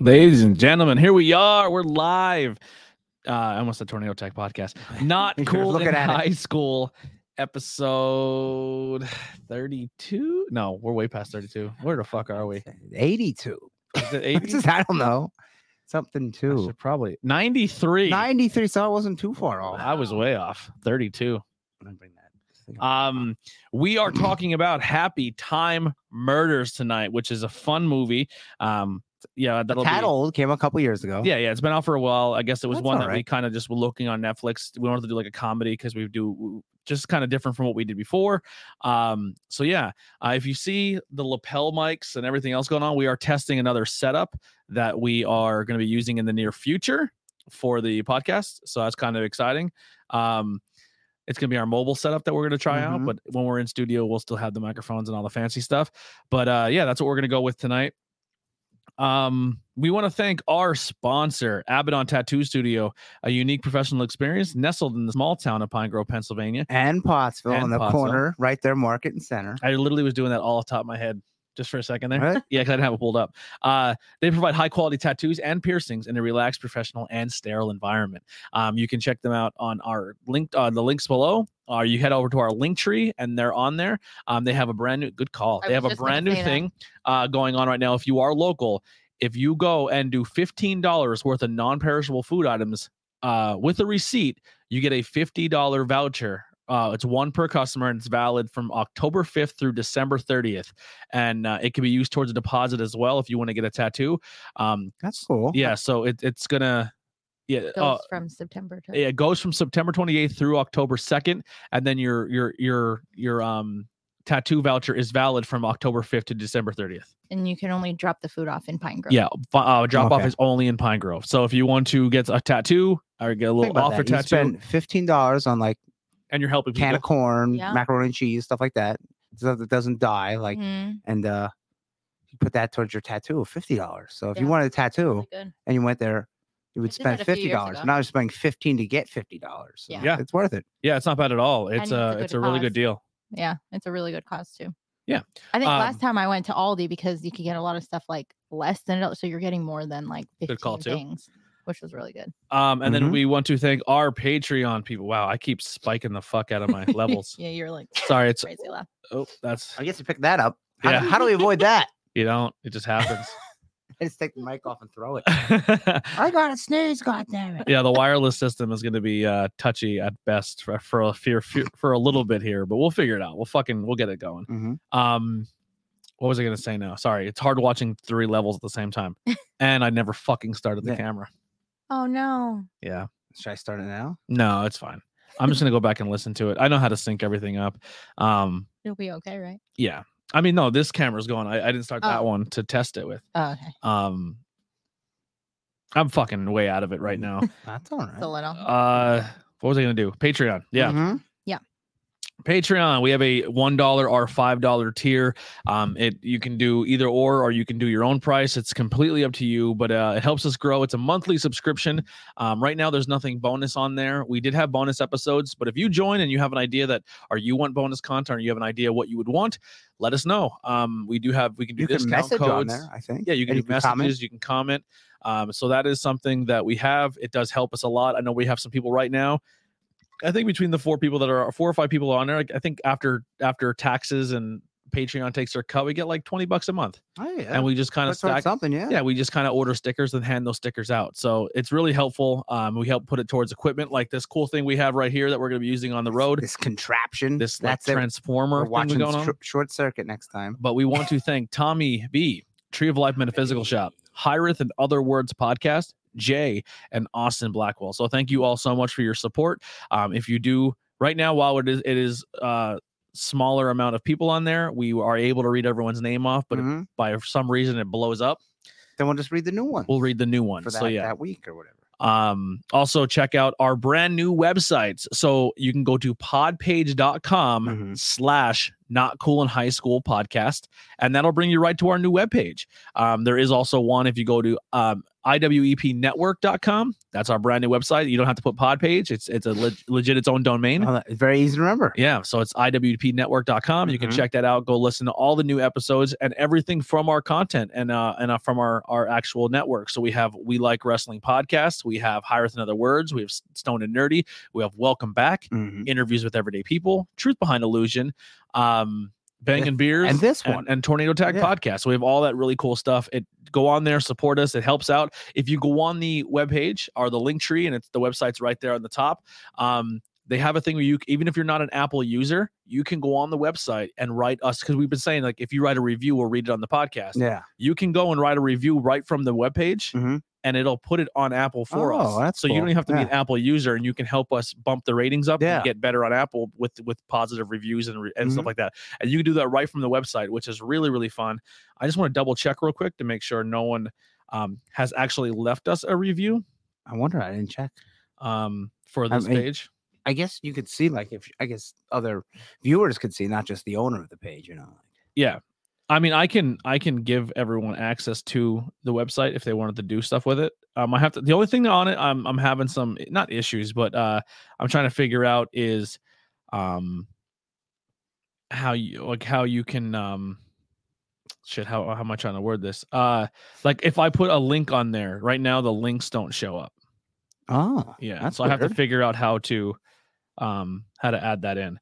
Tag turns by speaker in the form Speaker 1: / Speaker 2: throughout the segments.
Speaker 1: Ladies and gentlemen, here we are. We're live. Uh, I almost a Tornado Tech podcast. Not
Speaker 2: You're
Speaker 1: cool
Speaker 2: looking
Speaker 1: in
Speaker 2: at it.
Speaker 1: high school, episode thirty-two. No, we're way past thirty-two. Where the fuck are we?
Speaker 2: 82.
Speaker 1: Is it
Speaker 2: This
Speaker 1: eighty?
Speaker 2: is, I don't know. Something
Speaker 1: I
Speaker 2: too.
Speaker 1: should probably ninety-three. Oh,
Speaker 2: 93, so I wasn't too far off.
Speaker 1: I was way off. Thirty-two.
Speaker 2: I'm gonna bring that.
Speaker 1: Um, we are talking about Happy Time Murders tonight, which is a fun movie. Um, yeah,
Speaker 2: The
Speaker 1: that'll be.
Speaker 2: Tad Old came a couple years ago.
Speaker 1: Yeah, yeah, it's been out for a while. I guess it was
Speaker 2: That's
Speaker 1: one
Speaker 2: all
Speaker 1: that we
Speaker 2: right.
Speaker 1: kind of just were looking on Netflix. We wanted to do like a comedy because we do w- just kind of different from what we did before. Um, so yeah, uh, if you see the lapel mics and everything else going on, we are testing another setup that we are going to be using in the near future for the podcast. So that's kind of exciting. Um, it's going to be our mobile setup that we're going to try out,
Speaker 2: Mhm.
Speaker 1: but when we're in studio, we'll still have the microphones and all the fancy stuff. But uh, yeah, that's what we're going to go with tonight. Um, we want to thank our sponsor, Abaddon Tattoo Studio, a unique professional experience nestled in the small town of Pine Grove, Pennsylvania.
Speaker 2: And Pottsville
Speaker 1: And
Speaker 2: in the
Speaker 1: Pottsville.
Speaker 2: corner, right there, Market and Center.
Speaker 1: I literally was doing that all off the top of my head just for a second there.
Speaker 2: Right?
Speaker 1: Yeah, 'cause I didn't have it pulled up. Uh, they provide high quality tattoos and piercings in a relaxed, professional, and sterile environment. Um, you can check them out on our link, uh, the links below, or you head over to our link tree and they're on there. Um, they have a brand new, good call.
Speaker 3: I
Speaker 1: They have
Speaker 3: was
Speaker 1: a
Speaker 3: just gonna
Speaker 1: brand new
Speaker 3: say that.
Speaker 1: thing uh, going on right now. If you are local, if you go and do $15 worth of non perishable food items uh, with a receipt, you get a $50 voucher. Uh, it's one per customer and it's valid from October 5th through December 30th. And uh, it can be used towards a deposit as well if you want to get a tattoo. Um,
Speaker 2: That's cool.
Speaker 1: yeah, so it, it's going to, yeah,
Speaker 3: goes
Speaker 1: uh,
Speaker 3: from September to
Speaker 1: it goes from September 28th through October 2nd. And then your, your, your, your, um, tattoo voucher is valid from October 5th to December 30th.
Speaker 3: and you can only drop the food off in Pine Grove.
Speaker 1: Yeah, fi- uh, drop off
Speaker 2: Okay.
Speaker 1: is only in Pine Grove. So if you want to get a tattoo or get a
Speaker 2: Think
Speaker 1: little
Speaker 2: about
Speaker 1: offer
Speaker 2: that. You
Speaker 1: tattoo,
Speaker 2: spend $15 on like
Speaker 1: and you're helping
Speaker 2: can
Speaker 1: people,
Speaker 2: of corn,
Speaker 3: Yeah.
Speaker 2: macaroni and cheese, stuff like that. Stuff that doesn't die. Like,
Speaker 3: Mhm,
Speaker 2: and uh, you put that towards your tattoo, $50. So if you
Speaker 3: Yeah.
Speaker 2: wanted a tattoo,
Speaker 3: really good.
Speaker 2: and you went there, you would
Speaker 3: I did that
Speaker 2: spend
Speaker 3: a few years
Speaker 2: fifty dollars.
Speaker 3: ago.
Speaker 2: Now you're spending fifteen to get fifty dollars.
Speaker 3: Yeah.
Speaker 1: Yeah.
Speaker 2: it's worth it.
Speaker 1: yeah, it's not bad at all. It's
Speaker 3: it's
Speaker 1: a,
Speaker 3: a
Speaker 1: it's
Speaker 3: good
Speaker 1: a really good
Speaker 3: cause.
Speaker 1: deal.
Speaker 3: Yeah, it's a really good cause too.
Speaker 1: Yeah,
Speaker 3: I think
Speaker 1: um,
Speaker 3: last time I went to Aldi because you could get a lot of stuff like less than it, so you're getting more than like 15
Speaker 1: Good call, too.
Speaker 3: things, which was really good.
Speaker 1: Um, and then
Speaker 2: Mhm.
Speaker 1: we want to thank our Patreon people. Wow, I keep spiking the fuck out of my levels.
Speaker 3: Yeah, you're like
Speaker 1: Sorry, it's
Speaker 3: crazy loud.
Speaker 1: oh, that's
Speaker 2: I guess you picked that up. How,
Speaker 1: Yeah.
Speaker 2: do, how do we avoid that?
Speaker 1: you don't. It just happens.
Speaker 2: I just take the mic off and throw it. I got a sneeze, God damn it!
Speaker 1: yeah, the wireless system is going to be uh, touchy at best for, for a fear fear- for a little bit here, but we'll figure it out. We'll fucking we'll get it going.
Speaker 2: Mhm.
Speaker 1: Um, what was I going to say now? Sorry, it's hard watching three levels at the same time, and I never fucking started the
Speaker 2: Yeah.
Speaker 1: camera.
Speaker 3: Oh no.
Speaker 1: Yeah.
Speaker 2: Should I start it now?
Speaker 1: No, it's fine. I'm just gonna go back and listen to it. I know how to sync everything up. Um,
Speaker 3: It'll be okay, right?
Speaker 1: yeah. I mean, no, this camera's going. I, I didn't start that
Speaker 3: Oh.
Speaker 1: one to test it with.
Speaker 3: Oh, okay.
Speaker 1: Um, I'm fucking way out of it right now.
Speaker 2: That's all right.
Speaker 3: It's a little.
Speaker 1: Uh, what was I gonna do? Patreon. Yeah.
Speaker 2: Mhm.
Speaker 1: Patreon. We have a one dollar or five dollar tier. Um, it you can do either or, or you can do your own price. It's completely up to you, but uh, it helps us grow. It's a monthly subscription. Um, right now, there's nothing bonus on there. We did have bonus episodes, but if you join and you have an idea that or you want bonus content, or you have an idea what you would want, let us know. Um, we do have we can do
Speaker 2: You can
Speaker 1: discount
Speaker 2: message
Speaker 1: codes.
Speaker 2: on there. I think.
Speaker 1: Yeah, you can
Speaker 2: And
Speaker 1: do messages,
Speaker 2: comment.
Speaker 1: you can comment. Um, so that is something that we have. It does help us a lot. I know we have some people right now. I think between the four people that are four or five people on there, like, I think after after taxes and Patreon takes their cut, we get like twenty bucks a month,
Speaker 2: Oh yeah.
Speaker 1: and we just kind of
Speaker 2: Put towards
Speaker 1: stack.
Speaker 2: something. Yeah.
Speaker 1: Yeah, we just kind of order stickers and hand those stickers out. So it's really helpful. Um, we help put it towards equipment like this cool thing we have right here that we're going to be using on the road.
Speaker 2: This contraption.
Speaker 1: This like,
Speaker 2: that's it.
Speaker 1: transformer
Speaker 2: We're
Speaker 1: thing we
Speaker 2: watching
Speaker 1: going on
Speaker 2: Stro- Short Circuit next time.
Speaker 1: but we want to thank Tommy B, Tree of Life Metaphysical Shop, Hyreth and Other Words Podcast, Jay, and Austin Blackwell. So thank you all so much for your support. Um, if you do right now, while it is it is uh smaller amount of people on there, we are able to read everyone's name off, but
Speaker 2: Mhm.
Speaker 1: if by some reason it blows up,
Speaker 2: then we'll just read the new one.
Speaker 1: we'll read the new one.
Speaker 2: for that,
Speaker 1: so yeah.
Speaker 2: that week or whatever.
Speaker 1: Um, also check out our brand new websites. So you can go to podpage.com
Speaker 2: Mhm.
Speaker 1: slash not cool in high school podcast, and that'll bring you right to our new webpage. Um, there is also one if you go to um IWEPnetwork.com. That's our brand new website. You don't have to put pod page. It's it's a leg- legit its own domain.
Speaker 2: Oh, that- it's very easy to remember.
Speaker 1: Yeah, so it's iwpnetwork.com. You can
Speaker 2: Mhm.
Speaker 1: check that out. Go listen to all the new episodes and everything from our content and uh, and uh, from our our actual network. So we have we like wrestling podcast. We have higher than other words. We have S- stoned and nerdy. We have welcome back
Speaker 2: Mhm.
Speaker 1: interviews with everyday people. Truth behind illusion. Um, bang
Speaker 2: Yeah,
Speaker 1: and beers
Speaker 2: and this
Speaker 1: and-
Speaker 2: one.
Speaker 1: and, tornado tag
Speaker 2: Yeah.
Speaker 1: podcast so we have all that really cool stuff it go on there support us it helps out if you go on the webpage or the link tree and it's the website's right there on the top um they have a thing where you even if you're not an apple user you can go on the website and write us because we've been saying like if you write a review we'll read it on the podcast
Speaker 2: Yeah.
Speaker 1: you can go and write a review right from the webpage
Speaker 2: Mhm.
Speaker 1: and it'll put it on apple for
Speaker 2: Oh,
Speaker 1: us
Speaker 2: that's
Speaker 1: so you don't
Speaker 2: cool.
Speaker 1: even have to be an
Speaker 2: Yeah.
Speaker 1: apple user and you can help us bump the ratings up
Speaker 2: Yeah.
Speaker 1: and get better on apple with with positive reviews and, re- and stuff
Speaker 2: Mhm.
Speaker 1: like that and you can do that right from the website which is really really fun i just want to double check real quick to make sure no one um, has actually left us a review
Speaker 2: I wonder. I didn't check.
Speaker 1: um, for
Speaker 2: Um,
Speaker 1: this
Speaker 2: I-
Speaker 1: page
Speaker 2: I guess you could see, like, if I guess other viewers could see, not just the owner of the page, you know.
Speaker 1: yeah i mean i can i can give everyone access to the website if they wanted to do stuff with it um i have to the only thing on it i'm i'm having some not issues but uh i'm trying to figure out is um how you like how you can um shit how how am i trying to word this uh like if i put a link on there right now the links don't show up
Speaker 2: Oh,
Speaker 1: yeah
Speaker 2: that's
Speaker 1: so i have to
Speaker 2: weird.
Speaker 1: figure out how to um how to add that in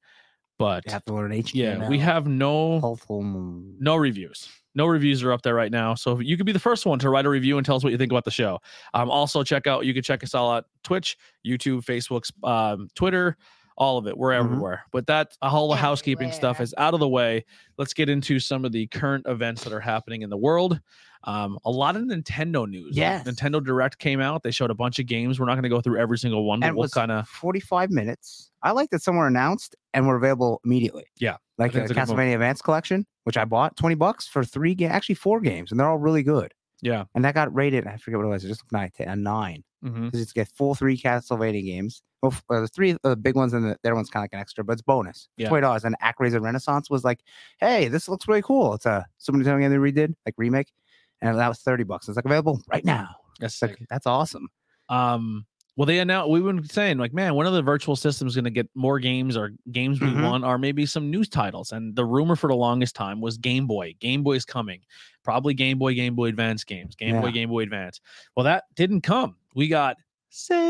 Speaker 1: but
Speaker 2: You have to learn HTML.
Speaker 1: yeah we have no
Speaker 2: Helpful-
Speaker 1: no reviews. No reviews are up there right now. So you could be the first one to write a review and tell us what you think about the show. Um, also check out you can check us all out Twitch, YouTube, Facebook, um, Twitter, all of it. We're
Speaker 2: Mhm.
Speaker 1: everywhere. But that all the housekeeping stuff
Speaker 3: Everywhere.
Speaker 1: is out of the way. Let's get into some of the current events that are happening in the world. Um, a lot of Nintendo news.
Speaker 2: Yes.
Speaker 1: Nintendo Direct came out. They showed a bunch of games. We're not going to go through every single one,
Speaker 2: And
Speaker 1: but
Speaker 2: it
Speaker 1: we'll
Speaker 2: was
Speaker 1: kind of
Speaker 2: 45 minutes. I like that some were announced and were available immediately.
Speaker 1: Yeah,
Speaker 2: Like the
Speaker 1: think it's a good move.
Speaker 2: Castlevania Advance Collection, which I bought 20 bucks for three games, actually four games, and they're all really good.
Speaker 1: yeah.
Speaker 2: And that got rated, I forget what it was, it just nine, a nine.
Speaker 1: hmm
Speaker 2: Because it's got full three Castlevania games. Well, f- uh, the three uh, big ones and the other one's kind of like an extra, but it's bonus.
Speaker 1: Yeah.
Speaker 2: $20. And Acra's and Renaissance was like, hey, this looks really cool. It's uh, a Super Nintendo game they redid, like remake. And that was 30 bucks. It's like available right now.
Speaker 1: That's
Speaker 2: It's like, that's awesome.
Speaker 1: Um, well, they announced we've been saying like, man, one of the virtual systems going to get more games or games we
Speaker 2: Mhm.
Speaker 1: want, or maybe some news titles. And the rumor for the longest time was Game Boy. Game Boy's coming, probably Game Boy, Game Boy Advance games, Game Boy,
Speaker 2: Yeah.
Speaker 1: Game Boy Advance. Well, that didn't come. We got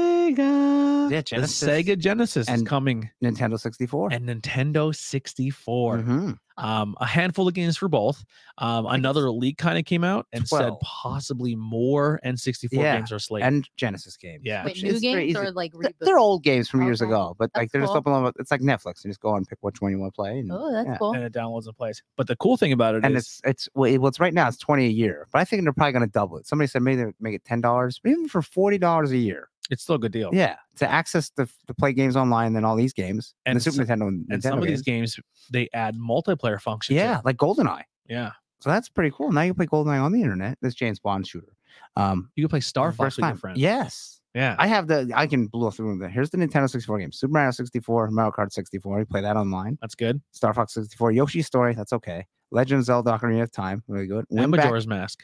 Speaker 1: Sega.
Speaker 2: Yeah,
Speaker 1: The Sega Genesis is
Speaker 2: and-
Speaker 1: coming
Speaker 2: Nintendo 64.
Speaker 1: and Nintendo 64.
Speaker 2: Mhm.
Speaker 1: Um, a handful of games for both. Um, another leak kind of came out and said
Speaker 2: 12.
Speaker 1: possibly more N64
Speaker 2: Yeah,
Speaker 1: games are slated.
Speaker 2: and Genesis games.
Speaker 1: Yeah.
Speaker 3: Wait,
Speaker 2: which
Speaker 3: new
Speaker 2: is very
Speaker 3: games
Speaker 2: easy.
Speaker 3: or like
Speaker 2: Th-
Speaker 3: reboots?
Speaker 2: They're old games from years
Speaker 3: Okay.
Speaker 2: ago, but like
Speaker 3: That's
Speaker 2: they're just
Speaker 3: cool.
Speaker 2: open on. It's like Netflix. You just go and pick which one you want to play. And,
Speaker 3: Oh, that's
Speaker 2: yeah.
Speaker 3: cool.
Speaker 1: and it downloads and plays. But the cool thing about it is
Speaker 2: and it's it's well, it- well, it's right now it's twenty a year, but I think they're probably going to double it. Somebody said maybe they make it ten dollars, even for forty dollars a year.
Speaker 1: it's still a good deal.
Speaker 2: Yeah, to access the to play games online, and then all these games and,
Speaker 1: And
Speaker 2: the Super Nintendo and
Speaker 1: And
Speaker 2: Nintendo
Speaker 1: some of these
Speaker 2: games.
Speaker 1: games they add multiplayer functions. in.
Speaker 2: Yeah, like GoldenEye.
Speaker 1: yeah.
Speaker 2: So that's pretty cool. Now you play GoldenEye on the internet. This James Bond shooter. Um,
Speaker 1: You can play Star
Speaker 2: for the
Speaker 1: Fox
Speaker 2: first
Speaker 1: with your
Speaker 2: time.
Speaker 1: friends.
Speaker 2: Yes.
Speaker 1: yeah.
Speaker 2: I have the I can blow through them. Here's the Nintendo 64 games: Super Mario 64, Mario Kart 64. You play that online.
Speaker 1: that's good.
Speaker 2: Star Fox 64, Yoshi's Story. That's okay. Legend of Zelda: Ocarina of Time. Really good.
Speaker 1: and
Speaker 2: Winback-
Speaker 1: Majora's Mask.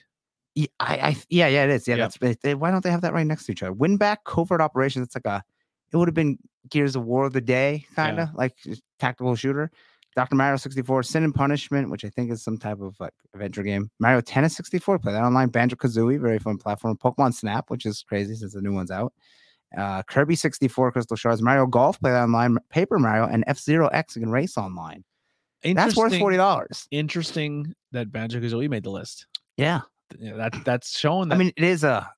Speaker 2: Yeah, I, I, yeah, yeah, it is. Yeah,
Speaker 1: Yep.
Speaker 2: that's. It, it- why don't they have that right next to each other? Win back covert operations. It's like a. It would have been Gears of War of the day, kind of like just tactical shooter. Dr. Mario 64, Sin and Punishment, which I think is some type of like adventure game. Mario Tennis 64, play that online. Banjo Kazooie, very fun platform. Pokemon Snap, which is crazy since the new one's out. Uh, Kirby 64, Crystal Shards, Mario Golf, play that online. Paper Mario and F Zero X, you can race online. That's worth
Speaker 1: Interesting-
Speaker 2: forty dollars.
Speaker 1: Interesting that Banjo Kazooie made the list.
Speaker 2: Yeah,
Speaker 1: Th- Yeah, that that's showing that
Speaker 2: I mean it is a.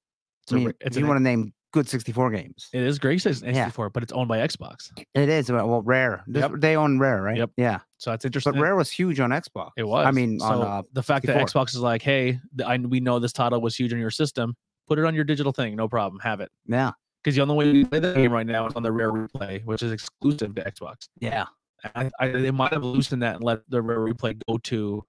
Speaker 1: it's
Speaker 2: I
Speaker 1: a
Speaker 2: mean,
Speaker 1: re- it's
Speaker 2: if you
Speaker 1: an- e
Speaker 2: want to name good 64 games.
Speaker 1: it is great says
Speaker 2: Yeah.
Speaker 1: N64, but it's owned by Xbox.
Speaker 2: It is well, well rare. This-
Speaker 1: Yep.
Speaker 2: They own rare, right?
Speaker 1: Yep.
Speaker 2: Yeah,
Speaker 1: So that's interesting.
Speaker 2: but rare was huge on Xbox.
Speaker 1: it was.
Speaker 2: I mean,
Speaker 1: so
Speaker 2: on uh,
Speaker 1: the fact that
Speaker 2: 64.
Speaker 1: Xbox is like, hey, th- I, we know this title was huge on your system. Put it on your digital thing, no problem. Have it.
Speaker 2: yeah,
Speaker 1: Because the only way you play the game right now is on the rare replay, which is exclusive to Xbox.
Speaker 2: yeah.
Speaker 1: I, I, they might have loosened that and let the rare replay go to.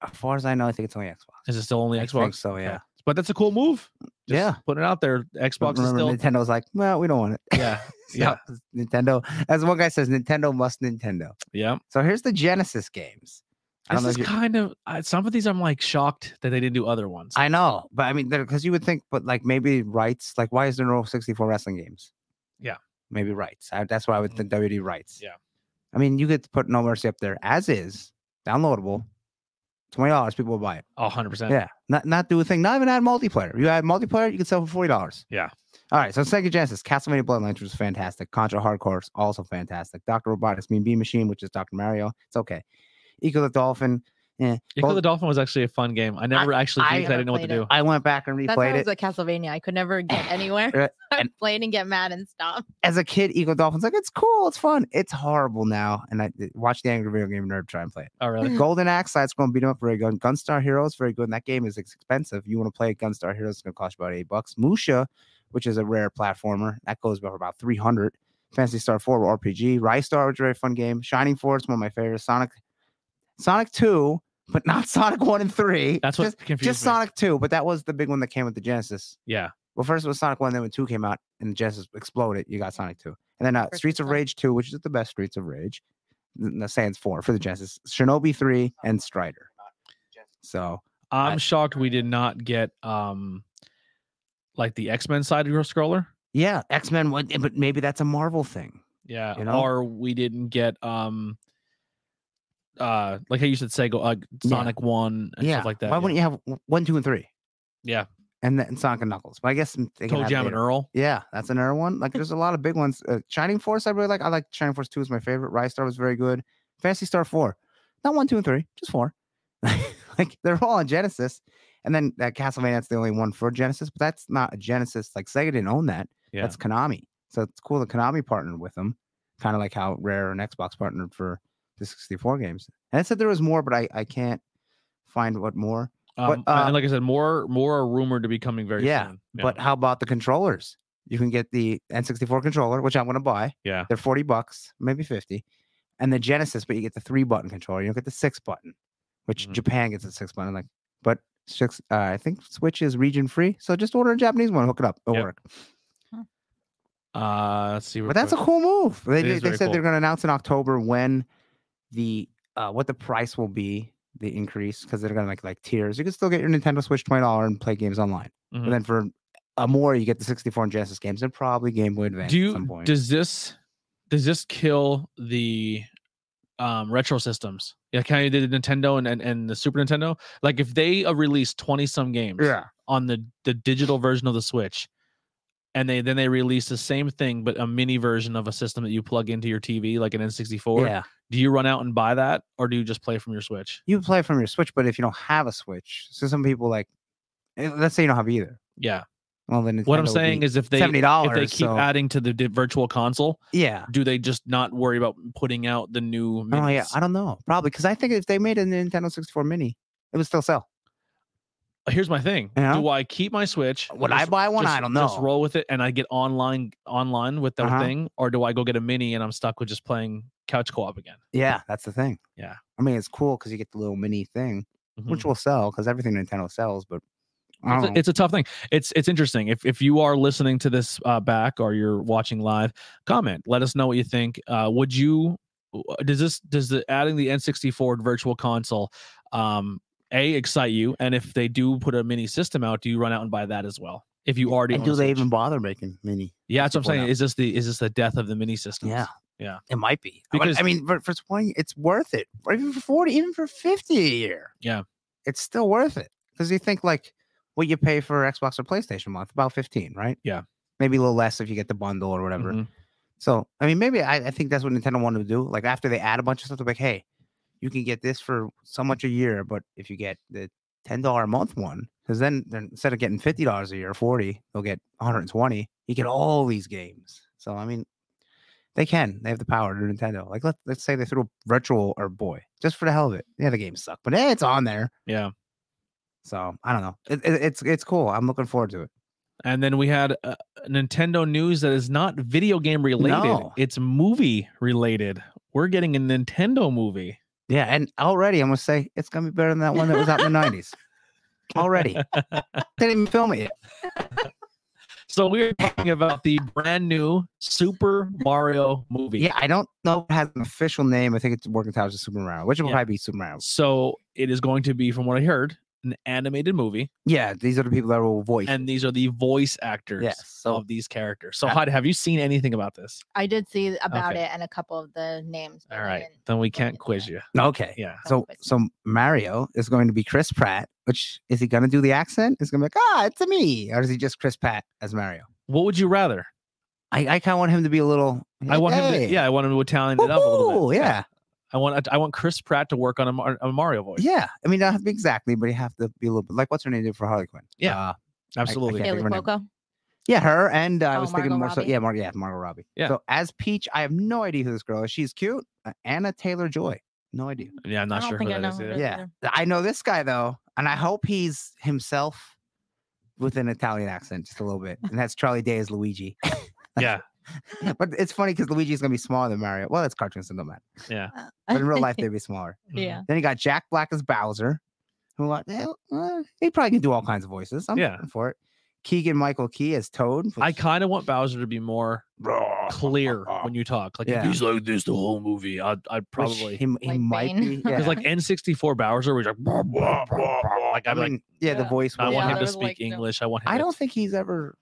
Speaker 2: As far as I know, I think it's only Xbox.
Speaker 1: Is it still only
Speaker 2: I
Speaker 1: Xbox?
Speaker 2: think so
Speaker 1: Okay.
Speaker 2: yeah.
Speaker 1: But that's a cool move. Just
Speaker 2: Yeah.
Speaker 1: putting it out there.
Speaker 2: But
Speaker 1: Xbox is still.
Speaker 2: remember, Nintendo's like, well, we don't want it.
Speaker 1: Yeah,
Speaker 2: So,
Speaker 1: yeah.
Speaker 2: Nintendo. As one guy says, Nintendo must Nintendo.
Speaker 1: Yeah.
Speaker 2: So here's the Genesis games. I don't know
Speaker 1: This
Speaker 2: if you-
Speaker 1: is kind of uh, some of these. I'm like shocked that they didn't do other ones.
Speaker 2: I know, but I mean, because you would think, but like maybe rights, like why is there no 64 wrestling games?
Speaker 1: Yeah.
Speaker 2: Maybe rights. I, that's why I would
Speaker 1: Mhm.
Speaker 2: think WD rights.
Speaker 1: Yeah.
Speaker 2: I mean, you could put No Mercy up there as is, downloadable, $20, people will buy it.
Speaker 1: Oh, 100 percent.
Speaker 2: Yeah. Not not do a thing, not even add multiplayer. You add multiplayer, you can sell for $40.
Speaker 1: Yeah.
Speaker 2: All right. So Sega Genesis, Castlevania Bloodlines was fantastic. Contra Hardcore is also fantastic. Dr. Robotics, Mean Bean Machine, which is Dr. Mario. It's okay. Eco the Dolphin. Eh.
Speaker 1: Echo
Speaker 2: Both-
Speaker 1: the Dolphin was actually a fun game. I never actually
Speaker 2: I
Speaker 1: did 'cause I,
Speaker 3: never
Speaker 1: didn't know what to
Speaker 3: played
Speaker 1: do.
Speaker 3: it.
Speaker 2: I went back and
Speaker 3: That's why
Speaker 2: replayed
Speaker 3: I was
Speaker 2: it.
Speaker 3: at Castlevania. I could never get
Speaker 2: Yeah,
Speaker 3: anywhere. I would
Speaker 2: and-
Speaker 3: play it and get mad and stop.
Speaker 2: as a kid, Eagle Dolphin's like, it's cool, it's fun. It's horrible now. And I eh, watch the Angry Video Game Nerd try and play it.
Speaker 1: Oh, really?
Speaker 2: Golden Axe, side scroll, beat 'em up, very good. Gunstar Heroes, very good. And that game is expensive. You want to play Gunstar Heroes, it's gonna cost you about eight bucks. Musha, which is a rare platformer, that goes for about 300. Fantasy Star 4 or RPG. Rise Star, which is a very fun game. Shining Force, one of my favorites. Sonic, Sonic 2, but not Sonic 1 and 3.
Speaker 1: That's what
Speaker 2: Just,
Speaker 1: confused
Speaker 2: just
Speaker 1: me.
Speaker 2: Sonic 2, but that was the big one that came with the Genesis.
Speaker 1: Yeah.
Speaker 2: Well, first it was Sonic One, then when Two came out and Genesis exploded, you got Sonic Two, and then uh,
Speaker 3: First
Speaker 2: Streets of
Speaker 3: Sonic.
Speaker 2: Rage Two, which is the best Streets of Rage. N- No, Sans Four for the Genesis, Shinobi Three, and Strider. So
Speaker 1: I'm
Speaker 2: I-
Speaker 1: shocked we did not get um like the X Men side of your scroller.
Speaker 2: yeah, X Men. But maybe that's a Marvel thing.
Speaker 1: Yeah.
Speaker 2: You know?
Speaker 1: Or we didn't get um uh like how you said Sega uh, Sonic One and
Speaker 2: yeah,
Speaker 1: stuff like that.
Speaker 2: Why
Speaker 1: yeah.
Speaker 2: wouldn't you have w- one, two, and three?
Speaker 1: Yeah.
Speaker 2: and then Sonic and Knuckles. But I guess m- they can
Speaker 1: Toe
Speaker 2: have
Speaker 1: Jam and
Speaker 2: later.
Speaker 1: Earl?
Speaker 2: Yeah, that's another one. Like, there's a lot of big ones. Uh, Shining Force, I really like. I like Shining Force Two is my favorite. Rise Star was very good. Fantasy Star Four, not one, two, and three, just four. like they're all on Genesis, and then that Castlevania that's the only one for Genesis, but that's not a Genesis. Like Sega didn't own that.
Speaker 1: Yeah.
Speaker 2: That's Konami. So it's cool that Konami partnered with them, kind of like how Rare and Xbox partnered for the 64 games. And I said there was more, but I I can't find what more.
Speaker 1: um,
Speaker 2: but, uh,
Speaker 1: and like I said, more more are rumored to be coming very
Speaker 2: Yeah,
Speaker 1: soon.
Speaker 2: But how about the controllers? You can get the N64 controller, which I'm going to buy.
Speaker 1: Yeah.
Speaker 2: They're 40 bucks, maybe 50. And the Genesis, but you get the three button controller. You don't get the six button, which
Speaker 1: Mhm.
Speaker 2: Japan gets a six button. Like, but six, uh, I think Switch is region free. So just order a Japanese one, hook it up. It'll
Speaker 1: Yep.
Speaker 2: work.
Speaker 1: uh let's see. real
Speaker 2: But that's a
Speaker 1: quick.
Speaker 2: cool move. They,
Speaker 1: It
Speaker 2: did-
Speaker 1: is
Speaker 2: they
Speaker 1: very
Speaker 2: said
Speaker 1: cool.
Speaker 2: they're going to announce in October when the, uh, what the price will be, the increase, because they're going to make like tiers. You can still get your Nintendo Switch $20 and play games online.
Speaker 1: Mhm.
Speaker 2: But then for a more, you get the 64 and Genesis games and probably Game Boy Advance
Speaker 1: Do
Speaker 2: at some
Speaker 1: you
Speaker 2: point.
Speaker 1: does this does this kill the um retro systems? Yeah, kind of did the Nintendo and, and and the Super Nintendo. Like if they uh, released twenty some games
Speaker 2: yeah.
Speaker 1: on the the digital version of the Switch, and they then they release the same thing but a mini version of a system that you plug into your TV, like an N sixty four.
Speaker 2: Yeah.
Speaker 1: Do you run out and buy that, or do you just play from your Switch?
Speaker 2: You play from your Switch, but if you don't have a Switch, so some people like, eh, let's say you don't have either.
Speaker 1: Yeah.
Speaker 2: Well, then
Speaker 1: What I'm saying is if they
Speaker 2: seventy
Speaker 1: if
Speaker 2: dollars.
Speaker 1: they keep
Speaker 2: so,
Speaker 1: adding to the di- virtual console,
Speaker 2: yeah.
Speaker 1: do they just not worry about putting out the new?
Speaker 2: Oh yeah,
Speaker 1: minis?
Speaker 2: I don't know. Probably because I think if they made a Nintendo 64 Mini, it would still sell.
Speaker 1: here's my thing.
Speaker 2: Yeah.
Speaker 1: Do I keep my Switch?
Speaker 2: Would
Speaker 1: and
Speaker 2: I
Speaker 1: just-
Speaker 2: buy one?
Speaker 1: just-
Speaker 2: I don't
Speaker 1: Just
Speaker 2: know.
Speaker 1: roll with it, and I get online online with the
Speaker 2: Uh-huh.
Speaker 1: thing, or do I go get a mini and I'm stuck with just playing couch co-op again?
Speaker 2: Yeah, Mm-hmm. that's the thing.
Speaker 1: Yeah.
Speaker 2: I mean, it's cool because you get the little mini thing,
Speaker 1: Mhm.
Speaker 2: which will sell because everything Nintendo sells. But I
Speaker 1: It's
Speaker 2: don't
Speaker 1: a,
Speaker 2: know.
Speaker 1: it's a tough thing. It's it's interesting. If if you are listening to this uh, back or you're watching live, comment. Let us know what you think. Uh, would you? w- Does this does the adding the N64 virtual console, um, a excite you? And if they do put a mini system out, do you run out and buy that as well? If you already
Speaker 2: and
Speaker 1: own a
Speaker 2: do they
Speaker 1: Switch?
Speaker 2: even bother making mini?
Speaker 1: Yeah, that's what I'm
Speaker 2: people
Speaker 1: saying.
Speaker 2: now.
Speaker 1: Is this the is this the death of the mini systems?
Speaker 2: Yeah.
Speaker 1: Yeah.
Speaker 2: It might be. I would- I
Speaker 1: Because-
Speaker 2: mean, for, for 20, it's worth it. Or even for 40, even for 50 a year.
Speaker 1: Yeah.
Speaker 2: It's still worth it. Because you think like what you pay for Xbox or PlayStation month, about 15, right?
Speaker 1: Yeah.
Speaker 2: Maybe a little less if you get the bundle or whatever.
Speaker 1: Mhm.
Speaker 2: So, I mean, maybe I, I think that's what Nintendo wanted to do. Like after they add a bunch of stuff, they're like, hey, you can get this for so much a year, but if you get the $10 a month one, because then then instead of getting $50 a year, 40, they'll get 120. You get all these games. So, I mean, they can. They have the power to Nintendo. Like let, let's say they threw a virtual or boy, just for the hell of it. Yeah, the games suck, but hey, it's on there.
Speaker 1: Yeah.
Speaker 2: So I don't know. It, it, it's it's cool. I'm looking forward to it.
Speaker 1: And then we had uh, Nintendo news that is not video game related.
Speaker 2: No.
Speaker 1: It's movie related. We're getting a Nintendo movie.
Speaker 2: Yeah, and already I'm gonna say it's gonna be better than that one that was out in the '90s. Already, they didn't even film it yet.
Speaker 1: So we are talking about the brand new Super Mario movie.
Speaker 2: Yeah, I don't know if it has an official name. I think it's Working Titles of Super Mario, which will
Speaker 1: Yeah.
Speaker 2: probably be Super Mario.
Speaker 1: So it is going to be, from what I heard, an animated movie,
Speaker 2: Yeah, these are the people that will voice.
Speaker 1: and these are the voice actors
Speaker 2: yes, so
Speaker 1: of these characters. So,
Speaker 2: Uh,
Speaker 1: Hyde, have you seen anything about this?
Speaker 3: I did see about
Speaker 1: Okay.
Speaker 3: it and a couple of the names. but
Speaker 1: All
Speaker 3: I
Speaker 1: right,
Speaker 3: didn't
Speaker 1: then we
Speaker 3: look
Speaker 1: can't
Speaker 3: into
Speaker 1: quiz
Speaker 3: it.
Speaker 1: you.
Speaker 2: No, okay.
Speaker 1: Yeah.
Speaker 3: That's
Speaker 2: So
Speaker 3: what it
Speaker 2: so Mario is going to be Chris Pratt, which is he gonna do the accent? Is he gonna be like, ah, it's a me, or is he just Chris Pratt as Mario?
Speaker 1: What would you rather?
Speaker 2: I, I kind of want him to be a little.
Speaker 1: I want him.
Speaker 2: "Hey,
Speaker 1: To, yeah, I want him to Italian it up a little
Speaker 2: woohoo,"
Speaker 1: bit.
Speaker 2: Yeah,
Speaker 1: I want. I want Chris Pratt to work on a, Mar- a Mario voice.
Speaker 2: yeah. I mean, not have to be exactly, but you have to be a little bit like what's her name do for Harley Quinn?
Speaker 1: Yeah.
Speaker 2: Uh,
Speaker 1: absolutely.
Speaker 2: can't-
Speaker 3: Haley
Speaker 2: think of her name.
Speaker 3: Cuoco.
Speaker 2: yeah, her and uh, I
Speaker 3: Oh,
Speaker 2: was thinking
Speaker 3: Margot
Speaker 2: more so.
Speaker 3: Robbie.
Speaker 2: Yeah, Mar- yeah, Margot Robbie.
Speaker 1: Yeah.
Speaker 2: So as Peach, I have no idea who this girl is. She's cute. Uh, Anna Taylor Joy. No idea.
Speaker 1: yeah, I'm
Speaker 3: I
Speaker 1: not
Speaker 3: don't
Speaker 1: sure who
Speaker 3: think I
Speaker 1: that
Speaker 3: know
Speaker 1: is
Speaker 3: who
Speaker 1: either.
Speaker 3: it is
Speaker 2: Yeah.
Speaker 3: either.
Speaker 2: I know this guy though, and I hope he's himself with an Italian accent just a little bit, and that's Charlie Day as Luigi.
Speaker 1: Yeah,
Speaker 2: but it's funny because Luigi's gonna be smaller than Mario. Well, that's cartoons, so it don't matter.
Speaker 3: Uh,
Speaker 2: But in real life, they'd be smaller.
Speaker 3: yeah.
Speaker 2: Then you got Jack Black as Bowser, who like eh, uh, he probably can do all kinds of voices. I'm
Speaker 1: Yeah.
Speaker 2: yeah. for it. Keegan Michael Key as Toad.
Speaker 1: I kind of want Bowser to be more clear when you talk. Like if
Speaker 2: Yeah.
Speaker 1: he's like this the whole movie, I'd, I'd probably
Speaker 2: him. He
Speaker 3: Like
Speaker 2: might
Speaker 3: Bane.
Speaker 2: be. Yeah.
Speaker 1: because like N64 Bowser was like, "Blah, blah, blah, blah." like
Speaker 2: I
Speaker 1: I'm
Speaker 2: mean,
Speaker 1: like,
Speaker 2: yeah, the
Speaker 3: Yeah.
Speaker 2: voice.
Speaker 1: I
Speaker 2: was-
Speaker 1: want him to
Speaker 3: Yeah.
Speaker 1: speak
Speaker 3: Like, no.
Speaker 1: English. I want. Him
Speaker 2: I
Speaker 1: to-
Speaker 2: don't think he's ever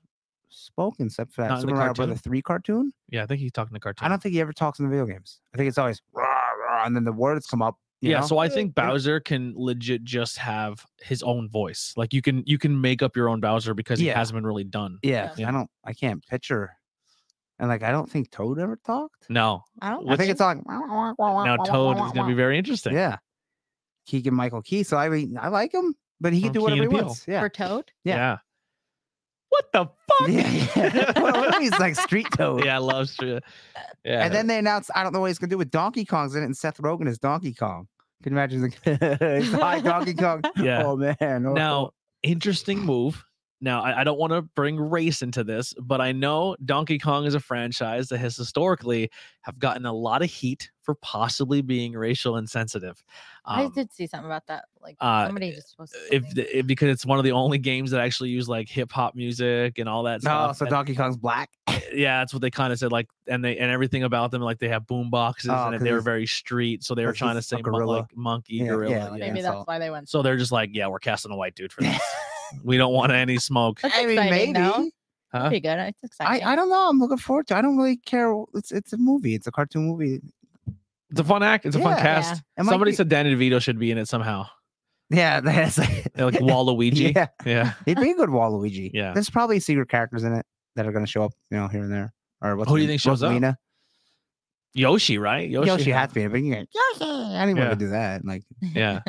Speaker 2: spoken except for
Speaker 1: Not
Speaker 2: that
Speaker 1: in the
Speaker 2: Super Mario Brother
Speaker 1: cartoon?
Speaker 2: Three cartoon.
Speaker 1: Yeah, I think he's talking to cartoon.
Speaker 2: I don't think he ever talks in the video games. I think it's always rah, rah, and then the words come up. you
Speaker 1: yeah,
Speaker 2: know?
Speaker 1: so I think Bowser can legit just have his own voice. Like you can you can make up your own Bowser because it
Speaker 2: Yeah.
Speaker 1: hasn't been really done.
Speaker 2: Yeah,
Speaker 1: Yeah.
Speaker 2: I don't. I can't picture. And like, I don't think Toad ever talked.
Speaker 1: No,
Speaker 3: I don't.
Speaker 2: I think it's all like
Speaker 1: now Toad is going to be very interesting.
Speaker 2: yeah. Keegan Michael Key. So I mean, I like him, but he
Speaker 1: From
Speaker 2: can do
Speaker 1: Key and
Speaker 2: whatever he
Speaker 1: Peele.
Speaker 2: wants. Yeah.
Speaker 3: for Toad.
Speaker 2: yeah.
Speaker 1: What the fuck?
Speaker 2: yeah, yeah. What- what if he's like Street Toad.
Speaker 1: yeah, I love shit. Yeah.
Speaker 2: And then they announced, I don't know what he's gonna do with Donkey Kong's in it, and Seth Rogen is Donkey Kong. Can you imagine? He's Like, he's hi Donkey Kong.
Speaker 1: Yeah.
Speaker 2: Oh man. oh,
Speaker 1: now,
Speaker 2: oh.
Speaker 1: interesting move. Now, I, I don't want to bring race into this, but I know Donkey Kong is a franchise that has historically have gotten a lot of heat for possibly being racial insensitive.
Speaker 3: I
Speaker 1: Um,
Speaker 3: did see something about that. Like
Speaker 1: uh,
Speaker 3: somebody just posted.
Speaker 1: if,
Speaker 3: something.
Speaker 1: the- if because it's one of the only games that actually use like hip hop music and all that
Speaker 2: no,
Speaker 1: stuff.
Speaker 2: Oh, Ah, so
Speaker 1: and-
Speaker 2: Donkey Kong's black.
Speaker 1: yeah, that's what they kind of said. Like, and they and everything about them, like they have boom boxes
Speaker 2: Oh,
Speaker 1: and
Speaker 2: 'cause
Speaker 1: they were
Speaker 2: he's-
Speaker 1: very street, so they were
Speaker 2: 'cause
Speaker 1: trying to
Speaker 2: he's a
Speaker 1: say mon-
Speaker 2: gorilla.
Speaker 1: like monkey
Speaker 2: Yeah,
Speaker 1: gorilla.
Speaker 2: yeah, like
Speaker 1: yeah.
Speaker 3: Maybe that's
Speaker 2: insult.
Speaker 3: why they went.
Speaker 1: So they're just like, yeah, we're casting a white dude for this. we don't want any smoke.
Speaker 3: That's exciting, though.
Speaker 1: Huh?
Speaker 3: Pretty good. It's
Speaker 2: I,
Speaker 3: exciting.
Speaker 2: I don't know. I'm looking forward to. I don't really care. It's it's a movie. It's a cartoon movie.
Speaker 1: It's a fun act. It's a fun
Speaker 2: Yeah.
Speaker 1: cast.
Speaker 2: It might
Speaker 1: Somebody
Speaker 2: be-
Speaker 1: said Danny DeVito should be in it somehow.
Speaker 2: Yeah, that's like,
Speaker 1: Like Waluigi. yeah.
Speaker 2: yeah.
Speaker 1: yeah.
Speaker 2: It'd be a good Waluigi.
Speaker 1: Yeah.
Speaker 2: there's probably secret characters in it that are going to show up, you know, here and there. Or what's
Speaker 1: Who
Speaker 2: her
Speaker 1: do you
Speaker 2: name?
Speaker 1: think shows up?
Speaker 2: Rosalina?
Speaker 1: Yoshi, right? Yoshi.
Speaker 2: Yoshi had to be in it, but you can, Yoshi. Anyone
Speaker 1: Yeah.
Speaker 2: could do that. Like,
Speaker 1: Yeah.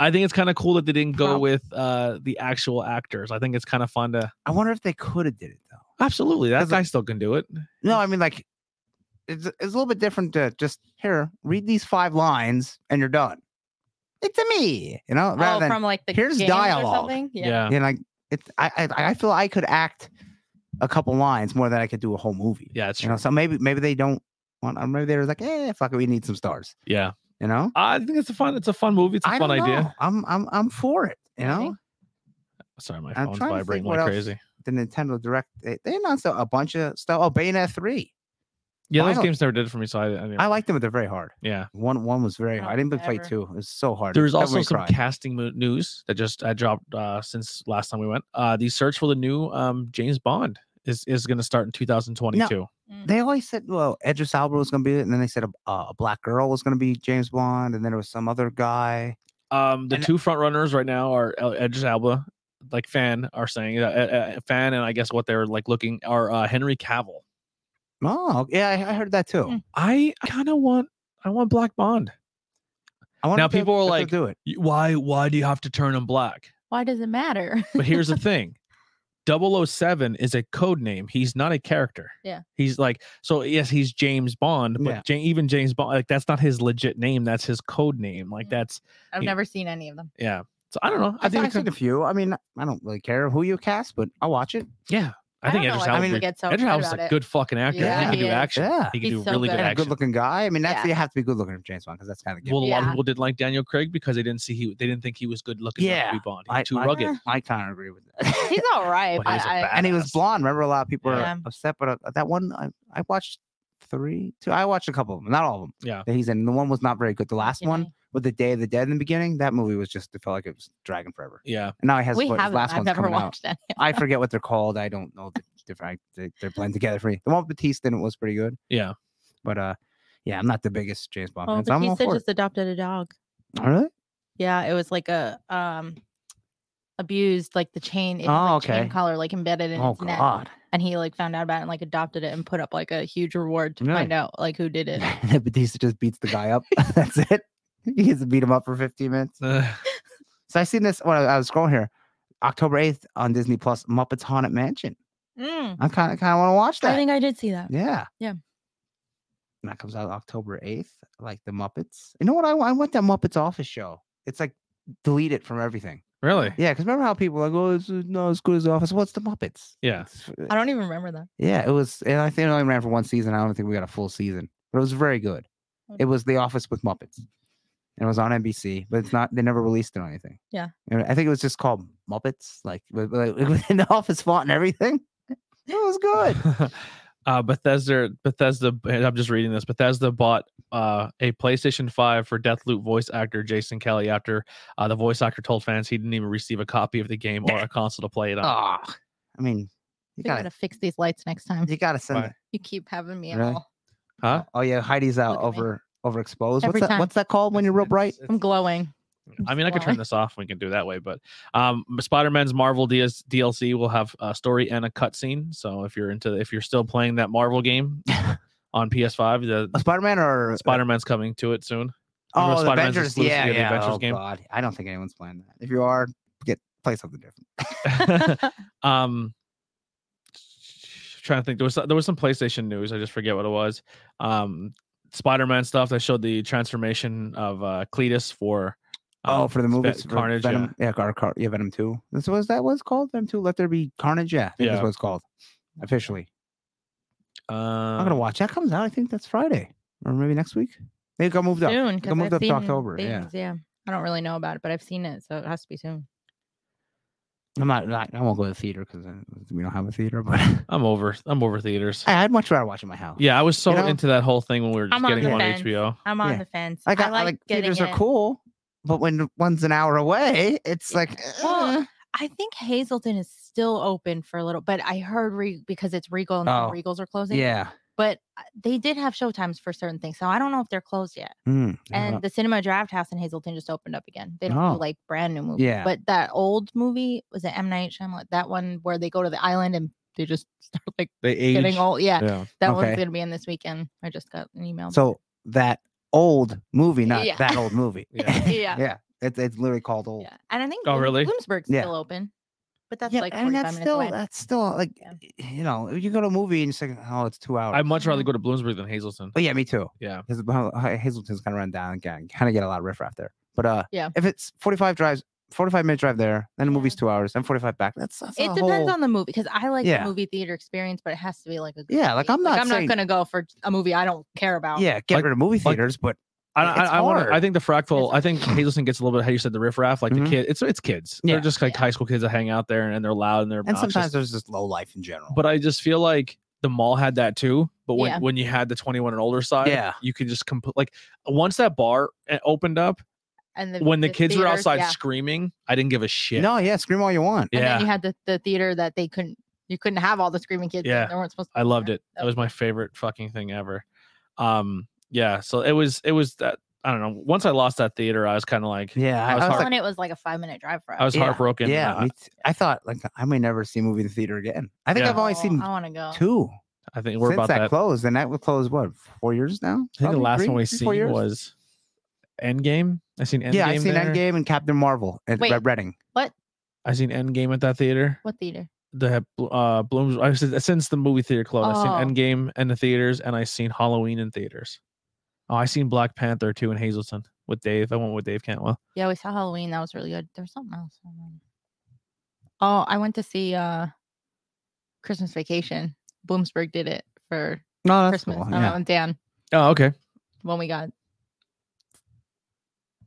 Speaker 1: I think it's kind of cool that they didn't go
Speaker 3: Prob-
Speaker 1: with uh the actual actors. I think it's kind of fun to
Speaker 2: I wonder if they could have did it though.
Speaker 1: absolutely that
Speaker 2: 'Cause it-
Speaker 1: guy still can do it.
Speaker 2: No, I mean like, it's it's a little bit different to just here read these five lines and you're done. It's a me, you know, rather
Speaker 3: oh,
Speaker 2: than
Speaker 3: from like the
Speaker 2: here's
Speaker 3: games
Speaker 2: dialogue.
Speaker 3: Or something?
Speaker 1: Yeah.
Speaker 3: Yeah.
Speaker 2: and like it. I, I I feel I could act a couple lines more than I could do a whole movie.
Speaker 1: Yeah, it's
Speaker 2: you
Speaker 1: true.
Speaker 2: know, so maybe maybe they don't want. Or maybe they were like, eh, fuck it, we need some stars.
Speaker 1: yeah.
Speaker 2: You know,
Speaker 1: I think it's a fun it's a fun movie. It's a
Speaker 2: I
Speaker 1: fun
Speaker 2: don't
Speaker 1: idea.
Speaker 2: know. I'm I'm I'm for it. You know,
Speaker 1: Sorry, my
Speaker 2: I'm
Speaker 1: phone's
Speaker 2: trying to think
Speaker 1: vibrating
Speaker 2: what
Speaker 1: like
Speaker 2: else.
Speaker 1: crazy.
Speaker 2: the Nintendo Direct they, they announced a, a bunch of stuff. Oh, Bayonetta three.
Speaker 1: Yeah,
Speaker 2: Why
Speaker 1: those
Speaker 2: don't-
Speaker 1: games never did it for me. So I, I, mean,
Speaker 2: I like them, but they're very hard.
Speaker 1: Yeah,
Speaker 2: One one was very
Speaker 3: I
Speaker 2: hard. I
Speaker 3: don't
Speaker 2: didn't play
Speaker 3: ever-
Speaker 2: two. It was so hard.
Speaker 1: there's
Speaker 2: That
Speaker 1: also
Speaker 2: made me
Speaker 1: some
Speaker 2: cry.
Speaker 1: casting mo- news that just I dropped uh, since last time we went. Uh, the search for the new um, James Bond is is going to start in 2022.
Speaker 2: they always said, well, Edris Alba was going to be it, and then they said a, a black girl was going to be James Bond, and then it was some other guy.
Speaker 1: Um, the
Speaker 2: And-
Speaker 1: two front runners right now are El- Edris Alba, like fan are saying uh, uh, uh, fan, and I guess what they're like looking are uh, Henry Cavill.
Speaker 2: Oh, yeah, I, I heard that too.
Speaker 3: Hmm.
Speaker 1: I kind of want I want Black Bond.
Speaker 2: I wonder
Speaker 1: Now
Speaker 2: if they'll-
Speaker 1: people are
Speaker 2: if they'll
Speaker 1: like,
Speaker 2: do it.
Speaker 1: Y- Why why do you have to turn him black?
Speaker 3: Why does it matter?
Speaker 1: But here's the thing. 007 is a code name. He's not a character.
Speaker 3: Yeah.
Speaker 1: He's like so yes, he's James Bond, but
Speaker 2: Yeah.
Speaker 1: Ja- even James Bond like that's not his legit name, that's his code name. Like
Speaker 3: Mhm.
Speaker 1: that's
Speaker 3: I've
Speaker 1: Yeah.
Speaker 3: never seen any of them.
Speaker 1: yeah. So I don't know. I
Speaker 2: I've
Speaker 1: think it
Speaker 2: seen
Speaker 1: could-
Speaker 2: a few. I mean, I don't really care who you cast, but I'll watch it.
Speaker 1: yeah. I, think
Speaker 3: don't know
Speaker 1: Edgar
Speaker 3: why
Speaker 1: Howe's,
Speaker 3: people
Speaker 1: re-
Speaker 3: get so
Speaker 1: Edgar
Speaker 3: upset
Speaker 1: Howe's is
Speaker 3: about
Speaker 1: a
Speaker 3: it.
Speaker 1: good fucking actor.
Speaker 3: Yeah,
Speaker 1: he can
Speaker 3: he
Speaker 1: do
Speaker 3: is.
Speaker 1: action.
Speaker 2: Yeah.
Speaker 1: He can
Speaker 3: He's
Speaker 1: do
Speaker 3: so
Speaker 1: really good
Speaker 3: good. And a
Speaker 2: And a
Speaker 1: action.
Speaker 2: good looking guy. I mean, that's
Speaker 3: Yeah.
Speaker 2: you have to be good looking for James Bond because that's kind of
Speaker 1: Well, a lot of
Speaker 3: Yeah.
Speaker 1: people didn't like Daniel Craig because they didn't see he they didn't think he was good looking enough
Speaker 2: Yeah,
Speaker 1: to be Bond. He was
Speaker 2: I-
Speaker 1: too
Speaker 2: I-
Speaker 1: rugged.
Speaker 2: I kind of agree with that.
Speaker 3: He's all right,
Speaker 1: But
Speaker 3: but,
Speaker 1: he was a
Speaker 3: I,
Speaker 2: and he was
Speaker 1: badass.
Speaker 2: blonde. Remember, a lot of people
Speaker 3: Yeah.
Speaker 2: are upset, but uh, that one I, I watched three, two. I watched a couple of them, not all of them.
Speaker 1: Yeah.
Speaker 2: that he's in. The one was not very good. The last one
Speaker 3: Okay.
Speaker 2: with the Day of the Dead in the beginning, that movie was just it felt like it was dragging forever.
Speaker 1: Yeah.
Speaker 2: And now he has
Speaker 3: we
Speaker 2: what, his
Speaker 3: haven't.
Speaker 2: last
Speaker 3: I've
Speaker 2: one's
Speaker 3: never
Speaker 2: coming out.
Speaker 3: watched any.
Speaker 2: I forget what they're called. I don't know the different. I- They, they're blended together for me. The one with Batiste in it was pretty good,
Speaker 1: Yeah.
Speaker 2: but uh, yeah, I'm not the biggest James Bond
Speaker 3: Oh,
Speaker 2: fan. So
Speaker 3: but
Speaker 2: I'm all
Speaker 3: he said
Speaker 2: for it.
Speaker 3: just adopted a dog.
Speaker 2: Oh, really?
Speaker 3: Yeah, it was like a um abused, like the chain. It
Speaker 2: Oh,
Speaker 3: oh, like
Speaker 2: okay.
Speaker 3: Chain collar, like embedded in
Speaker 2: Oh
Speaker 3: its neck.
Speaker 2: God!
Speaker 3: and he like found out about it and like adopted it and put up like a huge reward to
Speaker 2: Really?
Speaker 3: find out like who did it.
Speaker 2: Batista just beats the guy up. That's it. He gets to beat him up for 15 minutes. So I seen this when I I was scrolling here, October eighth on Disney Plus, Muppets Haunted Mansion.
Speaker 3: Mm,
Speaker 2: I kind of kind of want to watch that.
Speaker 3: I think I did see that.
Speaker 2: yeah,
Speaker 3: Yeah.
Speaker 2: And that comes out October eighth, like the Muppets. You know what? I, wa- I want that Muppets Office show. It's like delete it from everything.
Speaker 1: really?
Speaker 2: Yeah, because remember how people were like, oh, it's uh, not as good as the Office. What's the Muppets?
Speaker 1: Yeah.
Speaker 2: It's f-
Speaker 3: I don't even remember that.
Speaker 2: yeah, it was, and I think it only ran for one season. I don't think we got a full season, but it was very good.
Speaker 3: Oh.
Speaker 2: It was The Office with Muppets, and it was on NBC, but it's not. They never released it on anything.
Speaker 3: Yeah.
Speaker 2: and I think it was just called Muppets, like with- like, within the Office font and everything. It was good.
Speaker 1: uh, Bethesda, Bethesda. I'm just reading this. Bethesda bought uh, a PlayStation 5 for Deathloop voice actor Jason Kelly after uh, the voice actor told fans he didn't even receive a copy of the game or a console to play it on.
Speaker 2: Ah, I mean, you
Speaker 3: We gotta
Speaker 2: gotta,
Speaker 3: fix these lights next time.
Speaker 2: you gotta send.
Speaker 1: Why?
Speaker 2: it.
Speaker 3: You keep having me
Speaker 2: Really?
Speaker 3: all.
Speaker 1: Huh?
Speaker 2: Oh yeah, Heidi's out
Speaker 3: Look at me.
Speaker 2: over overexposed. what's
Speaker 3: Every
Speaker 2: that?
Speaker 3: time.
Speaker 2: What's that called when you're real
Speaker 1: It's-
Speaker 2: bright?
Speaker 1: it's-
Speaker 3: I'm glowing.
Speaker 1: I mean, I could turn
Speaker 3: Why?
Speaker 1: this off. and We can do it that way, but um, Spider-Man's Marvel DS- DLC will have a story and a cutscene. So if you're into, if you're still playing that Marvel game on PS5, the
Speaker 2: Spider Man or uh,
Speaker 1: Spider-Man's coming to it soon.
Speaker 2: Oh,
Speaker 1: Remember
Speaker 2: the
Speaker 1: Spider-Man's
Speaker 2: Avengers.
Speaker 1: exclusive
Speaker 2: Yeah,
Speaker 1: to the
Speaker 2: yeah.
Speaker 1: Avengers
Speaker 2: oh,
Speaker 1: game?
Speaker 2: God. I don't think anyone's playing that. If you are, get play something different.
Speaker 1: um, trying to think, there was there was some PlayStation news. I just forget what it was. Um, Spider-Man stuff. They showed the transformation of uh, Cletus for. um,
Speaker 2: oh, for the
Speaker 1: Sp-
Speaker 2: movies, for
Speaker 1: Carnage. yeah.
Speaker 2: Venom, yeah, Car- Car- yeah, Venom Two. This was that was called Venom Two. Let there be Carnage. Yeah, I think
Speaker 1: Yeah.
Speaker 2: that's what it's called officially.
Speaker 1: Uh,
Speaker 2: I'm gonna watch that. Comes out. I think that's Friday or maybe next week. They got moved up.
Speaker 3: soon
Speaker 2: They got moved
Speaker 3: I've
Speaker 2: up to
Speaker 3: seen
Speaker 2: October. Yeah,
Speaker 3: things, yeah. I don't really know about it, but I've seen it, so it has to be soon.
Speaker 2: I'm not, not. I won't go to the theater because we don't have a theater. But
Speaker 1: I'm over. I'm over theaters.
Speaker 2: I, I'd much rather watch it in my house.
Speaker 1: Yeah, I was so
Speaker 2: know?
Speaker 1: into that whole thing when we were just
Speaker 3: I'm on
Speaker 1: getting
Speaker 3: the
Speaker 1: on
Speaker 3: fence.
Speaker 1: HBO.
Speaker 3: I'm on
Speaker 2: Yeah.
Speaker 3: the fence.
Speaker 2: like
Speaker 3: I,
Speaker 2: I, I
Speaker 3: like,
Speaker 2: like
Speaker 3: getting
Speaker 2: theaters
Speaker 3: it.
Speaker 2: are cool, but when one's an hour away, it's
Speaker 3: Yeah.
Speaker 2: like.
Speaker 3: Well,
Speaker 2: eh.
Speaker 3: I think Hazelton is still open for a little, but I heard re- because it's Regal and
Speaker 2: Oh,
Speaker 3: some Regals are closing.
Speaker 2: yeah.
Speaker 3: but uh, they did have showtimes for certain things, so I don't know if they're closed yet.
Speaker 2: Mm, I don't
Speaker 3: And the Cinema Draft House in Hazleton just opened up again. They don't
Speaker 2: Oh.
Speaker 3: do like brand new movies.
Speaker 2: Yeah.
Speaker 3: But that old movie was it M Night Shyamalan? That one where they go to the island and they just start like
Speaker 1: They age.
Speaker 3: getting old. Yeah,
Speaker 1: Yeah.
Speaker 3: that
Speaker 2: Okay.
Speaker 3: one's gonna be in this weekend. I just got an email.
Speaker 2: So that old movie, not
Speaker 3: um, Yeah.
Speaker 2: that old movie.
Speaker 1: Yeah.
Speaker 3: Yeah.
Speaker 2: yeah. It's it's literally called old.
Speaker 3: yeah, and I think
Speaker 1: Oh,
Speaker 3: Bloom-
Speaker 1: really?
Speaker 3: Bloomsburg's
Speaker 2: Yeah.
Speaker 3: still open, but that's
Speaker 2: Yeah,
Speaker 3: like
Speaker 2: I
Speaker 3: forty-five
Speaker 2: mean that's
Speaker 3: minutes
Speaker 2: still
Speaker 3: away.
Speaker 2: that's still like
Speaker 3: Yeah.
Speaker 2: you know you go to a movie and you're like oh it's two hours.
Speaker 1: I'd much rather go to Bloomsbury than Hazelton.
Speaker 2: oh yeah, me too.
Speaker 1: Yeah.
Speaker 2: Because Hazelton's kind of run down again, kind of get a lot of riff raff there. But uh,
Speaker 3: Yeah.
Speaker 2: if it's forty five drives, forty five minute drive there, then the
Speaker 3: Yeah.
Speaker 2: movie's two hours, then forty five back. That's, that's
Speaker 3: It
Speaker 2: a
Speaker 3: depends
Speaker 2: whole-
Speaker 3: on the movie because I like
Speaker 2: Yeah.
Speaker 3: the movie theater experience, but it has to be like a good
Speaker 2: Yeah, like,
Speaker 3: movie.
Speaker 2: I'm not
Speaker 3: I'm
Speaker 2: saying-
Speaker 3: not gonna go for a movie I don't care about.
Speaker 2: Yeah, get
Speaker 1: Like-
Speaker 2: rid of movie
Speaker 1: like-
Speaker 2: theaters, but
Speaker 1: I I,
Speaker 2: It's
Speaker 1: I, wanna, I
Speaker 2: hard.
Speaker 1: think the fractal.
Speaker 3: It's-
Speaker 1: I think Hazelton gets a little bit how you said the riffraff, like
Speaker 2: Mhm.
Speaker 1: the kid. It's it's kids.
Speaker 2: Yeah.
Speaker 1: They're just like
Speaker 3: Yeah.
Speaker 1: high school kids that hang out there and, they're loud and they're
Speaker 2: and
Speaker 1: obnoxious.
Speaker 2: sometimes there's just low life in general.
Speaker 1: But I just feel like the mall had that too. But when
Speaker 3: Yeah.
Speaker 1: when you had the twenty one and older side,
Speaker 2: Yeah.
Speaker 1: you could just complete like once that bar eh, opened up,
Speaker 3: And
Speaker 1: when the, kids were
Speaker 3: theaters,
Speaker 1: outside
Speaker 3: yeah.
Speaker 1: screaming, I didn't give a shit.
Speaker 2: no, yeah, scream all you want.
Speaker 3: And then
Speaker 1: Yeah.
Speaker 3: you had the, the theater that they couldn't you couldn't have all the screaming kids. in.
Speaker 1: Yeah.
Speaker 3: They weren't supposed to
Speaker 1: I
Speaker 3: be
Speaker 1: loved
Speaker 3: there.
Speaker 1: it. That was my favorite fucking thing ever. Um, yeah. So it was it was that I don't know. Once I lost that theater, I was kind of like
Speaker 2: Yeah,
Speaker 1: I was
Speaker 3: Well,
Speaker 1: hard-
Speaker 3: and it was like a five minute drive for us.
Speaker 1: I was
Speaker 2: Yeah.
Speaker 1: heartbroken.
Speaker 2: Yeah,
Speaker 1: Uh,
Speaker 2: me t- I thought like I may never see a movie in the theater again. I think
Speaker 1: Yeah.
Speaker 2: I've only
Speaker 3: Oh,
Speaker 2: seen
Speaker 3: I want to go.
Speaker 2: two
Speaker 1: I think we're
Speaker 2: since
Speaker 1: about
Speaker 2: that,
Speaker 1: that.
Speaker 2: closed, and that was closed what four years
Speaker 1: I
Speaker 2: now.
Speaker 1: think the
Speaker 2: Probably
Speaker 1: last
Speaker 2: three-
Speaker 1: one we
Speaker 2: three, four
Speaker 1: seen
Speaker 2: years?
Speaker 1: was Endgame. I seen Endgame.
Speaker 2: yeah, I've seen
Speaker 1: there.
Speaker 2: Endgame and Captain Marvel at
Speaker 3: Wait.
Speaker 2: Red Reading.
Speaker 1: I seen Endgame at that theater.
Speaker 3: What theater?
Speaker 1: The uh Blooms. I said since the movie theater closed.
Speaker 3: Oh.
Speaker 1: I've seen Endgame in the theaters, and I seen Halloween in theaters. Oh, I seen Black Panther too in Hazelton with Dave. I went with Dave Cantwell.
Speaker 3: Yeah, we saw Halloween. That was really good. There was something else. I don't know. Oh, I went to see uh Christmas Vacation. Bloomsburg did it for
Speaker 2: No, that's
Speaker 3: Christmas.
Speaker 2: cool.
Speaker 3: I don't
Speaker 2: Yeah.
Speaker 3: know, Dan,
Speaker 1: Oh, okay.
Speaker 3: when we got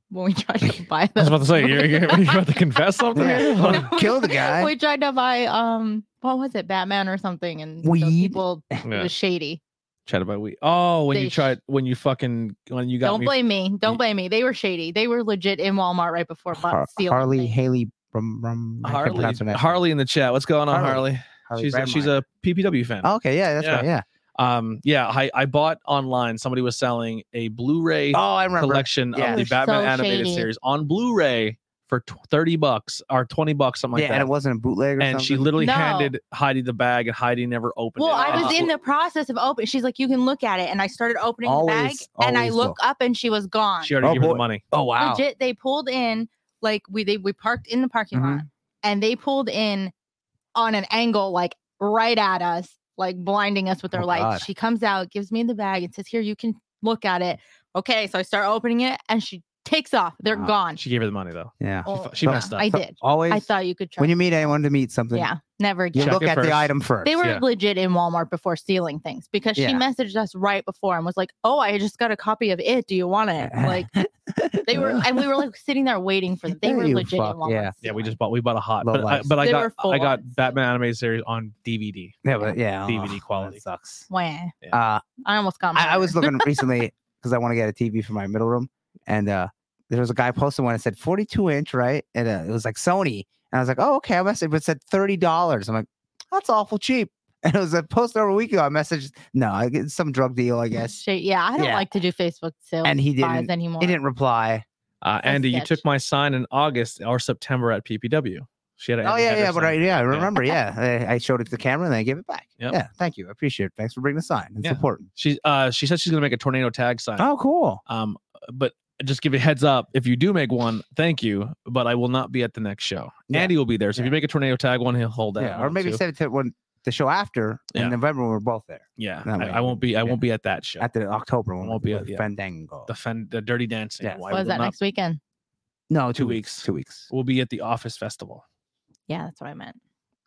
Speaker 3: when we tried to buy
Speaker 1: I was
Speaker 3: them.
Speaker 1: about to say, you're, you're, you about to confess something?
Speaker 2: Yeah.
Speaker 1: here?
Speaker 3: No.
Speaker 2: Kill the guy.
Speaker 3: we tried to buy um what was it, Batman or something, and those
Speaker 2: Weed?
Speaker 3: people it
Speaker 1: yeah.
Speaker 3: was shady.
Speaker 1: Chat about we. Oh, when you
Speaker 3: They sh-
Speaker 1: tried, when you fucking, when you got
Speaker 3: Don't
Speaker 1: me.
Speaker 3: blame me. Don't
Speaker 1: Ye-
Speaker 3: blame me. They were shady. They were legit in Walmart right before bu-
Speaker 2: Har-
Speaker 3: stealing
Speaker 2: Harley
Speaker 3: things.
Speaker 2: Haley. Brum, brum, I can't
Speaker 1: Harley,
Speaker 2: pronounce her name.
Speaker 1: Harley in the chat. What's going on,
Speaker 2: Harley.
Speaker 1: Harley?
Speaker 2: Harley
Speaker 1: she's a, she's
Speaker 2: Bradmire.
Speaker 1: a PPW fan.
Speaker 2: Oh, okay, yeah, that's
Speaker 1: Yeah.
Speaker 2: right. Yeah.
Speaker 1: Um, yeah, I, I bought online. Somebody was selling a Blu-ray
Speaker 2: Oh, I remember.
Speaker 1: collection
Speaker 2: Yeah.
Speaker 1: of the
Speaker 3: They're
Speaker 1: Batman
Speaker 3: so
Speaker 1: animated
Speaker 3: shady.
Speaker 1: series on Blu-ray for tw- thirty bucks or twenty bucks, something like
Speaker 2: yeah,
Speaker 1: that.
Speaker 2: and it wasn't a bootleg or
Speaker 1: and she
Speaker 2: something.
Speaker 1: literally
Speaker 3: No.
Speaker 1: handed Heidi the bag, and Heidi never opened
Speaker 3: Well,
Speaker 1: it. Uh,
Speaker 3: I was
Speaker 1: It's-
Speaker 3: in the process of opening. She's like, "You can look at it," and I started opening the bag,
Speaker 2: Always-
Speaker 3: and I
Speaker 2: always
Speaker 3: look,
Speaker 2: look.
Speaker 3: up, and she was gone.
Speaker 1: She already
Speaker 2: Oh,
Speaker 1: gave her the
Speaker 2: boy.
Speaker 1: money.
Speaker 2: Oh wow.
Speaker 3: Legit, they pulled in like we they we parked in the parking
Speaker 2: Mhm.
Speaker 3: lot, and they pulled in on an angle, like right at us, like blinding us with their
Speaker 2: Oh,
Speaker 3: lights.
Speaker 2: God.
Speaker 3: She comes out, gives me the bag, and says, "Here, you can look at it." Okay, so I start opening it, and she takes off. They're
Speaker 2: Wow.
Speaker 3: gone.
Speaker 1: She gave her the money though.
Speaker 2: Yeah.
Speaker 1: fu-
Speaker 3: Oh,
Speaker 1: she
Speaker 3: yeah,
Speaker 1: messed up.
Speaker 3: I
Speaker 2: So
Speaker 3: did.
Speaker 2: Always.
Speaker 3: I thought you could try.
Speaker 2: when you meet anyone to meet something,
Speaker 3: yeah,
Speaker 2: you
Speaker 3: never again.
Speaker 1: Check
Speaker 2: look
Speaker 1: it
Speaker 2: at
Speaker 1: first.
Speaker 2: the item first.
Speaker 3: They were
Speaker 1: Yeah.
Speaker 3: legit in Walmart before stealing things because she
Speaker 2: Yeah.
Speaker 3: messaged us right before and was like, "Oh, I just got a copy of it. Do you want it?" Like they were, and we were like sitting there waiting for them. They were
Speaker 2: You
Speaker 3: legit
Speaker 2: fuck,
Speaker 3: in Walmart.
Speaker 2: yeah.
Speaker 1: Yeah, we just bought we bought a hot,
Speaker 2: Low
Speaker 1: but I,
Speaker 2: lives.
Speaker 1: but I
Speaker 3: They
Speaker 1: got
Speaker 3: were full
Speaker 1: I got
Speaker 3: lives.
Speaker 1: Batman animated series on DVD.
Speaker 2: Yeah, but yeah, Oh,
Speaker 1: DVD
Speaker 2: that
Speaker 1: quality.
Speaker 2: sucks.
Speaker 3: Wah.
Speaker 2: Uh,
Speaker 3: I almost got.
Speaker 2: I, I was
Speaker 3: murdered.
Speaker 2: looking recently because I want to get a TV for my middle room, and uh, there was a guy posting one that said 42 inch, right? And uh, it was like Sony, and I was like, oh okay, I messaged, but it said thirty dollars. I'm like, that's awful cheap. And it was a post over a week ago. I messaged, no, I get some drug deal, I guess.
Speaker 3: Shit, yeah, I don't
Speaker 2: Yeah.
Speaker 3: like to do Facebook sales
Speaker 2: And he
Speaker 3: buys
Speaker 2: didn't-
Speaker 3: anymore.
Speaker 2: He didn't reply.
Speaker 1: Uh,
Speaker 3: That's
Speaker 1: Andy, you took
Speaker 3: sketch.
Speaker 1: my sign in August or September at PPW. She had. A
Speaker 2: Oh
Speaker 1: Andy
Speaker 2: yeah,
Speaker 1: had her
Speaker 2: yeah, but
Speaker 1: sign.
Speaker 2: I, yeah, I remember. Yeah, I, I showed it to the camera and then I gave it back.
Speaker 1: Yep.
Speaker 2: Yeah, thank you, I appreciate it. Thanks for bringing the sign. It's
Speaker 1: Yeah.
Speaker 2: important.
Speaker 1: She uh she said she's gonna make a tornado tag sign.
Speaker 2: Oh, cool.
Speaker 1: Um, but just give you a heads up if you do make one, thank you. But I will not be at the next show.
Speaker 2: Yeah.
Speaker 1: Andy will be there. So if you
Speaker 2: Yeah.
Speaker 1: make a tornado tag one, he'll hold that.
Speaker 2: Yeah, or
Speaker 1: one,
Speaker 2: maybe
Speaker 1: too.
Speaker 2: save it to when the show after
Speaker 1: Yeah.
Speaker 2: in November when we're both there.
Speaker 1: yeah.
Speaker 2: that
Speaker 1: I,
Speaker 2: way
Speaker 1: I won't be. I
Speaker 2: yeah.
Speaker 1: won't be at that show.
Speaker 2: At the October one
Speaker 1: Won't
Speaker 2: won't
Speaker 1: be
Speaker 2: be
Speaker 1: at- yeah.
Speaker 2: Fandango.
Speaker 1: the fen- the dirty dancing.
Speaker 2: Yes.
Speaker 1: Why
Speaker 3: What is
Speaker 1: will
Speaker 3: that
Speaker 1: not-
Speaker 3: next weekend?
Speaker 2: no,
Speaker 1: two
Speaker 2: two
Speaker 1: weeks.
Speaker 2: weeks. Two weeks.
Speaker 1: We'll be at the Office Festival.
Speaker 3: Yeah, that's what I meant.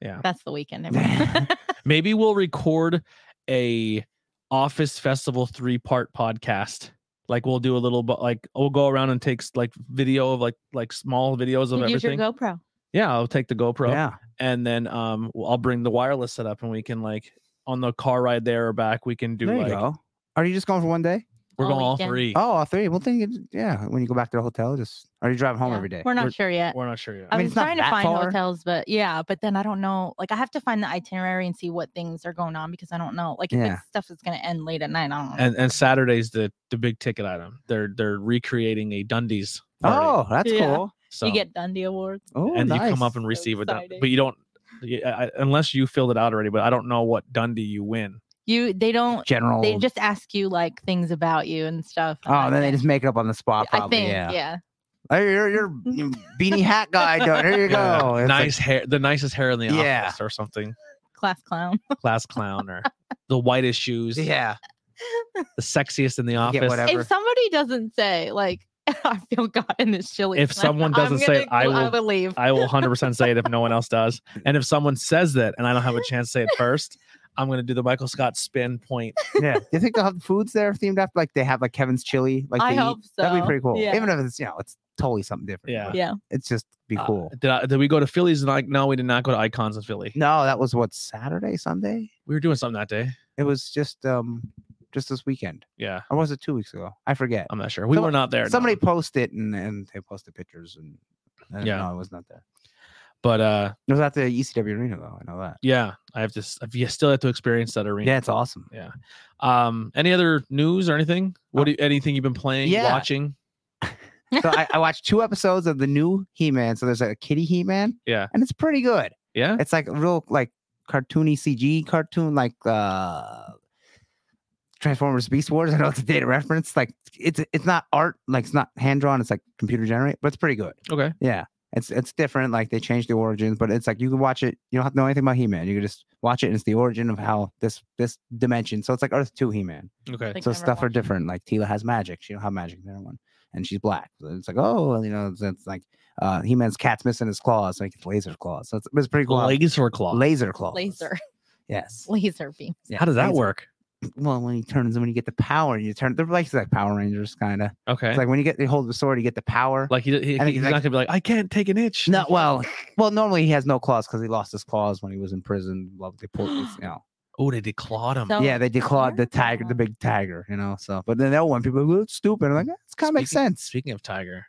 Speaker 1: Yeah.
Speaker 3: that's the weekend. never mind.
Speaker 1: Maybe we'll record a Office Festival three part podcast. Like we'll do a little, but like we'll go around and take s- like video of like like small videos of
Speaker 3: Could use your
Speaker 1: everything.
Speaker 3: GoPro.
Speaker 1: yeah, I'll take the GoPro.
Speaker 2: Yeah.
Speaker 1: and then um I'll bring the wireless setup and we can like on the car ride there or back we can do
Speaker 2: there you
Speaker 1: like
Speaker 2: go. Are you just going for one day?
Speaker 1: we're
Speaker 3: All
Speaker 1: going all
Speaker 3: weekend.
Speaker 1: three.
Speaker 2: Oh, all three. Well, then, you- yeah. When you go back to the hotel, just are you driving home
Speaker 3: Yeah.
Speaker 2: every day?
Speaker 3: We're not
Speaker 1: We're-
Speaker 3: sure yet.
Speaker 1: We're not sure yet.
Speaker 3: I,
Speaker 2: I mean,
Speaker 3: was
Speaker 2: it's not
Speaker 3: trying to
Speaker 2: that
Speaker 3: find
Speaker 2: far.
Speaker 3: hotels, but yeah, but then I don't know. Like, I have to find the itinerary and see what things are going on because I don't know. Like, if
Speaker 2: Yeah.
Speaker 3: it's stuff that's going to end late at night, I don't know.
Speaker 1: and and Saturday's the the big ticket item. They're they're recreating a Dundee's. Party.
Speaker 2: Oh, that's
Speaker 3: Yeah.
Speaker 2: cool.
Speaker 1: so
Speaker 3: you get Dundee Awards.
Speaker 2: Oh,
Speaker 1: and
Speaker 2: nice.
Speaker 1: you come up and receive a Dundee,
Speaker 3: exciting.
Speaker 1: but you don't y- I- I- unless you filled it out already. But I don't know what Dundee you win.
Speaker 3: You they don't
Speaker 2: general.
Speaker 3: they just ask you like things about you and stuff. and
Speaker 2: oh, then
Speaker 3: that's
Speaker 2: they
Speaker 3: it.
Speaker 2: just make it up on the spot.
Speaker 3: I
Speaker 2: Probably.
Speaker 3: think yeah.
Speaker 2: yeah. Hey, you're, you're you beanie hat guy. Doing. Here you
Speaker 1: Yeah,
Speaker 2: go. It's like,
Speaker 1: nice hair, the nicest hair in the
Speaker 2: Yeah.
Speaker 1: office, or something.
Speaker 3: class clown.
Speaker 1: Class clown, or the whitest shoes,
Speaker 2: yeah.
Speaker 1: the sexiest in the
Speaker 2: get
Speaker 1: office.
Speaker 2: whatever.
Speaker 3: If somebody doesn't say like I feel God in this chili.
Speaker 1: If
Speaker 3: tonight,"
Speaker 1: someone
Speaker 3: I'm
Speaker 1: doesn't say,
Speaker 3: gonna
Speaker 1: "I
Speaker 3: go-
Speaker 1: will-
Speaker 3: I will leave.
Speaker 1: I will 100% say it if no one else does. And if someone says that and I don't have a chance to say it first, I'm going to do the Michael Scott spin point.
Speaker 2: Yeah. Do you think they'll have foods there themed after like they have like Kevin's chili? Like
Speaker 3: I
Speaker 2: they eat?
Speaker 3: hope so.
Speaker 2: That'd be pretty cool.
Speaker 3: Yeah.
Speaker 2: Even if it's you know it's totally something different.
Speaker 1: Yeah.
Speaker 2: but
Speaker 3: yeah.
Speaker 2: It's just be
Speaker 1: Uh,
Speaker 2: cool.
Speaker 1: Did, I, did we go to Phillies? And like, no, we did not go to Icons in Philly.
Speaker 2: no, that was what Saturday, Sunday.
Speaker 1: We were doing something that day.
Speaker 2: It was just um just this weekend.
Speaker 1: Yeah,
Speaker 2: Or was it two weeks ago? I forget.
Speaker 1: I'm not sure. We
Speaker 2: Some-
Speaker 1: were not there. no.
Speaker 2: Somebody posted and and they posted pictures and, and
Speaker 1: Yeah.
Speaker 2: yeah. no, I was not there.
Speaker 1: But uh,
Speaker 2: It was at the ECW arena though. I know that.
Speaker 1: yeah, I have to. s- I've- You still have to experience that arena.
Speaker 2: Yeah, it's awesome.
Speaker 1: Um, any other news or anything? What do you, anything you've been playing,
Speaker 2: Um, Yeah.
Speaker 1: watching?
Speaker 2: So I, I watched two episodes of the new He Man. So there's a kitty He Man.
Speaker 1: Yeah.
Speaker 2: And it's pretty good.
Speaker 1: Yeah.
Speaker 2: It's like a real like cartoony CG cartoon like uh Transformers Beast Wars. I know it's a data reference. Like it's it's not art, like it's not hand drawn, it's like computer generated, but it's pretty good.
Speaker 1: Okay.
Speaker 2: Yeah. It's it's different. Like they changed the origins, but it's like you can watch it. You don't have to know anything about He-Man. You can just watch it and it's the origin of how this this dimension. So it's like Earth 2 He-Man
Speaker 1: Okay.
Speaker 3: Like,
Speaker 2: so
Speaker 3: never
Speaker 2: stuff are
Speaker 3: watched it.
Speaker 2: different. Like Tila has magic. She don't have magic. The other one, and she's black. So it's like oh, and, you know, it's, it's like uh, He Man's cat's missing his claws, like it's laser claws. So it's, it's pretty cool. how-
Speaker 1: Laser claw.
Speaker 2: Laser claws.
Speaker 3: Laser.
Speaker 2: Yes.
Speaker 3: Laser beam.
Speaker 1: How does that
Speaker 2: Laser-
Speaker 1: work?
Speaker 2: Well, when he turns them, when you get the power, you turn. They're like, like Power Rangers, kind of.
Speaker 1: Okay. Like,
Speaker 2: It's like when you get they hold the sword, you get the power.
Speaker 1: he, he-
Speaker 2: I think
Speaker 1: he's
Speaker 2: like-
Speaker 1: not gonna be like, I can't take an itch.
Speaker 2: no, well, well, normally he has no claws because he lost his claws when he was in prison. Well, they pulled, you know.
Speaker 1: Oh, they declawed him.
Speaker 3: So-
Speaker 2: yeah, they declawed the tiger, the
Speaker 3: yeah.
Speaker 2: big tiger, you know. So, but then that one people, go, it's stupid. I'm like, eh, it's kind of makes
Speaker 1: Speaking-
Speaker 2: sense.
Speaker 1: Speaking of Tiger,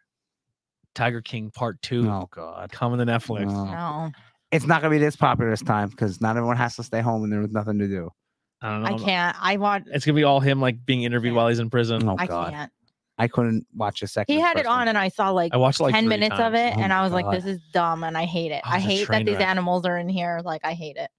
Speaker 1: Tiger King Part Two
Speaker 2: Oh God,
Speaker 1: coming to Netflix.
Speaker 2: No.
Speaker 3: No,
Speaker 2: it's not gonna be this popular this time because not everyone has to stay home and there was nothing to do.
Speaker 1: I don't know.
Speaker 3: I can't. I want.
Speaker 1: It's gonna be all him like being interviewed
Speaker 3: Can't.
Speaker 1: while he's in prison.
Speaker 2: Oh
Speaker 3: I
Speaker 2: God,
Speaker 3: can't.
Speaker 2: I couldn't watch a second.
Speaker 3: He
Speaker 2: of the
Speaker 3: had it
Speaker 2: first
Speaker 3: on,
Speaker 2: one.
Speaker 3: and I saw like
Speaker 1: I watched like
Speaker 3: 10
Speaker 1: three
Speaker 3: minutes of
Speaker 1: times.
Speaker 3: it
Speaker 2: Oh
Speaker 3: and
Speaker 2: my
Speaker 3: I was like,
Speaker 2: God.
Speaker 3: this is dumb and I hate it.
Speaker 1: Oh,
Speaker 3: I
Speaker 1: it's a
Speaker 3: hate
Speaker 1: train
Speaker 3: that these
Speaker 1: wreck.
Speaker 3: animals are in here. Like, I hate it.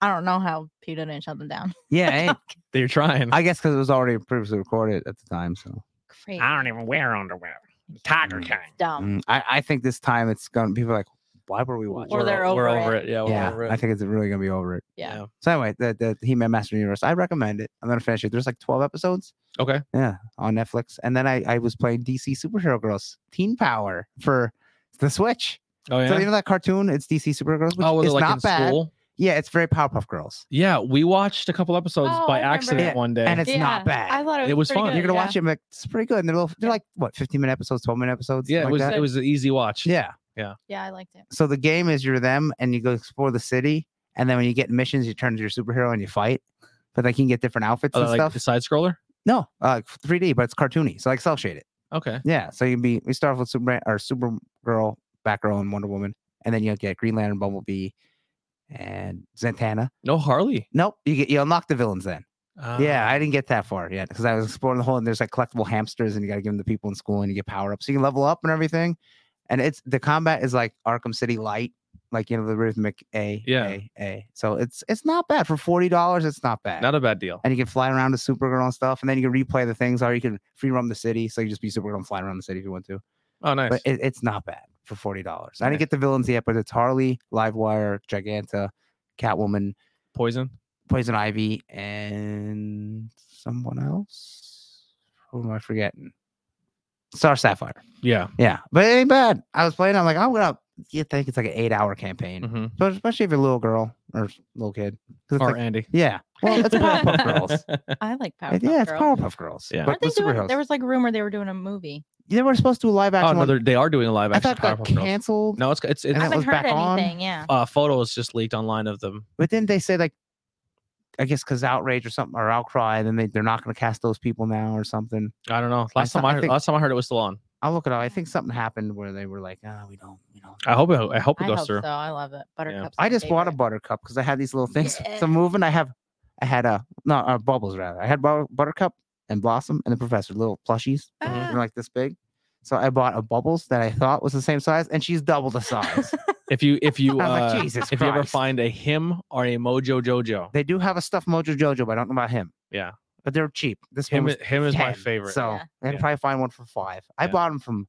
Speaker 3: I don't know how Peter didn't shut them down.
Speaker 2: Yeah, eh?
Speaker 1: They're trying.
Speaker 2: I guess because it was already previously recorded at the time. So
Speaker 3: Great.
Speaker 1: don't even wear underwear. Tiger
Speaker 2: Mm.
Speaker 1: King.
Speaker 3: Dumb.
Speaker 2: Mm, I, I think this time it's gonna. People are like, why were we watching?
Speaker 3: Or they're
Speaker 1: o- we're
Speaker 3: over
Speaker 1: over
Speaker 3: it.
Speaker 1: it. Yeah, we're
Speaker 2: yeah,
Speaker 1: over it. Oh,
Speaker 2: I think it's really gonna be over it.
Speaker 3: Yeah.
Speaker 2: So anyway, the, the He-Man Master of the Universe, I recommend it. I'm gonna finish it. There's like 12 episodes.
Speaker 1: Okay.
Speaker 2: Yeah, on Netflix. And then I, I was playing DC Superhero Girls Teen Power for the Switch.
Speaker 1: Oh yeah.
Speaker 2: So you know that cartoon? It's DC Superhero Girls, which
Speaker 1: oh, were they
Speaker 2: is
Speaker 1: like
Speaker 2: not
Speaker 1: in
Speaker 2: bad.
Speaker 1: school?
Speaker 2: Yeah, it's very Powerpuff Girls,
Speaker 1: Yeah, we watched a couple episodes
Speaker 3: Oh, I
Speaker 1: by
Speaker 3: remember
Speaker 1: accident
Speaker 2: it.
Speaker 1: one day.
Speaker 2: and it's
Speaker 3: Yeah,
Speaker 2: not bad.
Speaker 3: I thought it was,
Speaker 1: It was
Speaker 3: pretty
Speaker 1: fun.
Speaker 3: Good.
Speaker 2: You're gonna
Speaker 3: yeah.
Speaker 2: watch it, and be like, it's pretty good. And they're, little, they're like what, 15 minute episodes, 12 minute episodes.
Speaker 1: yeah, it
Speaker 2: something
Speaker 1: was
Speaker 2: like that?
Speaker 1: it was an easy watch.
Speaker 2: yeah.
Speaker 3: Yeah, I liked it.
Speaker 2: So the game is you're them, and you go explore the city, and then when you get missions, you turn to your superhero and you fight. But like you can get different outfits
Speaker 1: Oh,
Speaker 2: and
Speaker 1: like
Speaker 2: stuff.
Speaker 1: the side scroller.
Speaker 2: No, uh, 3D, but it's cartoony, so like cell shaded.
Speaker 1: Okay.
Speaker 2: Yeah, so you'd be we start off with Superman or Supergirl, Batgirl, and Wonder Woman, and then you'll get Green Lantern, Bumblebee, and Zatanna.
Speaker 1: No Harley.
Speaker 2: Nope, you get you unlock the villains then.
Speaker 1: Uh,
Speaker 2: yeah, I didn't get that far yet because I was exploring the whole and there's like collectible hamsters and you got to give them to people in school and you get power up so you can level up and everything. And it's the combat is like Arkham City light, like you know the rhythmic A
Speaker 1: Yeah.
Speaker 2: A A. So it's it's not bad for forty dollars. It's not bad.
Speaker 1: not a bad deal.
Speaker 2: and you can fly around to Supergirl and stuff, and then you can replay the things, or you can free roam the city. So you just be Supergirl and fly around the city if you want to
Speaker 1: Oh, nice.
Speaker 2: but it, it's not bad for forty dollars. I
Speaker 1: Nice.
Speaker 2: didn't get the villains yet, but it's Harley, Livewire, Giganta, Catwoman,
Speaker 1: Poison.
Speaker 2: Poison Ivy, and someone else. Who am I forgetting? Star Sapphire.
Speaker 1: Yeah.
Speaker 2: Yeah, but it ain't bad. I was playing. I'm like, I'm gonna. You think it's like an eight-hour campaign,
Speaker 1: hmm
Speaker 2: but especially if you're a little girl or little kid. 'Cause it's
Speaker 1: Or
Speaker 2: like-
Speaker 1: Andy.
Speaker 2: yeah, well, it's Powerpuff Girls.
Speaker 3: I like
Speaker 2: It-
Speaker 3: Powerpuff
Speaker 2: Uh, eh, yeah, it's
Speaker 3: Girls.
Speaker 2: Powerpuff Girls.
Speaker 1: Yeah.
Speaker 2: but
Speaker 3: Aren't they
Speaker 2: with
Speaker 3: doing,
Speaker 2: superheroes.
Speaker 3: there was like rumor they were doing a movie.
Speaker 2: They were supposed to do a live
Speaker 1: Oh
Speaker 2: action.
Speaker 1: no,
Speaker 2: one.
Speaker 1: they're, they are doing a live
Speaker 2: I
Speaker 1: action
Speaker 2: thought got
Speaker 1: Powerpuff Girls.
Speaker 2: canceled.
Speaker 1: No, it's it's,
Speaker 2: And
Speaker 1: it's
Speaker 3: I
Speaker 2: that
Speaker 3: haven't
Speaker 2: was
Speaker 3: heard
Speaker 2: back on?
Speaker 3: anything. Yeah.
Speaker 1: uh, photos just leaked online of them.
Speaker 2: But didn't they say like, I guess because outrage or something or outcry, then they they're not going to cast those people now or something.
Speaker 1: I don't know. Last
Speaker 2: saw-
Speaker 1: time I,
Speaker 2: I
Speaker 1: heard,
Speaker 2: think-
Speaker 1: last time I heard it was still on.
Speaker 2: I'll look it up. I think something happened where they were like, ah, we don't, we don't.
Speaker 1: I hope it, I hope it
Speaker 3: I
Speaker 1: goes
Speaker 3: hope
Speaker 1: through.
Speaker 3: so. I love it. Buttercup.
Speaker 2: I just bought a buttercup because I had these little things.
Speaker 3: Yeah.
Speaker 2: So moving, I have, I had a no uh, bubbles rather. I had bu- buttercup and blossom and the professor little plushies.
Speaker 1: Mhm.
Speaker 2: They're like this big. So I bought a bubbles that I thought was the same size, and she's double the size.
Speaker 1: If you if you
Speaker 2: I was like,
Speaker 1: uh,
Speaker 2: Jesus
Speaker 1: if you ever
Speaker 2: Christ.
Speaker 1: find a him or a Mojo Jojo,
Speaker 2: they do have a stuffed Mojo Jojo, but I don't know about him.
Speaker 1: Yeah.
Speaker 2: but they're cheap. This one
Speaker 1: him
Speaker 2: was
Speaker 1: i- him is my
Speaker 2: 10,
Speaker 1: favorite.
Speaker 2: So
Speaker 3: Yeah.
Speaker 2: I can
Speaker 1: Yeah.
Speaker 2: probably find one for five. I
Speaker 1: Yeah.
Speaker 2: bought them from,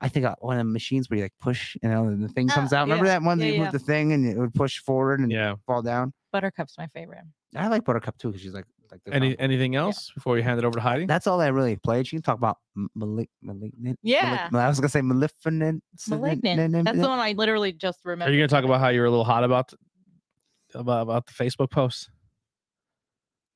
Speaker 2: I think uh, one of the machines where you like push and then the thing
Speaker 3: Oh,
Speaker 2: comes out. Remember
Speaker 3: yeah.
Speaker 2: that one?
Speaker 3: Yeah,
Speaker 2: that you
Speaker 3: yeah.
Speaker 2: moved the thing and it would push forward and
Speaker 1: yeah.
Speaker 2: fall down.
Speaker 3: Buttercup's my favorite.
Speaker 2: I like Buttercup too because she's like like. the
Speaker 1: Any
Speaker 2: zombie.
Speaker 1: anything else before we hand it over to Heidi?
Speaker 2: That's all I really played. She can talk about m- malic- malignant. malic-
Speaker 3: Yeah.
Speaker 2: I was gonna say maleficent.
Speaker 3: Malignant. That's the one I literally just
Speaker 1: Are
Speaker 3: remembered.
Speaker 1: you gonna talk about how you were a little hot about about, about the Facebook post?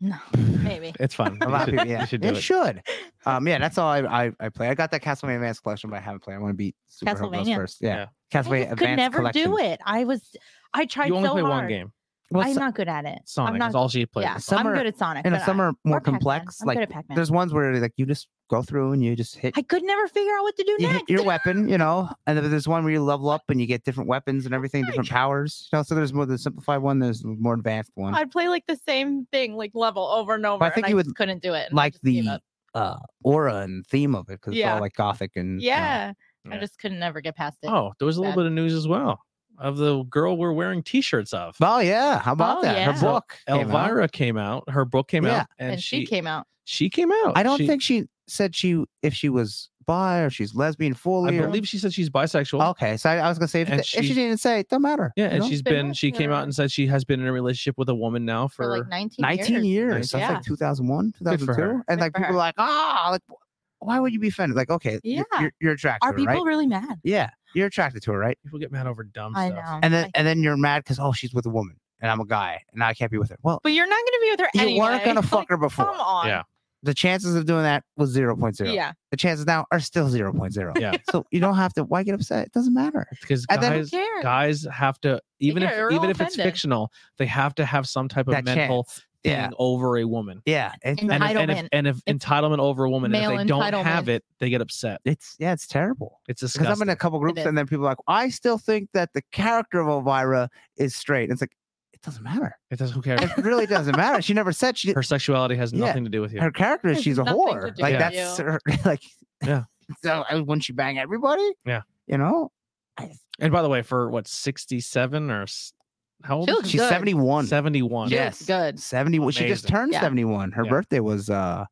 Speaker 3: No, maybe.
Speaker 1: It's fun.
Speaker 2: A
Speaker 1: You
Speaker 2: lot of
Speaker 1: should-
Speaker 2: people, yeah,
Speaker 1: you should do
Speaker 2: it,
Speaker 1: it.
Speaker 2: should. Um, yeah, that's all I, I I play. I got that Castlevania Advance Collection, but I haven't played. I want to beat Super Girls
Speaker 3: Castlevania.
Speaker 2: first. Yeah,
Speaker 1: Yeah.
Speaker 3: I
Speaker 2: Castlevania
Speaker 3: just could
Speaker 2: Advance
Speaker 3: never
Speaker 2: Collection.
Speaker 3: do it. I was, I tried
Speaker 1: You only
Speaker 3: so
Speaker 1: play
Speaker 3: hard.
Speaker 1: one game,
Speaker 2: Well,
Speaker 3: I'm
Speaker 2: so-
Speaker 3: not good at it.
Speaker 1: Sonic.
Speaker 3: I'm
Speaker 1: That's
Speaker 3: not.
Speaker 1: all she plays.
Speaker 3: yeah,
Speaker 2: some
Speaker 3: I'm
Speaker 2: are-
Speaker 3: good at Sonic.
Speaker 2: and
Speaker 3: but
Speaker 2: some
Speaker 3: I,
Speaker 2: are more
Speaker 3: Pac-Man.
Speaker 2: complex.
Speaker 3: I'm good
Speaker 2: like
Speaker 3: at Pac-Man.
Speaker 2: there's ones where like you just go through and you just hit,
Speaker 3: I could never figure out what to do
Speaker 2: you
Speaker 3: next.
Speaker 2: hit your weapon, you know. And then there's one where you level up and you get different weapons and everything, different powers. You know, so there's more the simplified one, there's the more advanced one.
Speaker 3: I'd play like the same thing, like level over and over.
Speaker 2: think
Speaker 3: and
Speaker 2: you
Speaker 3: I
Speaker 2: would
Speaker 3: just couldn't do it. and I
Speaker 2: like
Speaker 3: just gave
Speaker 2: the
Speaker 3: up.
Speaker 2: uh aura and theme of it because it's
Speaker 3: Yeah.
Speaker 2: all like gothic and you know.
Speaker 3: yeah, I
Speaker 1: Yeah.
Speaker 3: just couldn't ever get past it.
Speaker 1: Oh, there was a little
Speaker 3: Bad.
Speaker 1: bit of news as well of the girl we're wearing T-shirts of.
Speaker 2: Oh yeah, how about
Speaker 3: Oh,
Speaker 2: that?
Speaker 3: yeah.
Speaker 2: Her
Speaker 1: So,
Speaker 2: book, came out.
Speaker 1: Elvira came out. Her book came
Speaker 2: Yeah.
Speaker 1: out, and,
Speaker 3: and, she,
Speaker 1: she
Speaker 3: came out.
Speaker 1: she came out.
Speaker 2: I don't
Speaker 1: She-
Speaker 2: think she said she if she was bi or she's lesbian
Speaker 1: I
Speaker 2: fully. or-
Speaker 1: believe she said she's bisexual.
Speaker 2: Okay, so I, I was gonna say if,
Speaker 1: And
Speaker 2: the- if she,
Speaker 1: she-
Speaker 2: didn't say, it, Oh, don't matter.
Speaker 1: Yeah,
Speaker 2: you
Speaker 1: and
Speaker 2: know?
Speaker 1: she's
Speaker 3: Been
Speaker 1: been.
Speaker 3: with
Speaker 1: She came out
Speaker 3: her
Speaker 1: and said she has been in a relationship with a woman now
Speaker 3: For,
Speaker 1: for,
Speaker 3: like 19,
Speaker 2: 19 years. So
Speaker 3: Yeah.
Speaker 2: That's like 2001,
Speaker 1: Good for her.
Speaker 2: 2002. And
Speaker 3: Good
Speaker 2: like
Speaker 3: for
Speaker 2: people
Speaker 3: her.
Speaker 2: are like, ah, like, wh- why would you be offended? Like, okay, yeah.
Speaker 3: Yeah.
Speaker 2: you're, you're, you're attracted to
Speaker 3: Are
Speaker 2: her,
Speaker 3: people
Speaker 2: right?
Speaker 3: really mad?
Speaker 2: Yeah, you're attracted to her, right?
Speaker 1: people get mad over dumb
Speaker 3: I
Speaker 1: stuff.
Speaker 3: know.
Speaker 2: And then
Speaker 3: I-
Speaker 2: and then you're mad because oh, she's with a woman. and I'm a guy and I can't be with her. Well,
Speaker 3: But you're not going to be with her
Speaker 2: you
Speaker 3: anyway.
Speaker 2: weren't gonna
Speaker 3: Like,
Speaker 2: fuck her before.
Speaker 3: Come on.
Speaker 1: Yeah.
Speaker 2: The chances of doing that was 0.0.
Speaker 3: Yeah.
Speaker 2: The chances now are still 0.0.
Speaker 1: Yeah.
Speaker 2: So you don't have to. Why get upset? It doesn't matter.
Speaker 1: because
Speaker 2: And then
Speaker 3: Who
Speaker 1: guys
Speaker 3: cares?
Speaker 1: guys have to even
Speaker 3: get-
Speaker 1: if
Speaker 3: they're all
Speaker 1: even if it's
Speaker 3: offended.
Speaker 1: fictional, they have to have some type of
Speaker 2: That
Speaker 1: mental
Speaker 2: chance.
Speaker 1: thing
Speaker 2: Yeah.
Speaker 1: over a woman.
Speaker 2: Yeah. It-
Speaker 3: And
Speaker 1: And if, and if,
Speaker 3: Entitlement.
Speaker 1: and if
Speaker 3: It's
Speaker 1: entitlement over a woman, and if
Speaker 3: male
Speaker 1: they don't have
Speaker 3: entitlement.
Speaker 1: it, they get upset.
Speaker 2: it's yeah. It's terrible.
Speaker 1: It's
Speaker 2: Because
Speaker 1: disgusting.
Speaker 2: I'm in a couple groups
Speaker 3: is.
Speaker 2: and then people are like, I still think that the character of Elvira is straight. And it's like, it doesn't matter.
Speaker 1: it does, who cares?
Speaker 2: It really doesn't matter. She never said she
Speaker 1: Her sexuality has
Speaker 2: Yeah.
Speaker 1: nothing to do with you.
Speaker 2: her character is
Speaker 3: Has
Speaker 2: she's a
Speaker 3: nothing to
Speaker 2: whore.
Speaker 3: do
Speaker 2: Like
Speaker 1: with
Speaker 2: that's
Speaker 3: you.
Speaker 2: her, like
Speaker 1: Yeah.
Speaker 2: So I wouldn't she bang everybody?
Speaker 1: Yeah.
Speaker 2: You know?
Speaker 1: and by the way, for what sixty-seven or s- how old?
Speaker 3: She
Speaker 1: is
Speaker 3: looks
Speaker 1: she?
Speaker 2: She's
Speaker 3: Good.
Speaker 2: 71.
Speaker 1: Seventy-one.
Speaker 2: Yeah.
Speaker 3: Yes.
Speaker 2: Yes.
Speaker 3: Good.
Speaker 2: 71. She just
Speaker 1: Amazing.
Speaker 2: turned
Speaker 3: Yeah.
Speaker 2: 71. Her
Speaker 1: Yeah.
Speaker 2: birthday was uh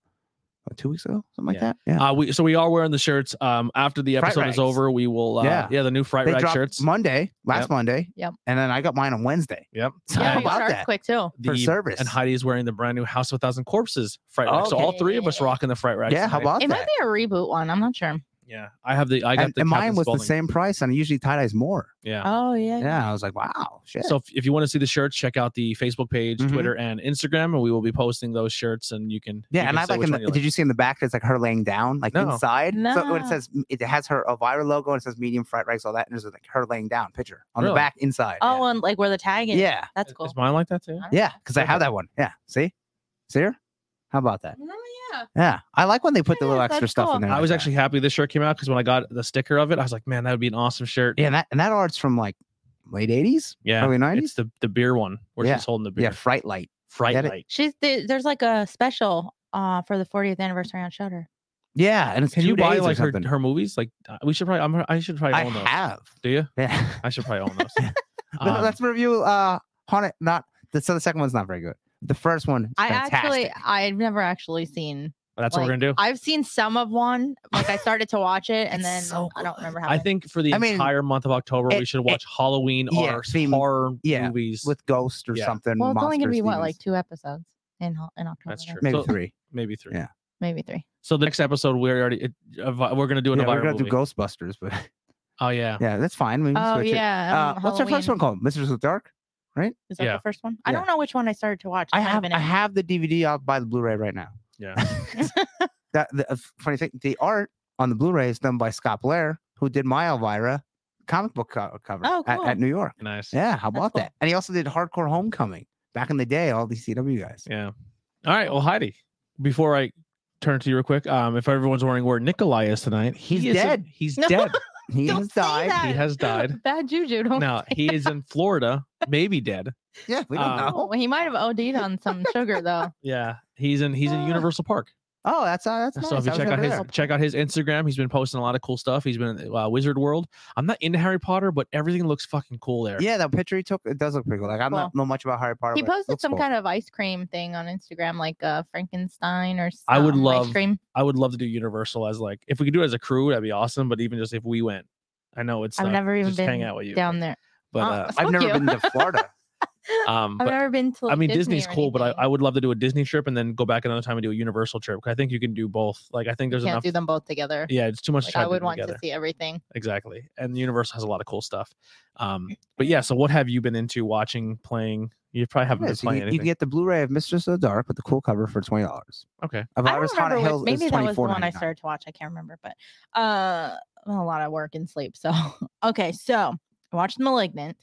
Speaker 2: what, two weeks ago, something like
Speaker 1: Yeah.
Speaker 2: that. Yeah.
Speaker 1: Uh, we so we are wearing the shirts. Um, after the
Speaker 2: Fright
Speaker 1: episode
Speaker 2: rags.
Speaker 1: is over, we will. Uh, yeah,
Speaker 2: Yeah.
Speaker 1: the new fright
Speaker 2: they
Speaker 1: rag
Speaker 2: dropped
Speaker 1: shirts.
Speaker 2: Monday, last
Speaker 1: Yep.
Speaker 2: Monday.
Speaker 3: Yep.
Speaker 2: And then I got mine on Wednesday.
Speaker 1: yep.
Speaker 2: So how
Speaker 3: yeah, you
Speaker 2: about
Speaker 3: sharks
Speaker 2: that?
Speaker 3: quick too.
Speaker 2: For
Speaker 1: The-
Speaker 2: service.
Speaker 1: And Heidi is wearing the brand new House of a Thousand Corpses fright rag. So all three of us
Speaker 3: Okay.
Speaker 1: rocking the fright rag.
Speaker 2: yeah, how about
Speaker 3: It might
Speaker 2: that?
Speaker 3: be a reboot one. I'm not sure.
Speaker 1: Yeah, I have the. I got
Speaker 2: And,
Speaker 1: the.
Speaker 2: and mine
Speaker 1: Captain
Speaker 2: was the
Speaker 1: Spaulding.
Speaker 2: same price, and usually tie dye's more.
Speaker 1: Yeah.
Speaker 3: Oh yeah.
Speaker 2: Yeah, I was like, wow, shit.
Speaker 1: So if, if you want to see the shirts, check out the Facebook page,
Speaker 2: Mhm.
Speaker 1: Twitter, and Instagram, and we will be posting those shirts, and you can.
Speaker 2: Yeah,
Speaker 1: you
Speaker 2: and
Speaker 1: can
Speaker 2: I
Speaker 1: say
Speaker 2: like.
Speaker 1: which
Speaker 2: In the,
Speaker 1: one you
Speaker 2: did you see in the back? It's like her laying down, like
Speaker 1: No.
Speaker 2: inside. So when
Speaker 3: No.
Speaker 2: it says it has her Elvira logo and it says medium fried rice, all that, and there's like her laying down picture on
Speaker 1: Really?
Speaker 2: the back inside.
Speaker 3: Oh, and like where the tag
Speaker 2: yeah,
Speaker 3: is.
Speaker 2: yeah,
Speaker 3: That's cool.
Speaker 1: Is mine like that too?
Speaker 3: I don't
Speaker 2: yeah, because I
Speaker 1: Perfect.
Speaker 2: have that one. Yeah, see, see her? How about that?
Speaker 3: know. Oh, yeah.
Speaker 2: Yeah, I like when they put the
Speaker 3: Yeah,
Speaker 2: little
Speaker 3: that's
Speaker 2: extra stuff
Speaker 3: cool.
Speaker 2: in there.
Speaker 1: I
Speaker 2: like
Speaker 1: was
Speaker 2: that.
Speaker 1: actually happy this shirt came out because when I got the sticker of it, I was like, man, that would be an awesome shirt.
Speaker 2: yeah, and that and that art's from like late '80s,
Speaker 1: Yeah.
Speaker 2: early
Speaker 1: It's
Speaker 2: '90s.
Speaker 1: the, the beer one where
Speaker 2: Yeah.
Speaker 1: she's holding the beer.
Speaker 2: Yeah, fright light.
Speaker 1: Fright
Speaker 2: Get it?
Speaker 1: Night.
Speaker 3: She's the, there's like a special uh for the 40th anniversary on Shutter.
Speaker 2: Yeah, and it's
Speaker 1: Can
Speaker 2: two
Speaker 1: you buy
Speaker 2: days or
Speaker 1: like her,
Speaker 2: something.
Speaker 1: her movies? Like uh, we should probably I'm, I should probably
Speaker 2: I
Speaker 1: own those.
Speaker 2: have.
Speaker 1: Do you?
Speaker 2: Yeah,
Speaker 1: I should probably own those.
Speaker 2: No,
Speaker 1: Um,
Speaker 2: let's review. Uh, haunted. Not the, so the second one's not very good. The first one, is
Speaker 3: I
Speaker 2: fantastic.
Speaker 3: actually I've never actually seen.
Speaker 1: that's what we're
Speaker 3: like,
Speaker 1: gonna do.
Speaker 3: I've seen some of one. Like I started to watch it and
Speaker 2: It's
Speaker 3: then
Speaker 2: so
Speaker 3: I don't remember how.
Speaker 1: I think for the
Speaker 2: I mean,
Speaker 1: entire month of October, we
Speaker 2: it-
Speaker 1: should watch Halloween
Speaker 2: yeah,
Speaker 1: or
Speaker 2: theme-
Speaker 1: horror
Speaker 2: yeah,
Speaker 1: movies.
Speaker 2: with ghosts or
Speaker 1: Yeah.
Speaker 2: something.
Speaker 3: Well, it's only gonna
Speaker 2: monsters,
Speaker 3: be what like
Speaker 2: demons.
Speaker 3: two episodes in Ho- in October.
Speaker 1: That's
Speaker 3: right?
Speaker 1: true.
Speaker 2: maybe
Speaker 1: So-
Speaker 2: three.
Speaker 1: maybe three.
Speaker 2: Yeah.
Speaker 3: Maybe three.
Speaker 1: So the next episode, we're already it, uh, vi- we're gonna do an
Speaker 2: Yeah,
Speaker 1: Elvira
Speaker 2: we're gonna
Speaker 1: movie.
Speaker 2: do Ghostbusters, but
Speaker 1: oh yeah.
Speaker 2: yeah, that's fine. We can
Speaker 3: Oh
Speaker 2: switch it.
Speaker 3: yeah.
Speaker 2: Uh, what's our first one called? Mistress of Dark.
Speaker 3: Is that
Speaker 1: Yeah.
Speaker 3: the first one? I
Speaker 2: Yeah.
Speaker 3: don't know which one I started to watch. It
Speaker 2: I
Speaker 3: might
Speaker 2: have
Speaker 3: been
Speaker 2: I
Speaker 3: it.
Speaker 2: have the DVD. I'll buy the Blu-ray right now.
Speaker 1: Yeah.
Speaker 2: That the uh, funny thing, the art on the Blu-ray is done by Scott Blair, who did my Elvira comic book co- cover
Speaker 3: Oh,
Speaker 2: at, at
Speaker 3: cool.
Speaker 2: New York.
Speaker 1: Nice.
Speaker 2: Yeah, how
Speaker 3: That's
Speaker 2: about
Speaker 3: cool.
Speaker 2: that? And he also did Hardcore Homecoming back in the day. All these CW guys.
Speaker 1: Yeah. All right. Well, Heidi, before I turn to you real quick, um, if everyone's wondering where Nikolai is tonight, he
Speaker 2: He's
Speaker 1: is in-
Speaker 2: dead.
Speaker 1: he's
Speaker 3: No.
Speaker 1: dead.
Speaker 2: He
Speaker 3: Don't
Speaker 2: has
Speaker 3: say
Speaker 2: died.
Speaker 3: that.
Speaker 1: He has died.
Speaker 3: Bad juju. Don't
Speaker 1: No,
Speaker 3: say
Speaker 1: he
Speaker 3: that.
Speaker 1: is in Florida, maybe dead.
Speaker 2: Yeah, we don't
Speaker 1: Uh,
Speaker 2: know.
Speaker 3: Oh, he might have OD'd on some sugar though.
Speaker 1: Yeah, he's in he's in
Speaker 2: Ah.
Speaker 1: Universal Park.
Speaker 2: Oh, that's uh, that's nice.
Speaker 1: So if you
Speaker 2: I was
Speaker 1: check out
Speaker 2: never
Speaker 1: his
Speaker 2: there.
Speaker 1: check out his Instagram, he's been posting a lot of cool stuff. He's been in uh, Wizard World. I'm not into Harry Potter, but everything looks fucking cool there.
Speaker 2: Yeah, that picture he took, it does look pretty cool. Like I'm not know much about Harry Potter.
Speaker 3: He
Speaker 2: but it
Speaker 3: posted
Speaker 2: looks
Speaker 3: some
Speaker 2: cool.
Speaker 3: kind of ice cream thing on Instagram, like uh, Frankenstein or
Speaker 1: I would
Speaker 3: some
Speaker 1: love-
Speaker 3: ice cream.
Speaker 1: I would love to do Universal as like if we could do it as a crew, that'd be awesome. But even just if we went, I know it's
Speaker 3: I've
Speaker 1: not
Speaker 3: never even
Speaker 1: just hang
Speaker 3: been
Speaker 1: out with you
Speaker 3: down there.
Speaker 1: But
Speaker 3: Uh,
Speaker 1: uh,
Speaker 2: I've
Speaker 3: Fuck
Speaker 2: never
Speaker 3: you.
Speaker 2: been to Florida.
Speaker 1: um,
Speaker 3: I've
Speaker 1: but
Speaker 3: never been to.
Speaker 1: I
Speaker 3: like,
Speaker 1: mean
Speaker 3: Disney
Speaker 1: Disney's
Speaker 3: or
Speaker 1: cool, but I,
Speaker 3: anything.
Speaker 1: I would love to do a Disney trip and then go back another time and do a Universal trip. 'cause I think you can do both. Like I think there's
Speaker 3: can't
Speaker 1: enough.
Speaker 3: do them both together.
Speaker 1: Yeah, it's too much. to
Speaker 3: like
Speaker 1: try
Speaker 3: I
Speaker 1: to do
Speaker 3: would
Speaker 1: them
Speaker 3: want
Speaker 1: together.
Speaker 3: to see everything.
Speaker 1: exactly. And the Universal has a lot of cool stuff. Um, but yeah, so what have you been into watching, playing? You probably haven't
Speaker 2: Yeah,
Speaker 1: been
Speaker 2: so you,
Speaker 1: playing
Speaker 2: can- you
Speaker 1: anything.
Speaker 2: can get the Blu-ray of Mistress of the Dark with the cool cover for twenty dollars.
Speaker 1: okay.
Speaker 2: Of
Speaker 3: I don't
Speaker 2: Iris Haunted
Speaker 3: remember.
Speaker 2: Hill
Speaker 3: Which, maybe
Speaker 2: is
Speaker 3: that was the
Speaker 2: twenty-four
Speaker 3: one I
Speaker 2: ninety-nine.
Speaker 3: started to watch. I can't remember, but uh, I'm a lot of work and sleep. So okay, so I watched *Malignant*.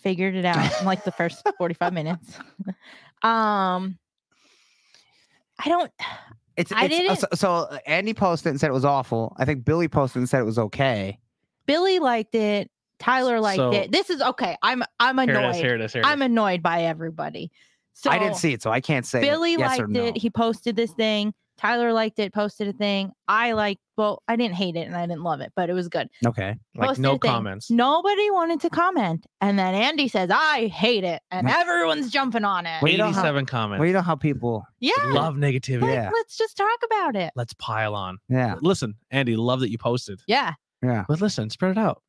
Speaker 3: Figured it out in like the first 45 minutes. um, I don't.
Speaker 2: It's,
Speaker 3: I
Speaker 2: it's- uh, So, so uh, Andy posted and said it was awful. I think Billy posted and said it was okay.
Speaker 3: Billy liked it. Tyler liked
Speaker 1: So-
Speaker 3: it. This is okay. I'm I'm
Speaker 1: Here it
Speaker 3: annoyed.
Speaker 1: is. Here it is. Here it is.
Speaker 3: I'm annoyed by everybody. So
Speaker 2: I didn't see it, so I can't say
Speaker 3: Billy
Speaker 2: yes
Speaker 3: liked
Speaker 2: or no.
Speaker 3: it. He posted this thing. Tyler liked it, posted a thing. I liked, well, I didn't hate it and I didn't love it, but it was good.
Speaker 2: okay.
Speaker 1: like
Speaker 3: posted
Speaker 1: no
Speaker 3: a thing.
Speaker 1: comments.
Speaker 3: Nobody wanted to comment. And then Andy says, I hate it. And
Speaker 2: Right.
Speaker 3: everyone's jumping on it.
Speaker 2: Well, you don't have-
Speaker 1: 87
Speaker 2: Well,
Speaker 1: comments.
Speaker 2: you know how people.
Speaker 3: yeah.
Speaker 1: Love negativity.
Speaker 3: Like,
Speaker 2: yeah.
Speaker 3: Let's just talk about it.
Speaker 1: Let's pile on.
Speaker 2: Yeah.
Speaker 1: Listen, Andy, love that you posted.
Speaker 3: Yeah.
Speaker 2: Yeah.
Speaker 1: But listen, spread it out.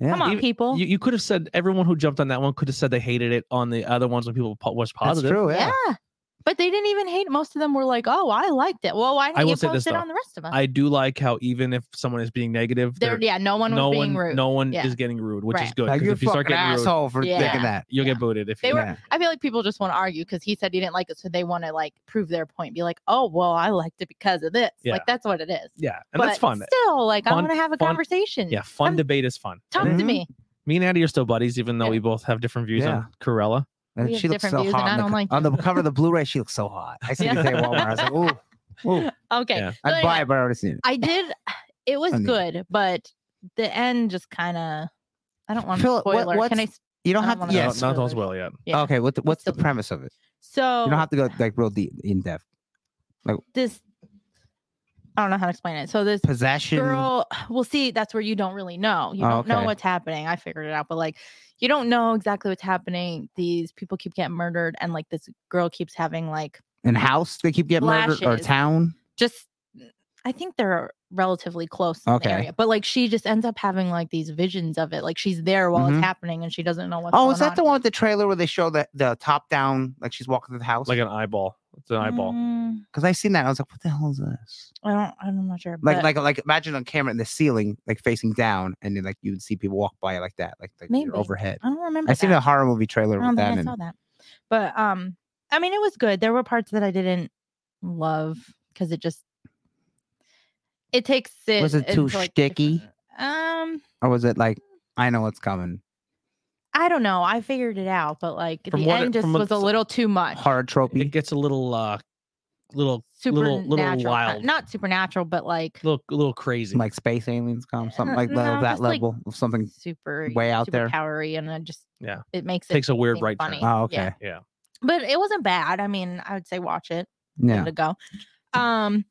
Speaker 2: Yeah.
Speaker 3: Come on,
Speaker 1: Even-
Speaker 3: people.
Speaker 1: You, you could have said everyone who jumped on that one could have said they hated it on the other ones when people po- was
Speaker 2: That's
Speaker 1: positive.
Speaker 2: true. Yeah.
Speaker 3: yeah. But they didn't even hate. it. Most of them were like, "Oh, I liked it." Well, why didn't
Speaker 1: I will
Speaker 3: you
Speaker 1: say
Speaker 3: post
Speaker 1: this,
Speaker 3: it
Speaker 1: though.
Speaker 3: on the rest of us?
Speaker 1: I do like how even if someone is being negative,
Speaker 3: there,
Speaker 1: they're-
Speaker 3: yeah, no one was
Speaker 1: no
Speaker 3: being
Speaker 1: one,
Speaker 3: rude.
Speaker 1: no one
Speaker 3: Yeah.
Speaker 1: is getting rude, which is
Speaker 3: Right.
Speaker 1: good.
Speaker 2: Like
Speaker 1: 'cause
Speaker 2: you're
Speaker 1: if you start
Speaker 2: fucking
Speaker 1: getting rude,
Speaker 2: asshole for
Speaker 3: Yeah.
Speaker 2: thinking that.
Speaker 1: you'll
Speaker 3: Yeah.
Speaker 1: get booted. If
Speaker 3: They
Speaker 1: you,
Speaker 3: were-
Speaker 2: Yeah.
Speaker 3: I feel like people just want to argue because he said he didn't like it, so they want to like prove their point. Be like, "Oh, well, I liked it because of this."
Speaker 1: Yeah.
Speaker 3: Like that's what it is.
Speaker 1: yeah, and
Speaker 3: but
Speaker 1: that's fun.
Speaker 3: Still, like I
Speaker 1: Fun-
Speaker 3: want to have a
Speaker 1: fun-
Speaker 3: conversation.
Speaker 1: Yeah, fun
Speaker 3: I'm-
Speaker 1: debate is fun.
Speaker 3: Talk
Speaker 1: And
Speaker 3: to
Speaker 2: Mhm.
Speaker 3: me.
Speaker 1: me and Addie are still buddies, even though
Speaker 3: Yeah.
Speaker 1: we both have different views on Corella.
Speaker 2: And
Speaker 3: We have
Speaker 2: she looks
Speaker 3: different
Speaker 2: so
Speaker 3: views,
Speaker 2: hot.
Speaker 3: and I
Speaker 2: on, the,
Speaker 3: don't
Speaker 2: co-
Speaker 3: like
Speaker 2: on the
Speaker 3: you.
Speaker 2: cover of the Blu-ray, she looks so hot. I seen
Speaker 3: Yeah.
Speaker 2: it today at Walmart. I was like, ooh, ooh.
Speaker 3: Okay.
Speaker 1: Yeah.
Speaker 3: So
Speaker 2: I'd buy
Speaker 3: anyway,
Speaker 2: it, but I already seen it.
Speaker 3: I did. It was
Speaker 2: Funny.
Speaker 3: good, but the end just kind of. I don't want to
Speaker 2: Phil, what-
Speaker 3: spoiler.
Speaker 2: what's-
Speaker 3: Can I? s-
Speaker 2: You don't
Speaker 3: I don't
Speaker 2: have
Speaker 3: wanna
Speaker 2: to.
Speaker 3: know.
Speaker 2: Yes.
Speaker 1: not
Speaker 3: Spoilers.
Speaker 1: those well yet.
Speaker 3: Yeah. Oh.
Speaker 2: Okay. What the, what's the
Speaker 3: Still-
Speaker 2: premise of it?
Speaker 3: So
Speaker 2: You don't have to go like real deep in depth.
Speaker 3: this. I don't know how to explain it. So this
Speaker 2: Possession.
Speaker 3: girl well see that's where you don't really know you
Speaker 2: Oh,
Speaker 3: don't know
Speaker 2: okay.
Speaker 3: what's happening i figured it out but like you don't know exactly what's happening these people keep getting murdered and like this girl keeps having like
Speaker 2: and house they keep getting murdered or
Speaker 3: Flashes.
Speaker 2: town.
Speaker 3: just i think they're relatively close in
Speaker 2: Okay.
Speaker 3: the area but like she just ends up having like these visions of it like she's there while
Speaker 2: Mhm.
Speaker 3: it's happening and she doesn't know what's
Speaker 2: Oh, is
Speaker 3: going
Speaker 2: that the one with the trailer where they show the, the top down, like she's walking through the house?
Speaker 1: Like an eyeball. It's an
Speaker 3: on.
Speaker 1: eyeball.
Speaker 3: Mm,
Speaker 2: Because I seen that, and I was like, what the hell is this?
Speaker 3: i don't i'm not sure
Speaker 2: Like,
Speaker 3: but
Speaker 2: like, like, imagine on camera in the ceiling, like facing down, and then like you would see people walk by like that, like, like
Speaker 3: Maybe.
Speaker 2: you're overhead.
Speaker 3: i don't remember
Speaker 2: I seen
Speaker 3: that.
Speaker 2: a horror movie trailer
Speaker 3: I don't
Speaker 2: with
Speaker 3: think
Speaker 2: that,
Speaker 3: I
Speaker 2: and
Speaker 3: saw that. But um, I mean, it was good. There were parts that I didn't love because it just it takes it.
Speaker 2: Was it too
Speaker 3: into, like,
Speaker 2: shticky?
Speaker 3: different- Um,
Speaker 2: or was it like, I know what's coming,
Speaker 3: I don't know. I figured it out, but like
Speaker 1: From
Speaker 3: the
Speaker 1: what it-
Speaker 3: end just
Speaker 1: from what
Speaker 3: was a
Speaker 1: s-
Speaker 3: little too much.
Speaker 2: horror tropey?
Speaker 1: It gets a little, uh, little, little
Speaker 3: supernatural, kind-
Speaker 1: wild.
Speaker 3: not supernatural, but like
Speaker 1: little, little crazy.
Speaker 2: like space aliens come, something
Speaker 3: Uh,
Speaker 2: like the-
Speaker 3: no,
Speaker 2: that
Speaker 3: just, like,
Speaker 2: level of something.
Speaker 3: super
Speaker 2: way out there.
Speaker 3: powery, and then just
Speaker 1: Yeah.
Speaker 3: it makes it
Speaker 1: takes a weird
Speaker 3: seem
Speaker 1: right
Speaker 3: funny.
Speaker 1: turn.
Speaker 2: Oh,
Speaker 3: yeah.
Speaker 2: okay,
Speaker 3: But it wasn't bad. I mean, I would say watch it.
Speaker 2: yeah.
Speaker 3: to go. Um,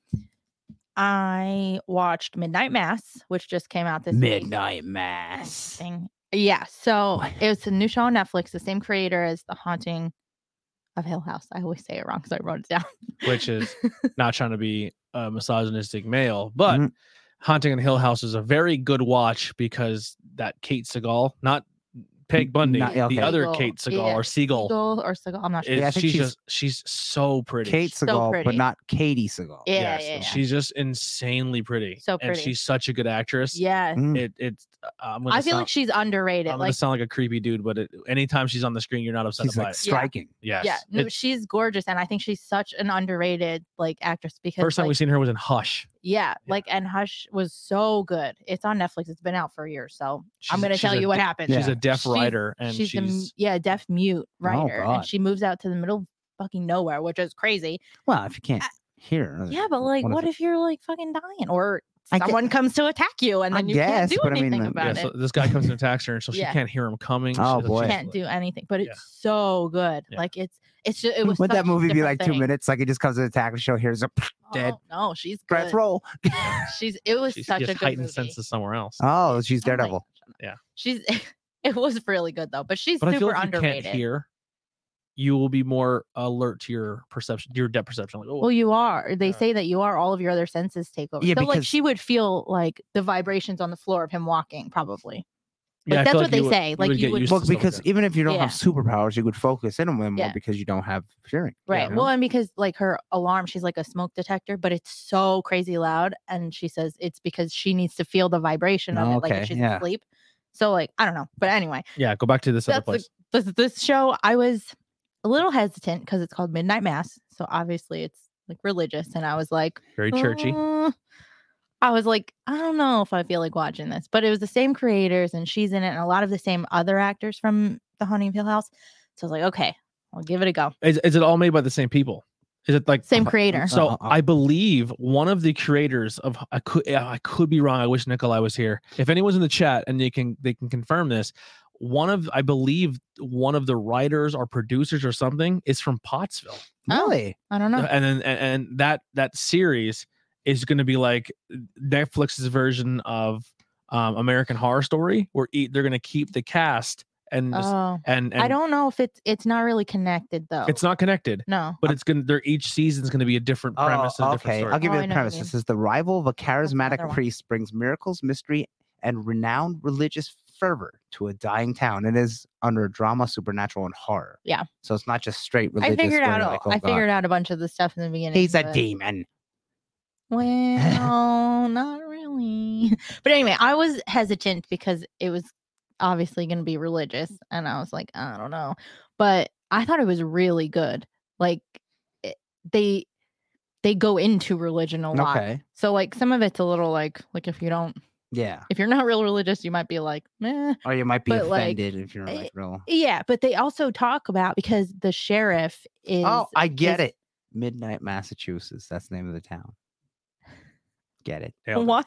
Speaker 3: I watched Midnight Mass, which just came out this week.
Speaker 2: Mass.
Speaker 3: Thing. Yeah, so it's a new show on Netflix. The same creator as The Haunting of Hill House. I always say it wrong because I wrote it down.
Speaker 1: which is not trying to be a misogynistic male, but
Speaker 2: Mhm.
Speaker 1: Haunting on Hill House is a very good watch because that Kate Segal, not Peg Bundy,
Speaker 2: Not- okay.
Speaker 1: the other
Speaker 3: Segal,
Speaker 1: Kate Segal
Speaker 3: yeah.
Speaker 1: or Segal,
Speaker 3: Seagull or Seagull? I'm not sure.
Speaker 1: is
Speaker 2: Yeah, I think
Speaker 1: she's,
Speaker 2: she's-
Speaker 1: just she's so pretty.
Speaker 2: Kate
Speaker 3: So
Speaker 2: Segal, but
Speaker 3: pretty.
Speaker 2: not Katie Segal.
Speaker 3: Yeah, yeah,
Speaker 1: and
Speaker 3: yeah.
Speaker 1: she's just insanely pretty.
Speaker 3: So
Speaker 1: and
Speaker 3: pretty.
Speaker 1: she's such a good actress.
Speaker 3: Yes.
Speaker 1: it mm, it's. uh, I'm gonna
Speaker 3: I feel
Speaker 1: sound,
Speaker 3: like she's underrated.
Speaker 1: I'm gonna
Speaker 3: like,
Speaker 1: sound like a creepy dude, but it, anytime she's on the screen, you're not upset
Speaker 2: She's
Speaker 1: about
Speaker 2: like
Speaker 1: it.
Speaker 3: Yeah.
Speaker 2: striking.
Speaker 1: Yes,
Speaker 3: yeah, no,
Speaker 1: It's-
Speaker 3: she's gorgeous, and I think she's such an underrated like actress because
Speaker 1: first time
Speaker 3: like,
Speaker 1: we seen her was in Hush.
Speaker 3: yeah, like and Hush was so good. It's on Netflix. It's been out for years, so I'm
Speaker 1: She's-
Speaker 3: gonna
Speaker 1: she's
Speaker 3: tell
Speaker 1: a
Speaker 3: you what happened.
Speaker 1: She's a deaf
Speaker 3: She's-
Speaker 1: writer, and she's,
Speaker 3: she's, a m yeah deaf mute writer,
Speaker 2: God.
Speaker 3: and she moves out to the middle of fucking nowhere, which is crazy.
Speaker 2: Well, if you can't hear, uh,
Speaker 3: Yeah, but like, what if you're like fucking dying, or
Speaker 2: I get-
Speaker 3: someone comes to attack you, and
Speaker 2: I
Speaker 3: then you
Speaker 2: guess,
Speaker 3: can't do
Speaker 2: but I mean,
Speaker 3: anything
Speaker 2: like-
Speaker 1: yeah,
Speaker 3: about it.
Speaker 1: so this guy comes and attacks her, and so she
Speaker 3: Yeah.
Speaker 1: can't hear him coming.
Speaker 2: Oh,
Speaker 1: she's-
Speaker 2: boy.
Speaker 1: she's-
Speaker 3: can't do anything, but it's
Speaker 1: Yeah.
Speaker 3: so good.
Speaker 1: Yeah.
Speaker 3: Like it's it's just it was.
Speaker 2: would
Speaker 3: such
Speaker 2: that
Speaker 3: a
Speaker 2: movie be
Speaker 3: different
Speaker 2: like two
Speaker 3: thing.
Speaker 2: minutes? Like it just comes to the attack and show here's a dead.
Speaker 3: Oh, no, she's
Speaker 2: breath
Speaker 3: good.
Speaker 2: roll.
Speaker 3: She's it was
Speaker 1: she's
Speaker 3: such
Speaker 1: just
Speaker 3: a good
Speaker 1: heightened
Speaker 3: movie.
Speaker 1: senses somewhere else.
Speaker 2: Oh, she's
Speaker 3: Oh my
Speaker 2: Daredevil.
Speaker 3: gosh,
Speaker 1: Yeah.
Speaker 3: she's it was really good though, but she's
Speaker 1: but I feel
Speaker 3: super
Speaker 1: like if you
Speaker 3: underrated.
Speaker 1: can't hear. You will be more alert to your perception, your depth perception. Like, oh,
Speaker 3: Well, you are. They
Speaker 1: Yeah.
Speaker 3: say that you are. All of your other senses take over.
Speaker 2: Yeah,
Speaker 3: so like
Speaker 2: because-
Speaker 3: she would feel like the vibrations on the floor of him walking, probably.
Speaker 1: Yeah,
Speaker 3: Like,
Speaker 1: I
Speaker 3: that's
Speaker 1: feel
Speaker 3: what they
Speaker 1: you
Speaker 3: say, like,
Speaker 1: would
Speaker 3: you
Speaker 1: get
Speaker 3: would-
Speaker 1: used to
Speaker 2: Well,
Speaker 1: stuff like
Speaker 2: because
Speaker 1: that.
Speaker 2: even if you don't have
Speaker 3: Yeah.
Speaker 2: superpowers, you could focus in on them more
Speaker 3: Yeah.
Speaker 2: because you don't have hearing. you
Speaker 3: Right.
Speaker 2: know?
Speaker 3: Well, and because like her alarm, she's like a smoke detector, but it's so crazy loud. And she says it's because she needs to feel the vibration of
Speaker 2: Oh,
Speaker 3: it, like
Speaker 2: okay,
Speaker 3: if she's
Speaker 2: yeah.
Speaker 3: asleep. So like I don't know. But anyway,
Speaker 1: yeah, go back to this other
Speaker 3: that's
Speaker 1: place.
Speaker 3: the, this this show I was a little hesitant because it's called Midnight Mass. So obviously it's like religious. And I was like,
Speaker 1: Very churchy.
Speaker 3: "Uh," I was like, I don't know if I feel like watching this, but it was the same creators and she's in it and a lot of the same other actors from The Haunting of Hill House. So I was like, okay, I'll give it a go.
Speaker 1: Is, is it all made by the same people? Is it like
Speaker 3: Same
Speaker 2: Uh,
Speaker 3: creator.
Speaker 2: uh,
Speaker 1: So I believe one of the creators of I could yeah, I could be wrong. I wish Nikolai was here. If anyone's in the chat and they can they can confirm this, one of I believe one of the writers or producers or something is from Pottsville,
Speaker 3: Oh.
Speaker 2: really,
Speaker 3: I don't know.
Speaker 1: and then and, and that that series is going to be like Netflix's version of um, American Horror Story, where e- they're going to keep the cast and just-
Speaker 3: Oh,
Speaker 1: and, and
Speaker 3: I don't know if it's it's not really connected though.
Speaker 1: it's not connected.
Speaker 3: No.
Speaker 1: But it's gonna. They're each season's gonna be a different premise.
Speaker 2: Oh,
Speaker 1: and a
Speaker 2: okay,
Speaker 1: different story.
Speaker 2: I'll give
Speaker 3: Oh,
Speaker 2: you
Speaker 3: I know what
Speaker 2: the
Speaker 3: you
Speaker 2: premise.
Speaker 3: mean.
Speaker 2: This is the rival of a
Speaker 3: another
Speaker 2: charismatic
Speaker 3: one.
Speaker 2: priest brings miracles, mystery, and renowned religious fervor to a dying town. It is under drama, supernatural, and horror.
Speaker 3: Yeah.
Speaker 2: So it's not just straight
Speaker 3: I
Speaker 2: religious.
Speaker 3: figured
Speaker 2: where
Speaker 3: out.
Speaker 2: you're
Speaker 3: all
Speaker 2: like, oh,
Speaker 3: I
Speaker 2: God,
Speaker 3: figured out a bunch of the stuff in the beginning.
Speaker 2: He's a
Speaker 3: but-
Speaker 2: demon.
Speaker 3: Well, not really. But anyway, I was hesitant because it was obviously going to be religious, and I was like, I don't know. But I thought it was really good. Like it, they they go into religion a lot.
Speaker 2: Okay.
Speaker 3: So like some of it's a little like like if you don't
Speaker 2: Yeah.
Speaker 3: if you're not real religious, you might be like, meh.
Speaker 2: Or you might be
Speaker 3: But, like,
Speaker 2: offended if you're like
Speaker 3: it-
Speaker 2: real.
Speaker 3: Yeah, but they also talk about because the sheriff is
Speaker 2: oh, I get
Speaker 3: is-
Speaker 2: it. Midnight, Massachusetts. That's the name of the town. Get it?
Speaker 1: Nailed it.
Speaker 3: what?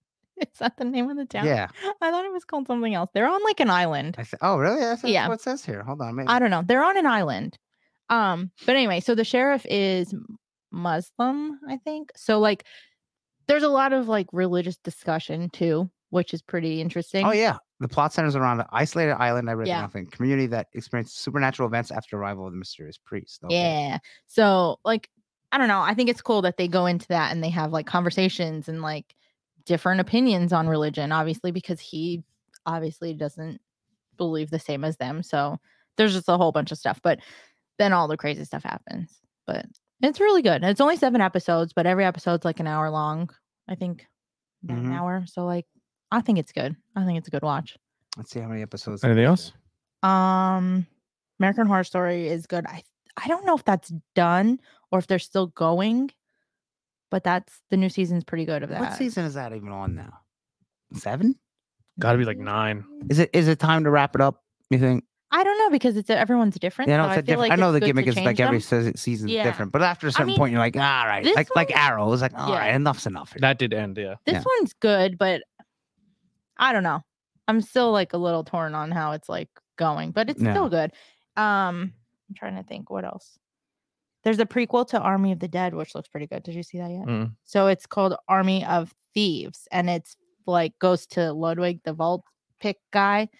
Speaker 3: Is that the name of the town?
Speaker 2: Yeah.
Speaker 3: I thought it was called something else. They're on like an island.
Speaker 2: I th- oh, really? That's that's
Speaker 3: Yeah.
Speaker 2: what it says here. Hold on. Maybe.
Speaker 3: I don't know. They're on an island. Um, but anyway, so the sheriff is m- Muslim, I think. So like there's a lot of like religious discussion too, which is pretty interesting.
Speaker 2: Oh yeah, the plot centers around an isolated island. I read
Speaker 3: Yeah.
Speaker 2: nothing. Community that experiences supernatural events after arrival of the mysterious priest. Okay.
Speaker 3: Yeah. So like I don't know. I think it's cool that they go into that and they have like conversations and like different opinions on religion, obviously, because he obviously doesn't believe the same as them. So there's just a whole bunch of stuff. But then all the crazy stuff happens. But it's really good. It's only seven episodes, but every episode's like an hour long. I think about an
Speaker 2: Mhm.
Speaker 3: hour. So like I think it's good. I think it's a good watch.
Speaker 2: Let's see how many episodes.
Speaker 1: Anything
Speaker 2: there is
Speaker 1: else?
Speaker 2: here.
Speaker 3: Um, American Horror Story is good. I I don't know if that's done or if they're still going, but that's the new season's pretty good of that.
Speaker 2: What season is that even on now? Seven?
Speaker 1: Gotta be like nine.
Speaker 2: Is it? Is it time to wrap it up? You think?
Speaker 3: I don't know because it's everyone's different.
Speaker 2: Yeah,
Speaker 3: so
Speaker 2: no, it's
Speaker 3: I
Speaker 2: a
Speaker 3: feel
Speaker 2: different.
Speaker 3: like
Speaker 2: I know
Speaker 3: it's
Speaker 2: the
Speaker 3: good to
Speaker 2: gimmick is like
Speaker 3: change
Speaker 2: every
Speaker 3: them.
Speaker 2: se- season's
Speaker 3: Yeah.
Speaker 2: different, but after a certain
Speaker 3: mean,
Speaker 2: point, you're like, all right,
Speaker 3: this
Speaker 2: like like
Speaker 3: one-
Speaker 2: Arrow. It's like, all right,
Speaker 3: Yeah.
Speaker 2: enough's enough. here."
Speaker 1: That did end, yeah.
Speaker 3: This
Speaker 2: yeah.
Speaker 3: one's good, but I don't know. I'm still like a little torn on how it's like going, but it's
Speaker 2: Yeah.
Speaker 3: still good. Um, I'm trying to think what else. There's a prequel to Army of the Dead, which looks pretty good. Did you see that yet?
Speaker 1: Mm.
Speaker 3: So it's called Army of Thieves, and it's like goes to Ludwig the Vault Pick guy,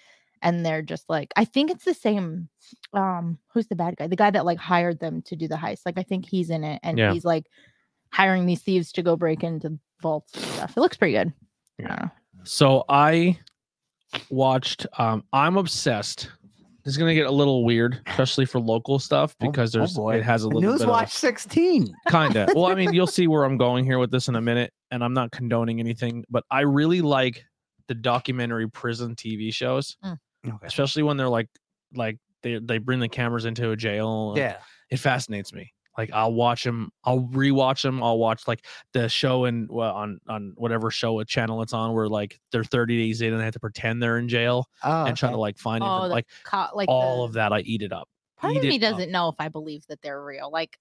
Speaker 3: and they're just like I think it's the same. Um, who's the bad guy? The guy that like hired them to do the heist. Like I think he's in it, and
Speaker 1: Yeah.
Speaker 3: he's like hiring these thieves to go break into vaults and stuff. It looks pretty good. I
Speaker 1: Yeah.
Speaker 3: don't know.
Speaker 1: So I watched um I'm obsessed. This is gonna get a little weird, especially for local stuff,
Speaker 2: Oh-
Speaker 1: because
Speaker 2: oh
Speaker 1: there's
Speaker 2: boy.
Speaker 1: it has a little
Speaker 2: News
Speaker 1: bit
Speaker 2: Watch 16.
Speaker 1: of kinda. well, I mean, you'll see where I'm going here with this in a minute, and I'm not condoning anything, but I really like the documentary prison TV shows,
Speaker 2: Okay.
Speaker 1: especially when they're like like they they bring the cameras into a jail. and
Speaker 2: Yeah.
Speaker 1: it fascinates me. Like I'll watch them, I'll rewatch them. I'll watch like the show and well, on on whatever show a channel it's on where like they're 30 days in and they have to pretend they're in jail
Speaker 2: Oh,
Speaker 1: and try
Speaker 2: okay.
Speaker 1: to like find
Speaker 3: Oh,
Speaker 1: info-
Speaker 3: the
Speaker 1: like
Speaker 3: Caught like
Speaker 1: all
Speaker 3: the-
Speaker 1: of that. I eat it up.
Speaker 3: Part of
Speaker 1: eat
Speaker 3: me
Speaker 1: it up.
Speaker 3: doesn't know if I believe that they're real. Like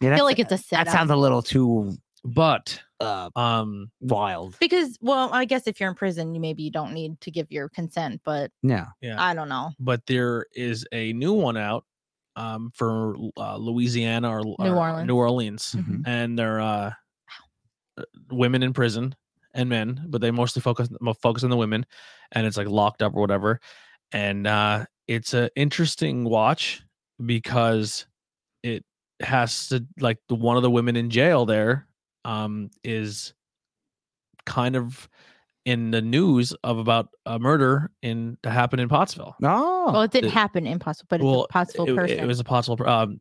Speaker 2: Yeah,
Speaker 3: I
Speaker 2: that's-
Speaker 3: feel like it's a setup.
Speaker 2: that sounds a little too
Speaker 1: But
Speaker 2: uh,
Speaker 1: um,
Speaker 2: wild.
Speaker 3: because well, I guess if you're in prison, you maybe you don't need to give your consent, but
Speaker 2: Yeah.
Speaker 1: yeah,
Speaker 3: I don't know.
Speaker 1: but there is a new one out um for uh, Louisiana or, New
Speaker 3: Orleans.
Speaker 1: New
Speaker 3: Mm-hmm.
Speaker 1: Orleans,
Speaker 2: Mhm.
Speaker 1: and they're uh uh, women in prison and men, but they mostly focus mo- focus on the women, and it's like locked up or whatever. And uh, it's an interesting watch because it has to like the one of the women in jail there um, is kind of in the news of about a murder in that happened in Pottsville.
Speaker 2: Oh.
Speaker 3: well, it didn't
Speaker 1: it-
Speaker 3: happen impossible, but it's
Speaker 1: well,
Speaker 3: a possible
Speaker 1: it,
Speaker 3: person.
Speaker 1: it was a possible per- um,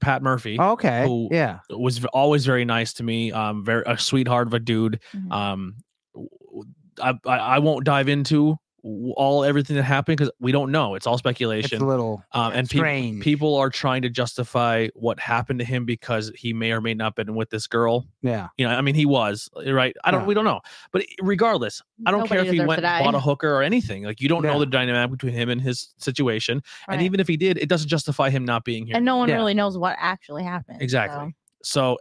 Speaker 1: Pat Murphy
Speaker 2: oh, okay.
Speaker 1: who-
Speaker 2: yeah.
Speaker 1: was v- always very nice to me. Um, very a sweetheart of a dude.
Speaker 3: Mhm.
Speaker 1: Um, w- w- I I, I won't dive into w- all everything that happened because we don't know. It's all
Speaker 2: It's
Speaker 1: speculation.
Speaker 2: a little
Speaker 1: um, and people
Speaker 2: strange.
Speaker 1: people are trying to justify what happened to him because he may or may not been with this girl.
Speaker 2: yeah.
Speaker 1: You know, I mean, he was eh, right. I don't.
Speaker 2: Yeah.
Speaker 1: We don't know. But e, regardless, I don't care
Speaker 3: Nobody
Speaker 1: if he
Speaker 3: deserves
Speaker 1: went
Speaker 3: to
Speaker 1: and
Speaker 3: die.
Speaker 1: bought a hooker or anything. Like you don't
Speaker 2: Yeah.
Speaker 1: know the dynamic between him and his situation.
Speaker 3: Right.
Speaker 1: And even if he did, it doesn't justify him not being here.
Speaker 3: and no one
Speaker 2: Yeah.
Speaker 3: really knows what actually happened.
Speaker 1: Exactly.
Speaker 3: so,
Speaker 1: so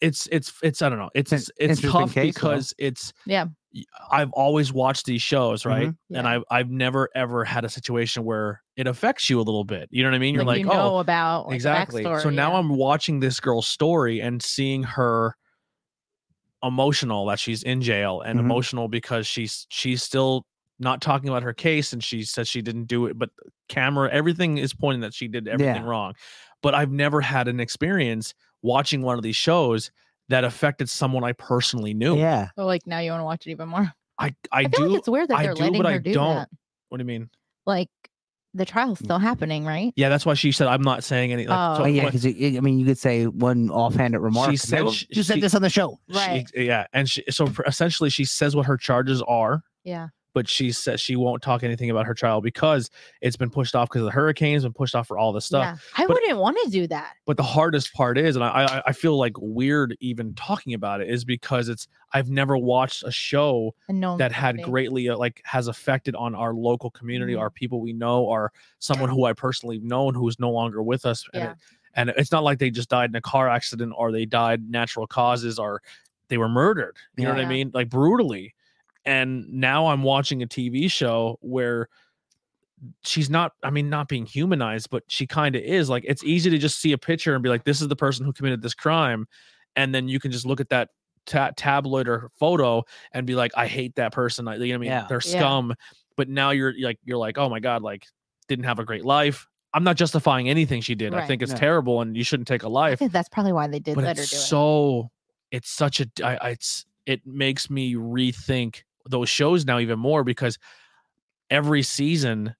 Speaker 1: it's it's it's i don't know it's
Speaker 2: An
Speaker 1: it's, it's
Speaker 2: interesting
Speaker 1: tough
Speaker 2: case, though.
Speaker 1: because it's
Speaker 3: Yeah. Mm-hmm.
Speaker 1: y- i've always watched these shows right and
Speaker 3: Yeah.
Speaker 1: i've i've never ever had a situation where it affects you a little bit you know what i mean you're like,
Speaker 3: you
Speaker 1: oh
Speaker 3: know about like, the
Speaker 1: exactly so
Speaker 3: backstory,
Speaker 1: now
Speaker 3: yeah.
Speaker 1: i'm watching this girl's story and seeing her emotional that she's in jail and
Speaker 2: Mhm.
Speaker 1: emotional because she's she's still not talking about her case and she says she didn't do it but the camera everything is pointing that she did everything
Speaker 2: Yeah.
Speaker 1: wrong but i've never had an experience watching one of these shows that affected someone i personally knew
Speaker 2: Yeah.
Speaker 3: So, like now you want to watch it even more.
Speaker 1: I I,
Speaker 3: I feel
Speaker 1: do.
Speaker 3: like it's weird that
Speaker 1: I
Speaker 3: they're
Speaker 1: do,
Speaker 3: letting
Speaker 1: but
Speaker 3: her
Speaker 1: I
Speaker 3: do
Speaker 1: don't. Mm.
Speaker 3: that.
Speaker 1: What do you mean?
Speaker 3: Like the trial's still happening, right?
Speaker 1: Yeah, that's why she said I'm not saying any. Like,
Speaker 3: Oh.
Speaker 1: so-
Speaker 2: Oh, yeah,
Speaker 1: but
Speaker 2: because I mean, you could say one offhanded remark. and say,
Speaker 1: said
Speaker 2: "Well,
Speaker 1: sh-
Speaker 2: you said
Speaker 1: she-
Speaker 2: this on the show.
Speaker 1: she- yeah, and she, so pr- essentially she says what her charges are,
Speaker 3: Yeah.
Speaker 1: but she says she won't talk anything about her trial because it's been pushed off because of the hurricanes, been pushed off for all this stuff.
Speaker 3: Yeah. I
Speaker 1: But-
Speaker 3: wouldn't want to do that.
Speaker 1: But the hardest part is, and I I- I feel like weird even talking about it is because it's I've never watched a show
Speaker 3: And no one's
Speaker 1: that had
Speaker 3: listening.
Speaker 1: greatly uh, like has affected on our local community,
Speaker 3: Mhm.
Speaker 1: our people we know, or someone who I personally know and who is no longer with us. And,
Speaker 3: Yeah.
Speaker 1: it, and it's not like they just died in a car accident or they died natural causes or they were murdered. You know what
Speaker 3: Yeah.
Speaker 1: I mean? Like brutally. And now I'm watching a TV show where she's not i mean not being humanized but she kind of is like it's easy to just see a picture and be like this is the person who committed this crime and then you can just look at that ta- tabloid or photo and be like i hate that person I, you know what i mean
Speaker 2: Yeah.
Speaker 1: they're
Speaker 3: Yeah.
Speaker 1: scum but now you're like you're like oh my god like didn't have a great life i'm not justifying anything she did i
Speaker 3: Right.
Speaker 1: think it's
Speaker 2: No.
Speaker 1: terrible and you shouldn't take a
Speaker 3: I
Speaker 1: life
Speaker 3: think that's probably why they did
Speaker 1: but
Speaker 3: let her
Speaker 1: it's
Speaker 3: do it.
Speaker 1: so it's such a I, I- it's it makes me rethink those shows now even more because every season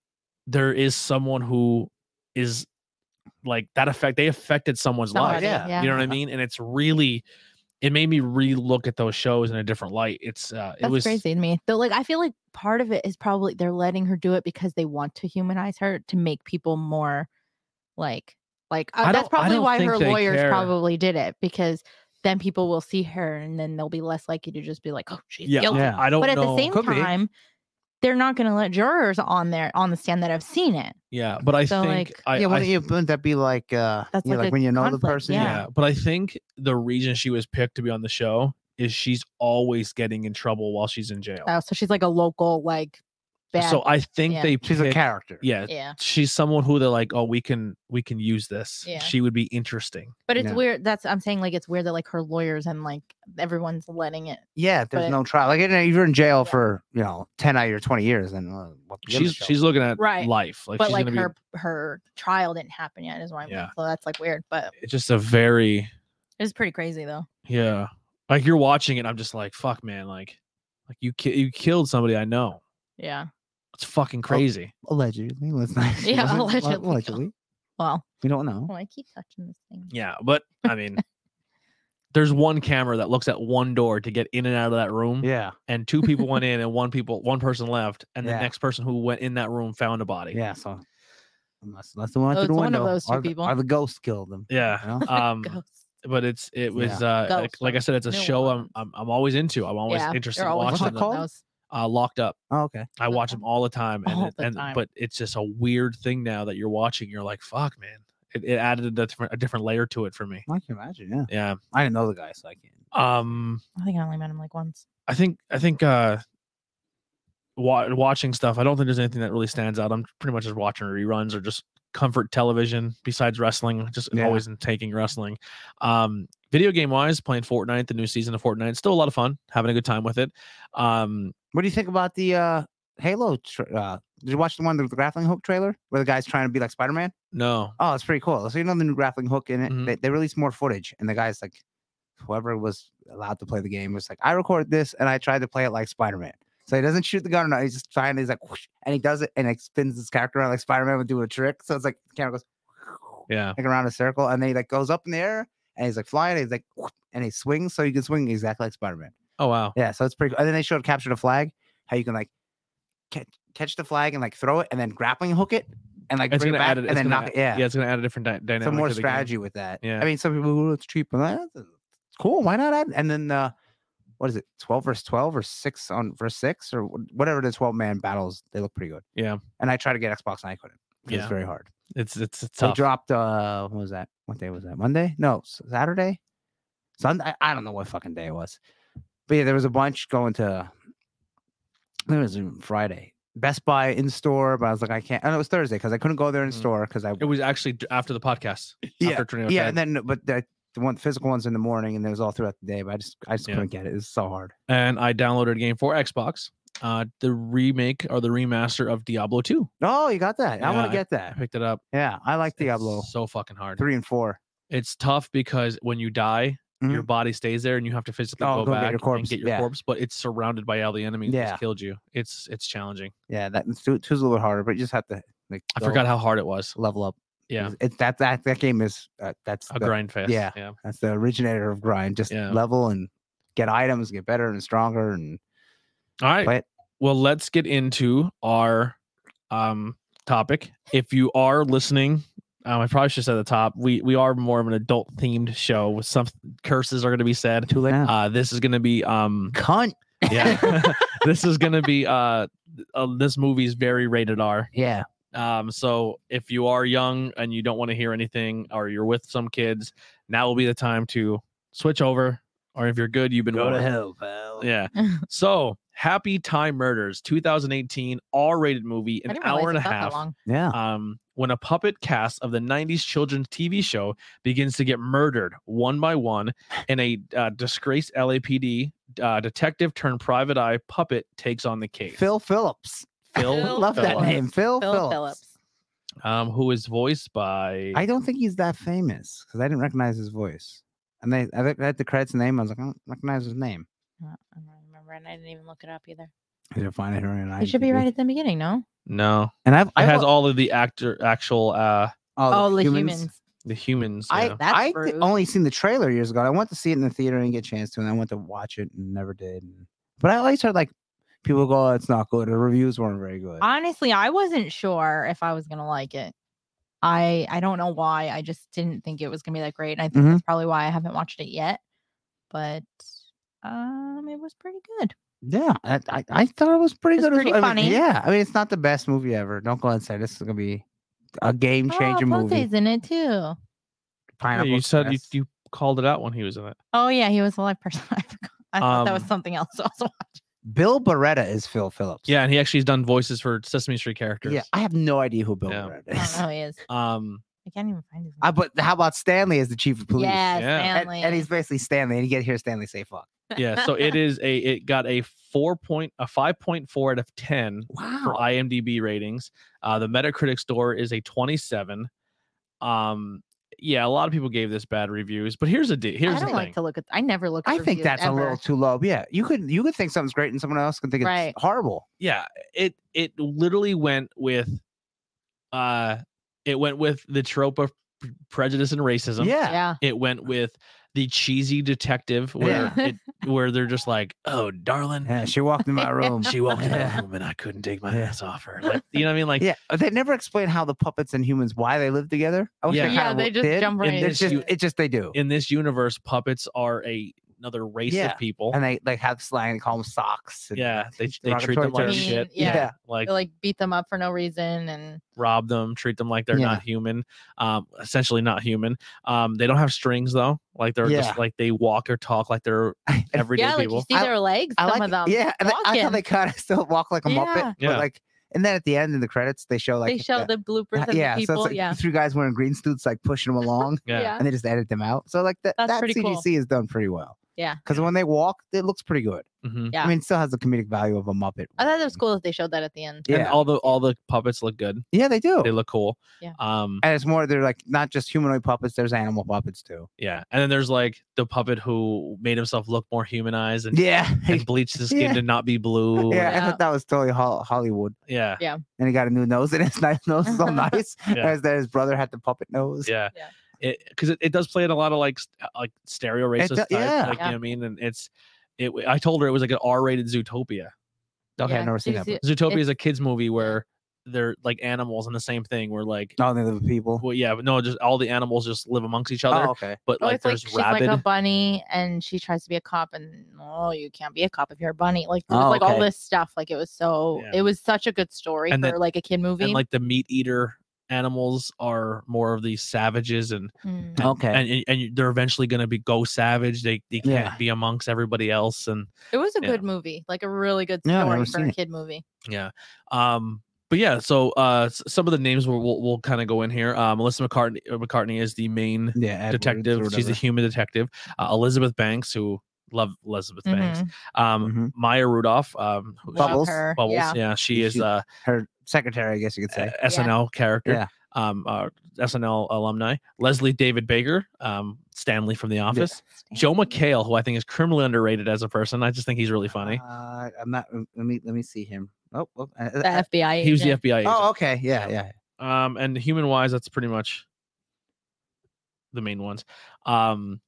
Speaker 1: there is someone who is like that affect they affected someone's
Speaker 3: Somebody,
Speaker 1: life
Speaker 2: yeah,
Speaker 1: you know what i mean and it's really it made me re-look at those shows in a different light it's uh it
Speaker 3: That's
Speaker 1: was
Speaker 3: crazy to me. Though, like, I feel like part of it is probably they're letting her do it because they want to humanize her to make people more like, like uh,
Speaker 1: I
Speaker 3: that's
Speaker 1: don't- I
Speaker 3: probably
Speaker 1: don't
Speaker 3: why
Speaker 1: think
Speaker 3: her
Speaker 1: they
Speaker 3: lawyers
Speaker 1: care.
Speaker 3: probably did it because then people will see her and then they'll be less likely to just be like, oh, she's
Speaker 1: yeah,
Speaker 3: guilty.
Speaker 1: i don't
Speaker 3: But at
Speaker 1: know
Speaker 3: the same
Speaker 2: Could be.
Speaker 3: time, they're not going to let jurors on there on the stand that have seen it.
Speaker 1: yeah but i
Speaker 3: So,
Speaker 1: think
Speaker 3: like-
Speaker 1: I,
Speaker 2: yeah,
Speaker 1: I
Speaker 2: wouldn't, you, wouldn't that be like uh,
Speaker 3: That's
Speaker 2: yeah,
Speaker 3: like
Speaker 2: like,
Speaker 3: a
Speaker 2: when you know the
Speaker 3: conflict,
Speaker 2: person?
Speaker 1: Yeah.
Speaker 3: Yeah.
Speaker 1: but I think the reason she was picked to be on the show is she's always getting in trouble while she's in jail.
Speaker 3: Oh, so she's like a local, like, bad.
Speaker 1: so I think
Speaker 3: yeah.
Speaker 1: they
Speaker 2: she's a
Speaker 1: picked-
Speaker 2: character.
Speaker 1: Yeah,
Speaker 3: yeah.
Speaker 1: she's someone who they're like, oh, we can we can use this.
Speaker 3: Yeah.
Speaker 1: She would be interesting.
Speaker 3: But it's
Speaker 2: No.
Speaker 3: weird. That's I'm saying like it's weird that like her lawyers and like everyone's letting it.
Speaker 2: yeah. There's
Speaker 3: But-
Speaker 2: no trial. Like you know, if you're in jail
Speaker 3: Yeah.
Speaker 2: for you know ten out of your twenty years, then uh, what the
Speaker 1: She's she's looking at
Speaker 3: Right.
Speaker 1: life. Like
Speaker 3: but
Speaker 1: she's
Speaker 3: like
Speaker 1: gonna
Speaker 3: her her trial didn't happen yet, is why I'm
Speaker 1: Yeah.
Speaker 3: like, so that's like weird. But
Speaker 1: be it's just a very
Speaker 3: it's pretty crazy though.
Speaker 1: yeah. Like you're watching it, I'm just like, fuck, man. Like, like you ki- you killed somebody I know.
Speaker 3: Yeah.
Speaker 1: It's
Speaker 2: Oh.
Speaker 1: fucking crazy.
Speaker 2: allegedly. Let's not.
Speaker 3: Yeah,
Speaker 2: let's not-
Speaker 3: allegedly.
Speaker 2: Allegedly,
Speaker 3: Well,
Speaker 2: we don't know.
Speaker 1: Mm-hmm.
Speaker 3: oh, I keep touching this thing.
Speaker 1: Yeah, but I mean, there's one camera that looks at one door to get in and out of that room.
Speaker 2: Yeah,
Speaker 1: and two people went in and one people one person left and the
Speaker 2: Yeah.
Speaker 1: next person who went in that room found a body
Speaker 2: yeah. So unless unless they went
Speaker 3: Oh,
Speaker 2: through the
Speaker 3: it's one of
Speaker 2: window,
Speaker 3: those two
Speaker 2: or the-
Speaker 3: people.
Speaker 2: or the ghost killed them.
Speaker 1: yeah
Speaker 2: you know?
Speaker 1: um
Speaker 3: Ghosts.
Speaker 1: but it's it was uh
Speaker 3: Ghost
Speaker 1: like, like i
Speaker 3: ones,
Speaker 1: said it's a
Speaker 3: new
Speaker 1: show I'm,
Speaker 3: ones.
Speaker 1: I'm i'm always into i'm always
Speaker 3: Yeah,
Speaker 1: interested
Speaker 3: they're
Speaker 1: in
Speaker 3: always
Speaker 1: watching them.
Speaker 2: fun. What's it called?
Speaker 3: those.
Speaker 1: uh locked up
Speaker 2: Oh, okay.
Speaker 1: i watch them all the time and,
Speaker 3: Uh-huh. All
Speaker 1: it-
Speaker 3: the
Speaker 1: and
Speaker 3: time.
Speaker 1: but it's just a weird thing now that you're watching you're like fuck man it, it added a different, a different layer to it for me
Speaker 2: I can imagine. Yeah,
Speaker 1: yeah
Speaker 2: I didn't know the guy, so I can't.
Speaker 1: um
Speaker 3: I think I only met him like once.
Speaker 1: I think I think uh wa- watching stuff. I don't think there's anything that really stands out. I'm pretty much just watching reruns or just comfort television besides wrestling. Just
Speaker 2: Yeah.
Speaker 1: always in taking wrestling. Um video game wise, playing Fortnite, the new season of Fortnite. Still a lot of fun, having a good time with it. Um
Speaker 2: What do you think about the uh Halo? Tra- uh, did you watch the one with the grappling hook trailer where the guy's trying to be like Spider Man?
Speaker 1: no.
Speaker 2: Oh, it's pretty cool. So you know the new grappling hook in it.
Speaker 1: Mhm.
Speaker 2: They, they released more footage, and the guy's like, whoever was allowed to play the game was like, I record this, and I tried to play it like Spider Man. So he doesn't shoot the gun, no, he's just trying. He's like, whoosh, and he does it, and it spins his character around like Spider Man would do a trick. So it's like the camera goes
Speaker 1: Yeah.
Speaker 2: like around a circle, and then he like goes up in the air, and he's like flying, and he's like, whoop, and he swings, so you can swing exactly like Spider Man.
Speaker 1: Oh wow.
Speaker 2: Yeah, so it's pretty. cool. And then they showed capture the flag, how you can like catch catch the flag and like throw it, and then grappling hook it, and like
Speaker 1: It's
Speaker 2: bring
Speaker 1: gonna
Speaker 2: it back,
Speaker 1: add it.
Speaker 2: and then knock it. Yeah,
Speaker 1: yeah, it's gonna add a different dy- dynamic.
Speaker 2: some more
Speaker 1: to the game.
Speaker 2: strategy with that.
Speaker 1: Yeah.
Speaker 2: I mean, some people, "Ooh, it's cheap, and that's cool. Why not add? And then uh, what is it? Twelve versus twelve, or six on versus six, or wh- whatever the twelve man battles. They look pretty good.
Speaker 1: Yeah.
Speaker 2: And I tried to get Xbox, and I couldn't. It
Speaker 1: Yeah.
Speaker 2: was very hard.
Speaker 1: It's it's it's
Speaker 2: They
Speaker 1: tough.
Speaker 2: dropped. Uh, what was that? What day was that? Monday? No, S- Saturday. Sunday. I- I don't know what fucking day it was, but yeah, there was a bunch going to. I think it was even Friday. Best Buy in store, but I was like, I can't. And it was Thursday because I couldn't go there in
Speaker 1: Mm.
Speaker 2: store because I
Speaker 1: It was actually d- after the podcast.
Speaker 2: Yeah,
Speaker 1: After Tornado
Speaker 2: yeah,
Speaker 1: Ted.
Speaker 2: and then but the the one the physical ones in the morning, and it was all throughout the day. But I just I just
Speaker 1: Yeah.
Speaker 2: couldn't get it. It's so hard.
Speaker 1: and I downloaded a game for Xbox. Uh, the remake or the remaster of Diablo 2.
Speaker 2: Oh, you got that? I
Speaker 1: Yeah,
Speaker 2: want to get
Speaker 1: I
Speaker 2: that.
Speaker 1: picked it up.
Speaker 2: Yeah, I like
Speaker 1: It's
Speaker 2: Diablo
Speaker 1: so fucking hard.
Speaker 2: three and four.
Speaker 1: It's tough because when you die, your body stays there and you have to physically
Speaker 2: Mm-hmm. Oh,
Speaker 1: go,
Speaker 2: go get
Speaker 1: back
Speaker 2: your corpse.
Speaker 1: and get your
Speaker 2: Yeah.
Speaker 1: corpse, but it's surrounded by all the enemies
Speaker 2: Yeah.
Speaker 1: that's killed you. It's it's challenging.
Speaker 2: Yeah, that two, two's a little bit harder, but you just have to like
Speaker 1: I
Speaker 2: go
Speaker 1: forgot how hard it was.
Speaker 2: level up.
Speaker 1: Yeah.
Speaker 2: It's- It's that that that game is uh, that's
Speaker 1: A
Speaker 2: the,
Speaker 1: grind fest.
Speaker 2: yeah.
Speaker 1: Yeah.
Speaker 2: that's the originator of grind. Just
Speaker 1: Yeah.
Speaker 2: level and get items, get better and stronger, and
Speaker 1: All right.
Speaker 2: play it.
Speaker 1: Well, let's get into our um topic. If you are listening, um, I probably should say at the top. We we are more of an adult themed show with some curses are going to be said.
Speaker 2: Too late now.
Speaker 1: Uh, this is going to be um
Speaker 2: Cunt.
Speaker 1: yeah. this is going to be uh, uh this movie's very rated R.
Speaker 2: Yeah,
Speaker 1: Um, so if you are young and you don't want to hear anything, or you're with some kids, now will be the time to switch over. Or if you're good, you've been
Speaker 2: go to
Speaker 1: warned.
Speaker 2: hell, pal.
Speaker 1: Yeah. so Happy Time Murders, 2018 R-rated movie,
Speaker 3: I
Speaker 1: an
Speaker 3: didn't realize
Speaker 1: hour and a
Speaker 3: it felt that
Speaker 1: half.
Speaker 3: long.
Speaker 2: yeah.
Speaker 1: Um, when a puppet cast of the 90s children's TV show begins to get murdered one by one, and a uh, disgraced LAPD uh, detective turned private eye puppet takes on the case.
Speaker 2: Phil Phillips.
Speaker 1: Phil
Speaker 3: Phil
Speaker 2: Love that
Speaker 1: Phillips,
Speaker 2: name, Phil,
Speaker 3: Phil
Speaker 2: Phillips.
Speaker 3: Phillips.
Speaker 1: um, who is voiced by
Speaker 2: I don't think he's that famous because I didn't recognize his voice. And they, I read the credits name. I was like, I don't recognize his name.
Speaker 3: Uh, I don't remember, and I didn't even look it up either.
Speaker 2: I didn't find it here on
Speaker 3: It should be
Speaker 2: IMDb.
Speaker 3: right at the beginning, no?
Speaker 1: no.
Speaker 2: And I've,
Speaker 1: It
Speaker 2: I've
Speaker 1: has all of the actor actual uh
Speaker 3: Oh, the humans.
Speaker 1: the humans.
Speaker 2: I
Speaker 1: yeah.
Speaker 3: That's
Speaker 2: I d-
Speaker 3: rude.
Speaker 2: only seen the trailer years ago. and I went to see it in the theater and get a chance to, and I went to watch it and never did. And- But I always heard like people go, oh, "It's not good." The reviews weren't very good.
Speaker 3: Honestly, I wasn't sure if I was gonna like it. I I don't know why. I just didn't think it was gonna be that great, and I think
Speaker 2: Mhm.
Speaker 3: that's probably why I haven't watched it yet. But um, it was pretty good.
Speaker 2: yeah, I, I, I thought it was pretty
Speaker 3: It's
Speaker 2: good. as
Speaker 3: pretty
Speaker 2: well. I mean,
Speaker 3: funny.
Speaker 2: yeah, I mean, it's not the best movie ever. Don't go and say this is gonna be a game changer
Speaker 3: oh,
Speaker 2: movie.
Speaker 3: Ponte's in it too.
Speaker 1: Yeah,
Speaker 2: Pineapple
Speaker 1: you said you,
Speaker 2: Express.
Speaker 1: you called it out when he was in it.
Speaker 3: Oh yeah, he was a live person. I forgot. I thought that was
Speaker 1: Um,
Speaker 3: something else. Also,
Speaker 2: Bill Beretta is Phil Phillips.
Speaker 1: Yeah, and he actually has done voices for Sesame Street characters.
Speaker 2: yeah. I have no idea who Bill
Speaker 1: Yeah.
Speaker 3: I
Speaker 2: Beretta
Speaker 3: don't
Speaker 2: is.
Speaker 3: know who he is.
Speaker 1: Um
Speaker 3: I can't even find his.
Speaker 2: Uh, but how about Stanley as the chief of police?
Speaker 3: Yeah,
Speaker 1: Yeah.
Speaker 2: And,
Speaker 3: Stanley.
Speaker 2: and he's basically Stanley, and you get to hear Stanley say "fuck."
Speaker 1: yeah, so it is a it got a 4 point a 5.4 out of 10 for
Speaker 2: Wow.
Speaker 1: IMDb ratings. Uh the Metacritic score is a 27. Um yeah, a lot of people gave this bad reviews, but here's a de- here's
Speaker 3: I
Speaker 1: the
Speaker 3: don't
Speaker 1: thing.
Speaker 3: like to look at. I never look. At
Speaker 2: I think
Speaker 3: reviews
Speaker 2: that's a
Speaker 3: ever.
Speaker 2: little too low. Yeah, you could you could think something's great, and someone else could think it's
Speaker 3: Right.
Speaker 2: horrible.
Speaker 1: yeah it it literally went with uh it went with the trope of p- prejudice and racism
Speaker 2: Yeah,
Speaker 3: Yeah.
Speaker 1: it went with the cheesy detective where
Speaker 3: Yeah.
Speaker 1: it where they're just like oh darling
Speaker 2: yeah. She walked in my room.
Speaker 1: she walked in
Speaker 2: Yeah.
Speaker 1: my room and i couldn't take my
Speaker 2: Yeah.
Speaker 1: ass off her like you know what i mean like
Speaker 2: yeah, they never explain how the puppets and humans why they live together. I wish
Speaker 1: Yeah.
Speaker 2: they,
Speaker 3: Yeah,
Speaker 2: kinda
Speaker 3: they
Speaker 2: w-
Speaker 3: just
Speaker 2: did.
Speaker 3: jump right
Speaker 1: And
Speaker 2: It's
Speaker 1: into
Speaker 2: just
Speaker 1: it.
Speaker 2: it's just they do,
Speaker 1: in this universe puppets are a another race
Speaker 2: Yeah.
Speaker 1: of people
Speaker 2: and they like have slang. They call them socks. and-
Speaker 1: yeah they, they treat
Speaker 2: derogatory
Speaker 1: them like
Speaker 3: terms.
Speaker 1: shit
Speaker 3: Mm, Yeah.
Speaker 2: Yeah.
Speaker 1: like
Speaker 3: They, like beat them up for no reason and
Speaker 1: rob them, treat them like they're
Speaker 2: Yeah.
Speaker 1: not human, um, essentially not human. Um, they don't have strings though, like they're
Speaker 2: Yeah.
Speaker 1: just like they walk or talk like they're everyday
Speaker 3: yeah, like
Speaker 1: people.
Speaker 3: you see
Speaker 2: I-
Speaker 3: their legs.
Speaker 2: I
Speaker 3: some
Speaker 2: like
Speaker 3: of them.
Speaker 2: Yeah, and they- I
Speaker 3: walking.
Speaker 2: thought they kind of still walk like a
Speaker 3: Yeah.
Speaker 2: muppet,
Speaker 1: Yeah.
Speaker 2: but like, and then at the end in the credits they show like
Speaker 3: they show the bloopers of
Speaker 2: yeah,
Speaker 3: the people.
Speaker 2: so it's like
Speaker 3: yeah.
Speaker 2: the three guys wearing green suits like pushing them along,
Speaker 1: yeah.
Speaker 2: and they just edit them out. So like that
Speaker 3: That's
Speaker 2: that
Speaker 3: pretty
Speaker 2: CGC
Speaker 3: cool.
Speaker 2: is done pretty well.
Speaker 3: Yeah.
Speaker 2: because when they walk, it looks pretty good.
Speaker 1: hmm
Speaker 3: Yeah. Oh,
Speaker 2: I mean, it still has the comedic value of a muppet.
Speaker 3: I thought that was cool that they showed that at the end.
Speaker 2: Yeah,
Speaker 1: And all the all the puppets look good.
Speaker 2: yeah, they do.
Speaker 1: They look cool.
Speaker 3: Yeah.
Speaker 1: Um.
Speaker 2: and it's more they're like not just humanoid puppets. There's animal puppets too.
Speaker 1: Yeah. And then there's like the puppet who made himself look more humanized and,
Speaker 2: Yeah,
Speaker 1: and bleached his skin
Speaker 2: Yeah.
Speaker 1: to not be blue. and-
Speaker 2: yeah. I
Speaker 3: Yeah.
Speaker 2: thought that was totally Hol- Hollywood.
Speaker 1: Yeah.
Speaker 2: And he got a new nose, and his nice nose is all nice.
Speaker 1: Yeah.
Speaker 2: Whereas that his brother had the puppet nose.
Speaker 1: Yeah.
Speaker 3: Yeah.
Speaker 1: Because it, it, does play in a lot of like st- like stereo racist.
Speaker 2: do-
Speaker 1: type,
Speaker 2: yeah.
Speaker 1: Like,
Speaker 3: Yeah.
Speaker 1: You know what I mean? And it's it. I told her it was like an R-rated Zootopia.
Speaker 2: Okay,
Speaker 3: Yeah,
Speaker 2: I've never seen
Speaker 3: you
Speaker 2: that.
Speaker 3: see-
Speaker 1: Zootopia is
Speaker 3: It's-
Speaker 1: a kids movie where they're like animals and the same thing where like
Speaker 2: but- Oh, they live people.
Speaker 1: well yeah but no just all the animals just live amongst each other
Speaker 2: Oh, okay.
Speaker 1: but
Speaker 3: Oh,
Speaker 1: like
Speaker 3: it's like
Speaker 1: there's
Speaker 3: she's
Speaker 1: rabid
Speaker 3: like a bunny and she tries to be a cop and oh you can't be a cop if you're a bunny. Like it was
Speaker 2: Oh,
Speaker 3: like all
Speaker 2: okay.
Speaker 3: this stuff. Like it was so
Speaker 1: Yeah.
Speaker 3: it was such a good story
Speaker 1: And
Speaker 3: for
Speaker 1: then-
Speaker 3: like a kid movie.
Speaker 1: and like the meat eater animals are more of these savages and
Speaker 3: Mm.
Speaker 2: Okay.
Speaker 1: and and, and they're eventually going to be go savage they they can't
Speaker 2: Yeah.
Speaker 1: be amongst everybody else and
Speaker 3: It was a
Speaker 1: Yeah.
Speaker 3: good movie, like a really good
Speaker 2: Yeah, I've
Speaker 3: story
Speaker 2: never
Speaker 3: for
Speaker 2: seen
Speaker 3: a
Speaker 2: it.
Speaker 3: kid movie.
Speaker 1: yeah um but yeah so uh s- some of the names we'll we'll, we'll kind of go in here uh, melissa mccartney uh, mccartney is the main
Speaker 2: yeah. Edwards or
Speaker 1: detective she's a
Speaker 2: whatever.
Speaker 1: human detective uh, elizabeth banks who love elizabeth banks um
Speaker 2: Mhm.
Speaker 1: maya rudolph um who-
Speaker 3: Mm-hmm. Love
Speaker 2: Bubbles.
Speaker 3: her.
Speaker 1: Bubbles.
Speaker 3: Yeah.
Speaker 1: Yeah, she is
Speaker 2: She-
Speaker 1: a, Uh,
Speaker 2: her secretary, I guess you could say.
Speaker 1: SNL character.
Speaker 2: Yeah.
Speaker 1: um, uh, SNL alumni, Leslie David Baker, um, Stanley from The Office, Joe McHale, who I think is criminally underrated as a person. I just think he's really funny.
Speaker 2: Uh, I'm not. Let me let me see him. Oh, oh, uh,
Speaker 3: The
Speaker 2: uh,
Speaker 3: FBI.
Speaker 1: He was the
Speaker 3: agent.
Speaker 1: FBI agent.
Speaker 2: oh okay. Yeah, yeah.
Speaker 1: Um, and human wise, that's pretty much the main ones. Um,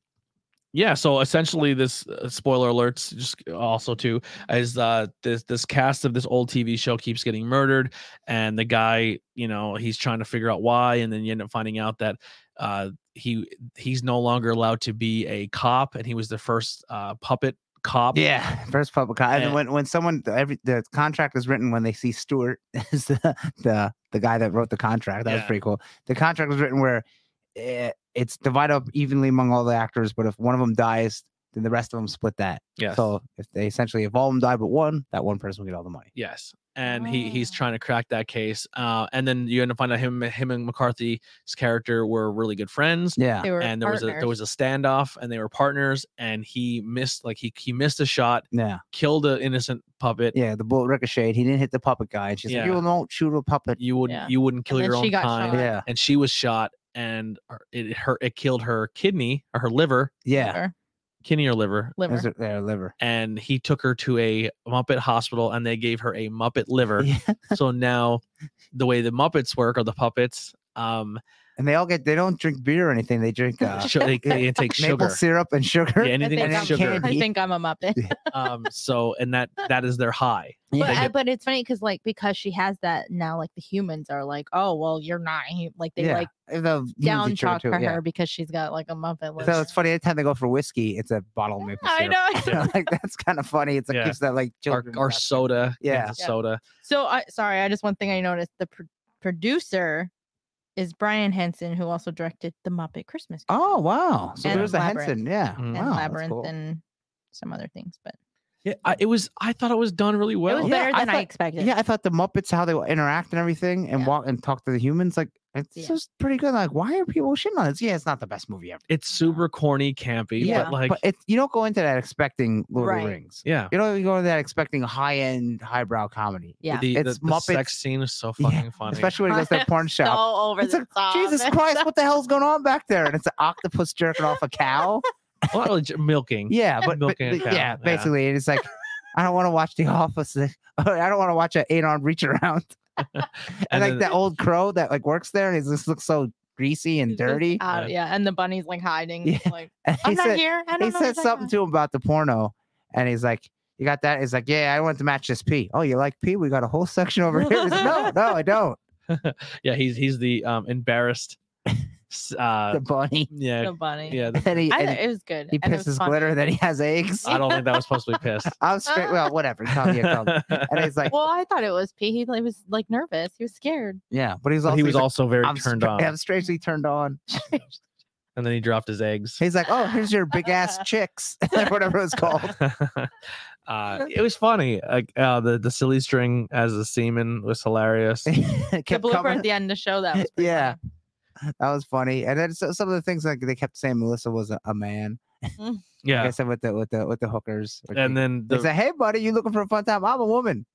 Speaker 1: yeah. So essentially, this uh, spoiler alerts just also too is uh this this cast of this old TV show keeps getting murdered, and the guy, you know, he's trying to figure out why, and then you end up finding out that uh he he's no longer allowed to be a cop, and he was the first uh puppet cop.
Speaker 2: Yeah, first public. con-
Speaker 1: Yeah.
Speaker 2: And when when someone the- every the contract is written when they see Stewart is the the, the guy that wrote the contract. That was
Speaker 1: Yeah.
Speaker 2: pretty cool. The contract was written where eh, it's divided up evenly among all the actors, but if one of them dies, then the rest of them split that.
Speaker 1: Yes.
Speaker 2: So if they essentially if all of them die but one, that one person will get all the money.
Speaker 1: Yes. And he he's
Speaker 3: Oh.
Speaker 1: trying to crack that case. Uh, and then you end up finding out him him and McCarthy's character were really good friends.
Speaker 2: Yeah.
Speaker 3: They were
Speaker 1: And there was a there
Speaker 3: partners.
Speaker 1: was a standoff and they were partners and he missed like he he missed a shot,
Speaker 2: Yeah.
Speaker 1: killed an innocent puppet.
Speaker 2: Yeah. The bullet ricocheted. He didn't hit the puppet guy. And she's like,
Speaker 1: Yeah.
Speaker 2: You don't shoot a puppet.
Speaker 1: You wouldn't
Speaker 3: Yeah.
Speaker 1: you wouldn't kill
Speaker 3: And
Speaker 1: your
Speaker 3: then she
Speaker 1: own
Speaker 3: got
Speaker 1: kind.
Speaker 3: shot.
Speaker 2: Yeah.
Speaker 1: And she was shot and her- it her it killed her kidney or her liver,
Speaker 2: Yeah.
Speaker 3: Or
Speaker 1: kidney or liver.
Speaker 3: Liver.
Speaker 2: There's their liver.
Speaker 1: And he took her to a Muppet hospital and they gave her a Muppet liver.
Speaker 2: Yeah.
Speaker 1: so now the way the Muppets work or the puppets, um
Speaker 2: And they all get they don't drink beer or anything. They drink uh,
Speaker 1: Su- they, they intake
Speaker 2: maple
Speaker 1: sugar.
Speaker 2: syrup and
Speaker 1: Yeah,
Speaker 2: sugar.
Speaker 1: anything
Speaker 3: I think,
Speaker 1: with
Speaker 2: that's
Speaker 3: I'm,
Speaker 1: sugar.
Speaker 3: I think I'm a muppet.
Speaker 1: Um, so and that that is their high.
Speaker 3: But,
Speaker 1: They
Speaker 3: I,
Speaker 1: get-
Speaker 3: but it's funny because like because she has that now, like the humans are like, oh well, you're not hu-" like they
Speaker 2: Yeah,
Speaker 3: like
Speaker 2: and the humans eat
Speaker 3: down
Speaker 2: sugar
Speaker 3: talk
Speaker 2: too,
Speaker 3: for
Speaker 2: yeah.
Speaker 3: her because she's got like a muppet.
Speaker 2: So
Speaker 3: liver.
Speaker 2: it's funny anytime they go for whiskey, it's a bottle of maple
Speaker 3: I
Speaker 2: syrup.
Speaker 3: know.
Speaker 2: like that's kind of funny. It's like
Speaker 1: Yeah.
Speaker 2: gives that like
Speaker 1: Our,
Speaker 2: children.
Speaker 1: our
Speaker 2: that-
Speaker 1: soda,
Speaker 2: Yeah.
Speaker 1: yeah,
Speaker 3: Yeah.
Speaker 1: soda.
Speaker 3: So I sorry, I just one thing I noticed the pr- producer is Brian Henson, who also directed the Muppet Christmas Carol
Speaker 2: oh wow! So
Speaker 1: And
Speaker 2: there's the
Speaker 3: Labyrinth.
Speaker 2: Henson, yeah.
Speaker 1: Mhm.
Speaker 3: and
Speaker 2: wow, that's
Speaker 3: Labyrinth
Speaker 2: cool.
Speaker 3: and some other things, but
Speaker 1: Yeah, I, it was. I thought it was done really well.
Speaker 3: it was
Speaker 2: yeah,
Speaker 3: better
Speaker 2: I
Speaker 3: than I,
Speaker 2: thought-
Speaker 3: expected.
Speaker 2: yeah, I thought the Muppets how they interact and everything, and
Speaker 3: Yeah.
Speaker 2: walk and talk to the humans. Like it's
Speaker 3: Yeah.
Speaker 2: just pretty good. Like why are people shitting on this? Yeah, it's not the best movie ever.
Speaker 1: it's super corny, campy,
Speaker 2: Yeah,
Speaker 1: but like,
Speaker 2: but it's you don't go into that expecting Lord of
Speaker 3: Right.
Speaker 2: the Rings.
Speaker 1: yeah.
Speaker 2: You don't go into that expecting high end, highbrow comedy.
Speaker 3: Yeah.
Speaker 1: The,
Speaker 2: It's
Speaker 1: the, the sex
Speaker 2: Muppets.
Speaker 1: scene is so
Speaker 2: Yeah,
Speaker 1: fucking funny.
Speaker 2: Especially when he goes to the porn shop.
Speaker 3: So over
Speaker 2: It's
Speaker 3: the
Speaker 2: like,
Speaker 3: top.
Speaker 2: Jesus
Speaker 3: and
Speaker 2: Christ,
Speaker 3: stuff.
Speaker 2: what the hell's going on back there? And it's an octopus jerking off a cow.
Speaker 1: Well, like, j- milking.
Speaker 2: Yeah, but, but-
Speaker 1: milking a
Speaker 2: but-
Speaker 1: cow, yeah.
Speaker 2: yeah, basically, it's like I don't want to watch The Office. I don't want to watch an eight-arm reach around. And,
Speaker 1: And
Speaker 2: like
Speaker 1: then-
Speaker 2: that old crow that like works there, and he just looks so greasy and
Speaker 3: He's just
Speaker 2: dirty.
Speaker 3: out- yeah. and the bunny's like hiding.
Speaker 2: Yeah.
Speaker 3: Like
Speaker 2: And
Speaker 3: I'm
Speaker 2: he
Speaker 3: not
Speaker 2: said,
Speaker 3: here. I don't
Speaker 2: he
Speaker 3: know
Speaker 2: said
Speaker 3: what's
Speaker 2: something to him about the porno, and he's like, "You got that?" He's like, "Yeah, I want to match this P." Oh, you like P? We got a whole section over here. He's like, no, no, I don't.
Speaker 1: yeah. He's he's the um embarrassed. s-
Speaker 2: The
Speaker 1: Uh,
Speaker 2: bunny.
Speaker 1: yeah,
Speaker 3: The bunny.
Speaker 1: yeah. the-
Speaker 2: And he,
Speaker 3: I
Speaker 2: and
Speaker 3: thought it was good.
Speaker 2: he
Speaker 3: and it was
Speaker 2: pisses
Speaker 3: funny.
Speaker 2: glitter, and then he has eggs.
Speaker 1: I don't think that was supposed to be pissed.
Speaker 2: I'm straight. Well, whatever. Call me a cum. And he's like,
Speaker 3: Well, I thought it was P. He like, was like nervous. He was scared.
Speaker 2: yeah, but he's
Speaker 1: But
Speaker 2: also
Speaker 1: he was
Speaker 2: he's like,
Speaker 1: also very
Speaker 2: I'm
Speaker 1: turned
Speaker 2: stra-
Speaker 1: on,
Speaker 2: I'm strangely turned on.
Speaker 1: and then he dropped his eggs.
Speaker 2: He's like, oh, here's your big ass chicks, or whatever it's called.
Speaker 1: uh, it was funny. Like uh, the the silly string as a seaman was hilarious.
Speaker 2: It
Speaker 3: The
Speaker 2: kept
Speaker 3: blooper
Speaker 2: coming.
Speaker 3: at the end to show that. Was pretty
Speaker 2: Yeah, that was funny. And then so, some of the things like they kept saying Melissa was a, a man. Like I
Speaker 1: Yeah,
Speaker 2: said with the with the with the hookers. or
Speaker 1: and
Speaker 2: the-
Speaker 1: then
Speaker 2: they
Speaker 1: the,
Speaker 2: said, hey buddy, you looking for a fun time? I'm a woman.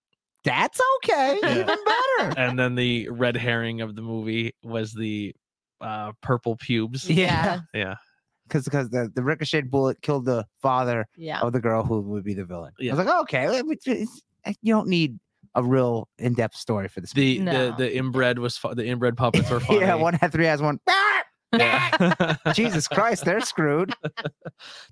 Speaker 2: That's okay.
Speaker 1: Yeah.
Speaker 2: Even better.
Speaker 1: and then the red herring of the movie was the uh, purple pubes.
Speaker 3: funny.
Speaker 2: Yeah.
Speaker 1: Yeah,
Speaker 2: Because because the, the ricocheted bullet killed the father
Speaker 3: Yeah.
Speaker 2: of the girl who would be the villain.
Speaker 1: Yeah.
Speaker 2: I was like, oh, okay, let me- it's- eh, you don't need a real in depth story for this.
Speaker 1: the the
Speaker 3: No.
Speaker 1: the inbred was fu- the inbred puppets were funny.
Speaker 2: Yeah, one had three eyes, one.
Speaker 1: Yeah.
Speaker 2: Jesus Christ, they're screwed.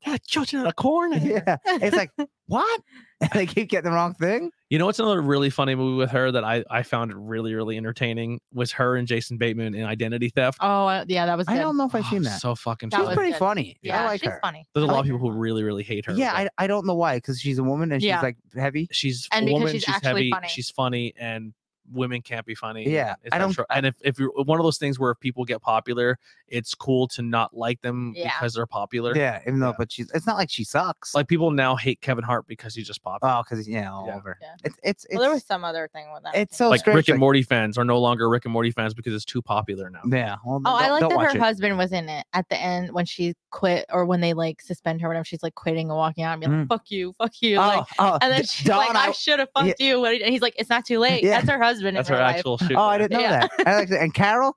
Speaker 1: That children of the corn.
Speaker 2: Yeah. It's like, what? And they keep getting the wrong thing.
Speaker 1: You know what's another really funny movie with her that I I found really really entertaining was her and Jason Bateman in Identity Theft.
Speaker 3: Oh, uh, yeah. That was.
Speaker 2: I
Speaker 3: good.
Speaker 2: don't know if I've
Speaker 1: Oh,
Speaker 2: seen that.
Speaker 1: So fucking.
Speaker 3: That
Speaker 2: she's
Speaker 1: funny.
Speaker 3: was
Speaker 2: pretty
Speaker 3: good.
Speaker 2: funny.
Speaker 3: Yeah,
Speaker 2: I like
Speaker 3: she's
Speaker 2: her.
Speaker 3: funny.
Speaker 1: There's a
Speaker 3: I
Speaker 1: lot
Speaker 3: like
Speaker 1: of people
Speaker 3: her.
Speaker 1: who really really hate her.
Speaker 2: Yeah,
Speaker 1: but-
Speaker 2: I, I don't know why, because she's a woman and
Speaker 3: Yeah.
Speaker 2: she's like heavy.
Speaker 1: she's
Speaker 3: And
Speaker 1: a
Speaker 3: because
Speaker 1: woman, she's,
Speaker 3: she's actually
Speaker 1: heavy,
Speaker 3: funny.
Speaker 1: she's funny, and women can't be funny.
Speaker 2: Yeah,
Speaker 1: it's
Speaker 2: I
Speaker 1: not
Speaker 2: don't-
Speaker 1: true. And if, if you're one of those things where if people get popular, it's cool to not like them
Speaker 3: Yeah.
Speaker 1: because they're popular.
Speaker 2: Yeah, even though,
Speaker 1: Yeah.
Speaker 2: but she's. It's not like she sucks.
Speaker 1: Like people now hate Kevin Hart because he's just popular.
Speaker 2: oh, because yeah, all
Speaker 1: Yeah.
Speaker 2: over.
Speaker 3: Yeah.
Speaker 2: It's it's it's,
Speaker 3: Well, there was some other thing with that. I
Speaker 2: it's
Speaker 3: think.
Speaker 2: so
Speaker 1: like
Speaker 2: strange.
Speaker 1: Rick and
Speaker 2: like-
Speaker 1: Morty fans are no longer Rick and Morty fans because it's too popular now.
Speaker 2: Yeah. Well,
Speaker 3: Oh, I
Speaker 2: don't-
Speaker 3: like
Speaker 2: don't
Speaker 3: that
Speaker 2: watch
Speaker 3: her
Speaker 2: it.
Speaker 3: husband was in it at the end when she quit or when they like suspend her, whatever. She's like quitting and walking out and be like,
Speaker 2: Mm.
Speaker 3: "Fuck you, fuck you,"
Speaker 2: Oh,
Speaker 3: like.
Speaker 2: oh,
Speaker 3: And then
Speaker 2: D-
Speaker 3: she's
Speaker 2: Dawn,
Speaker 3: like,
Speaker 2: I,
Speaker 3: "I should have fucked you," and he's like, "It's not too late."
Speaker 2: Yeah.
Speaker 3: That's her husband.
Speaker 1: That's
Speaker 3: in
Speaker 1: her
Speaker 3: real life.
Speaker 1: actual shoot.
Speaker 2: oh, I didn't know
Speaker 3: Yeah.
Speaker 2: that. I like that. And Carol,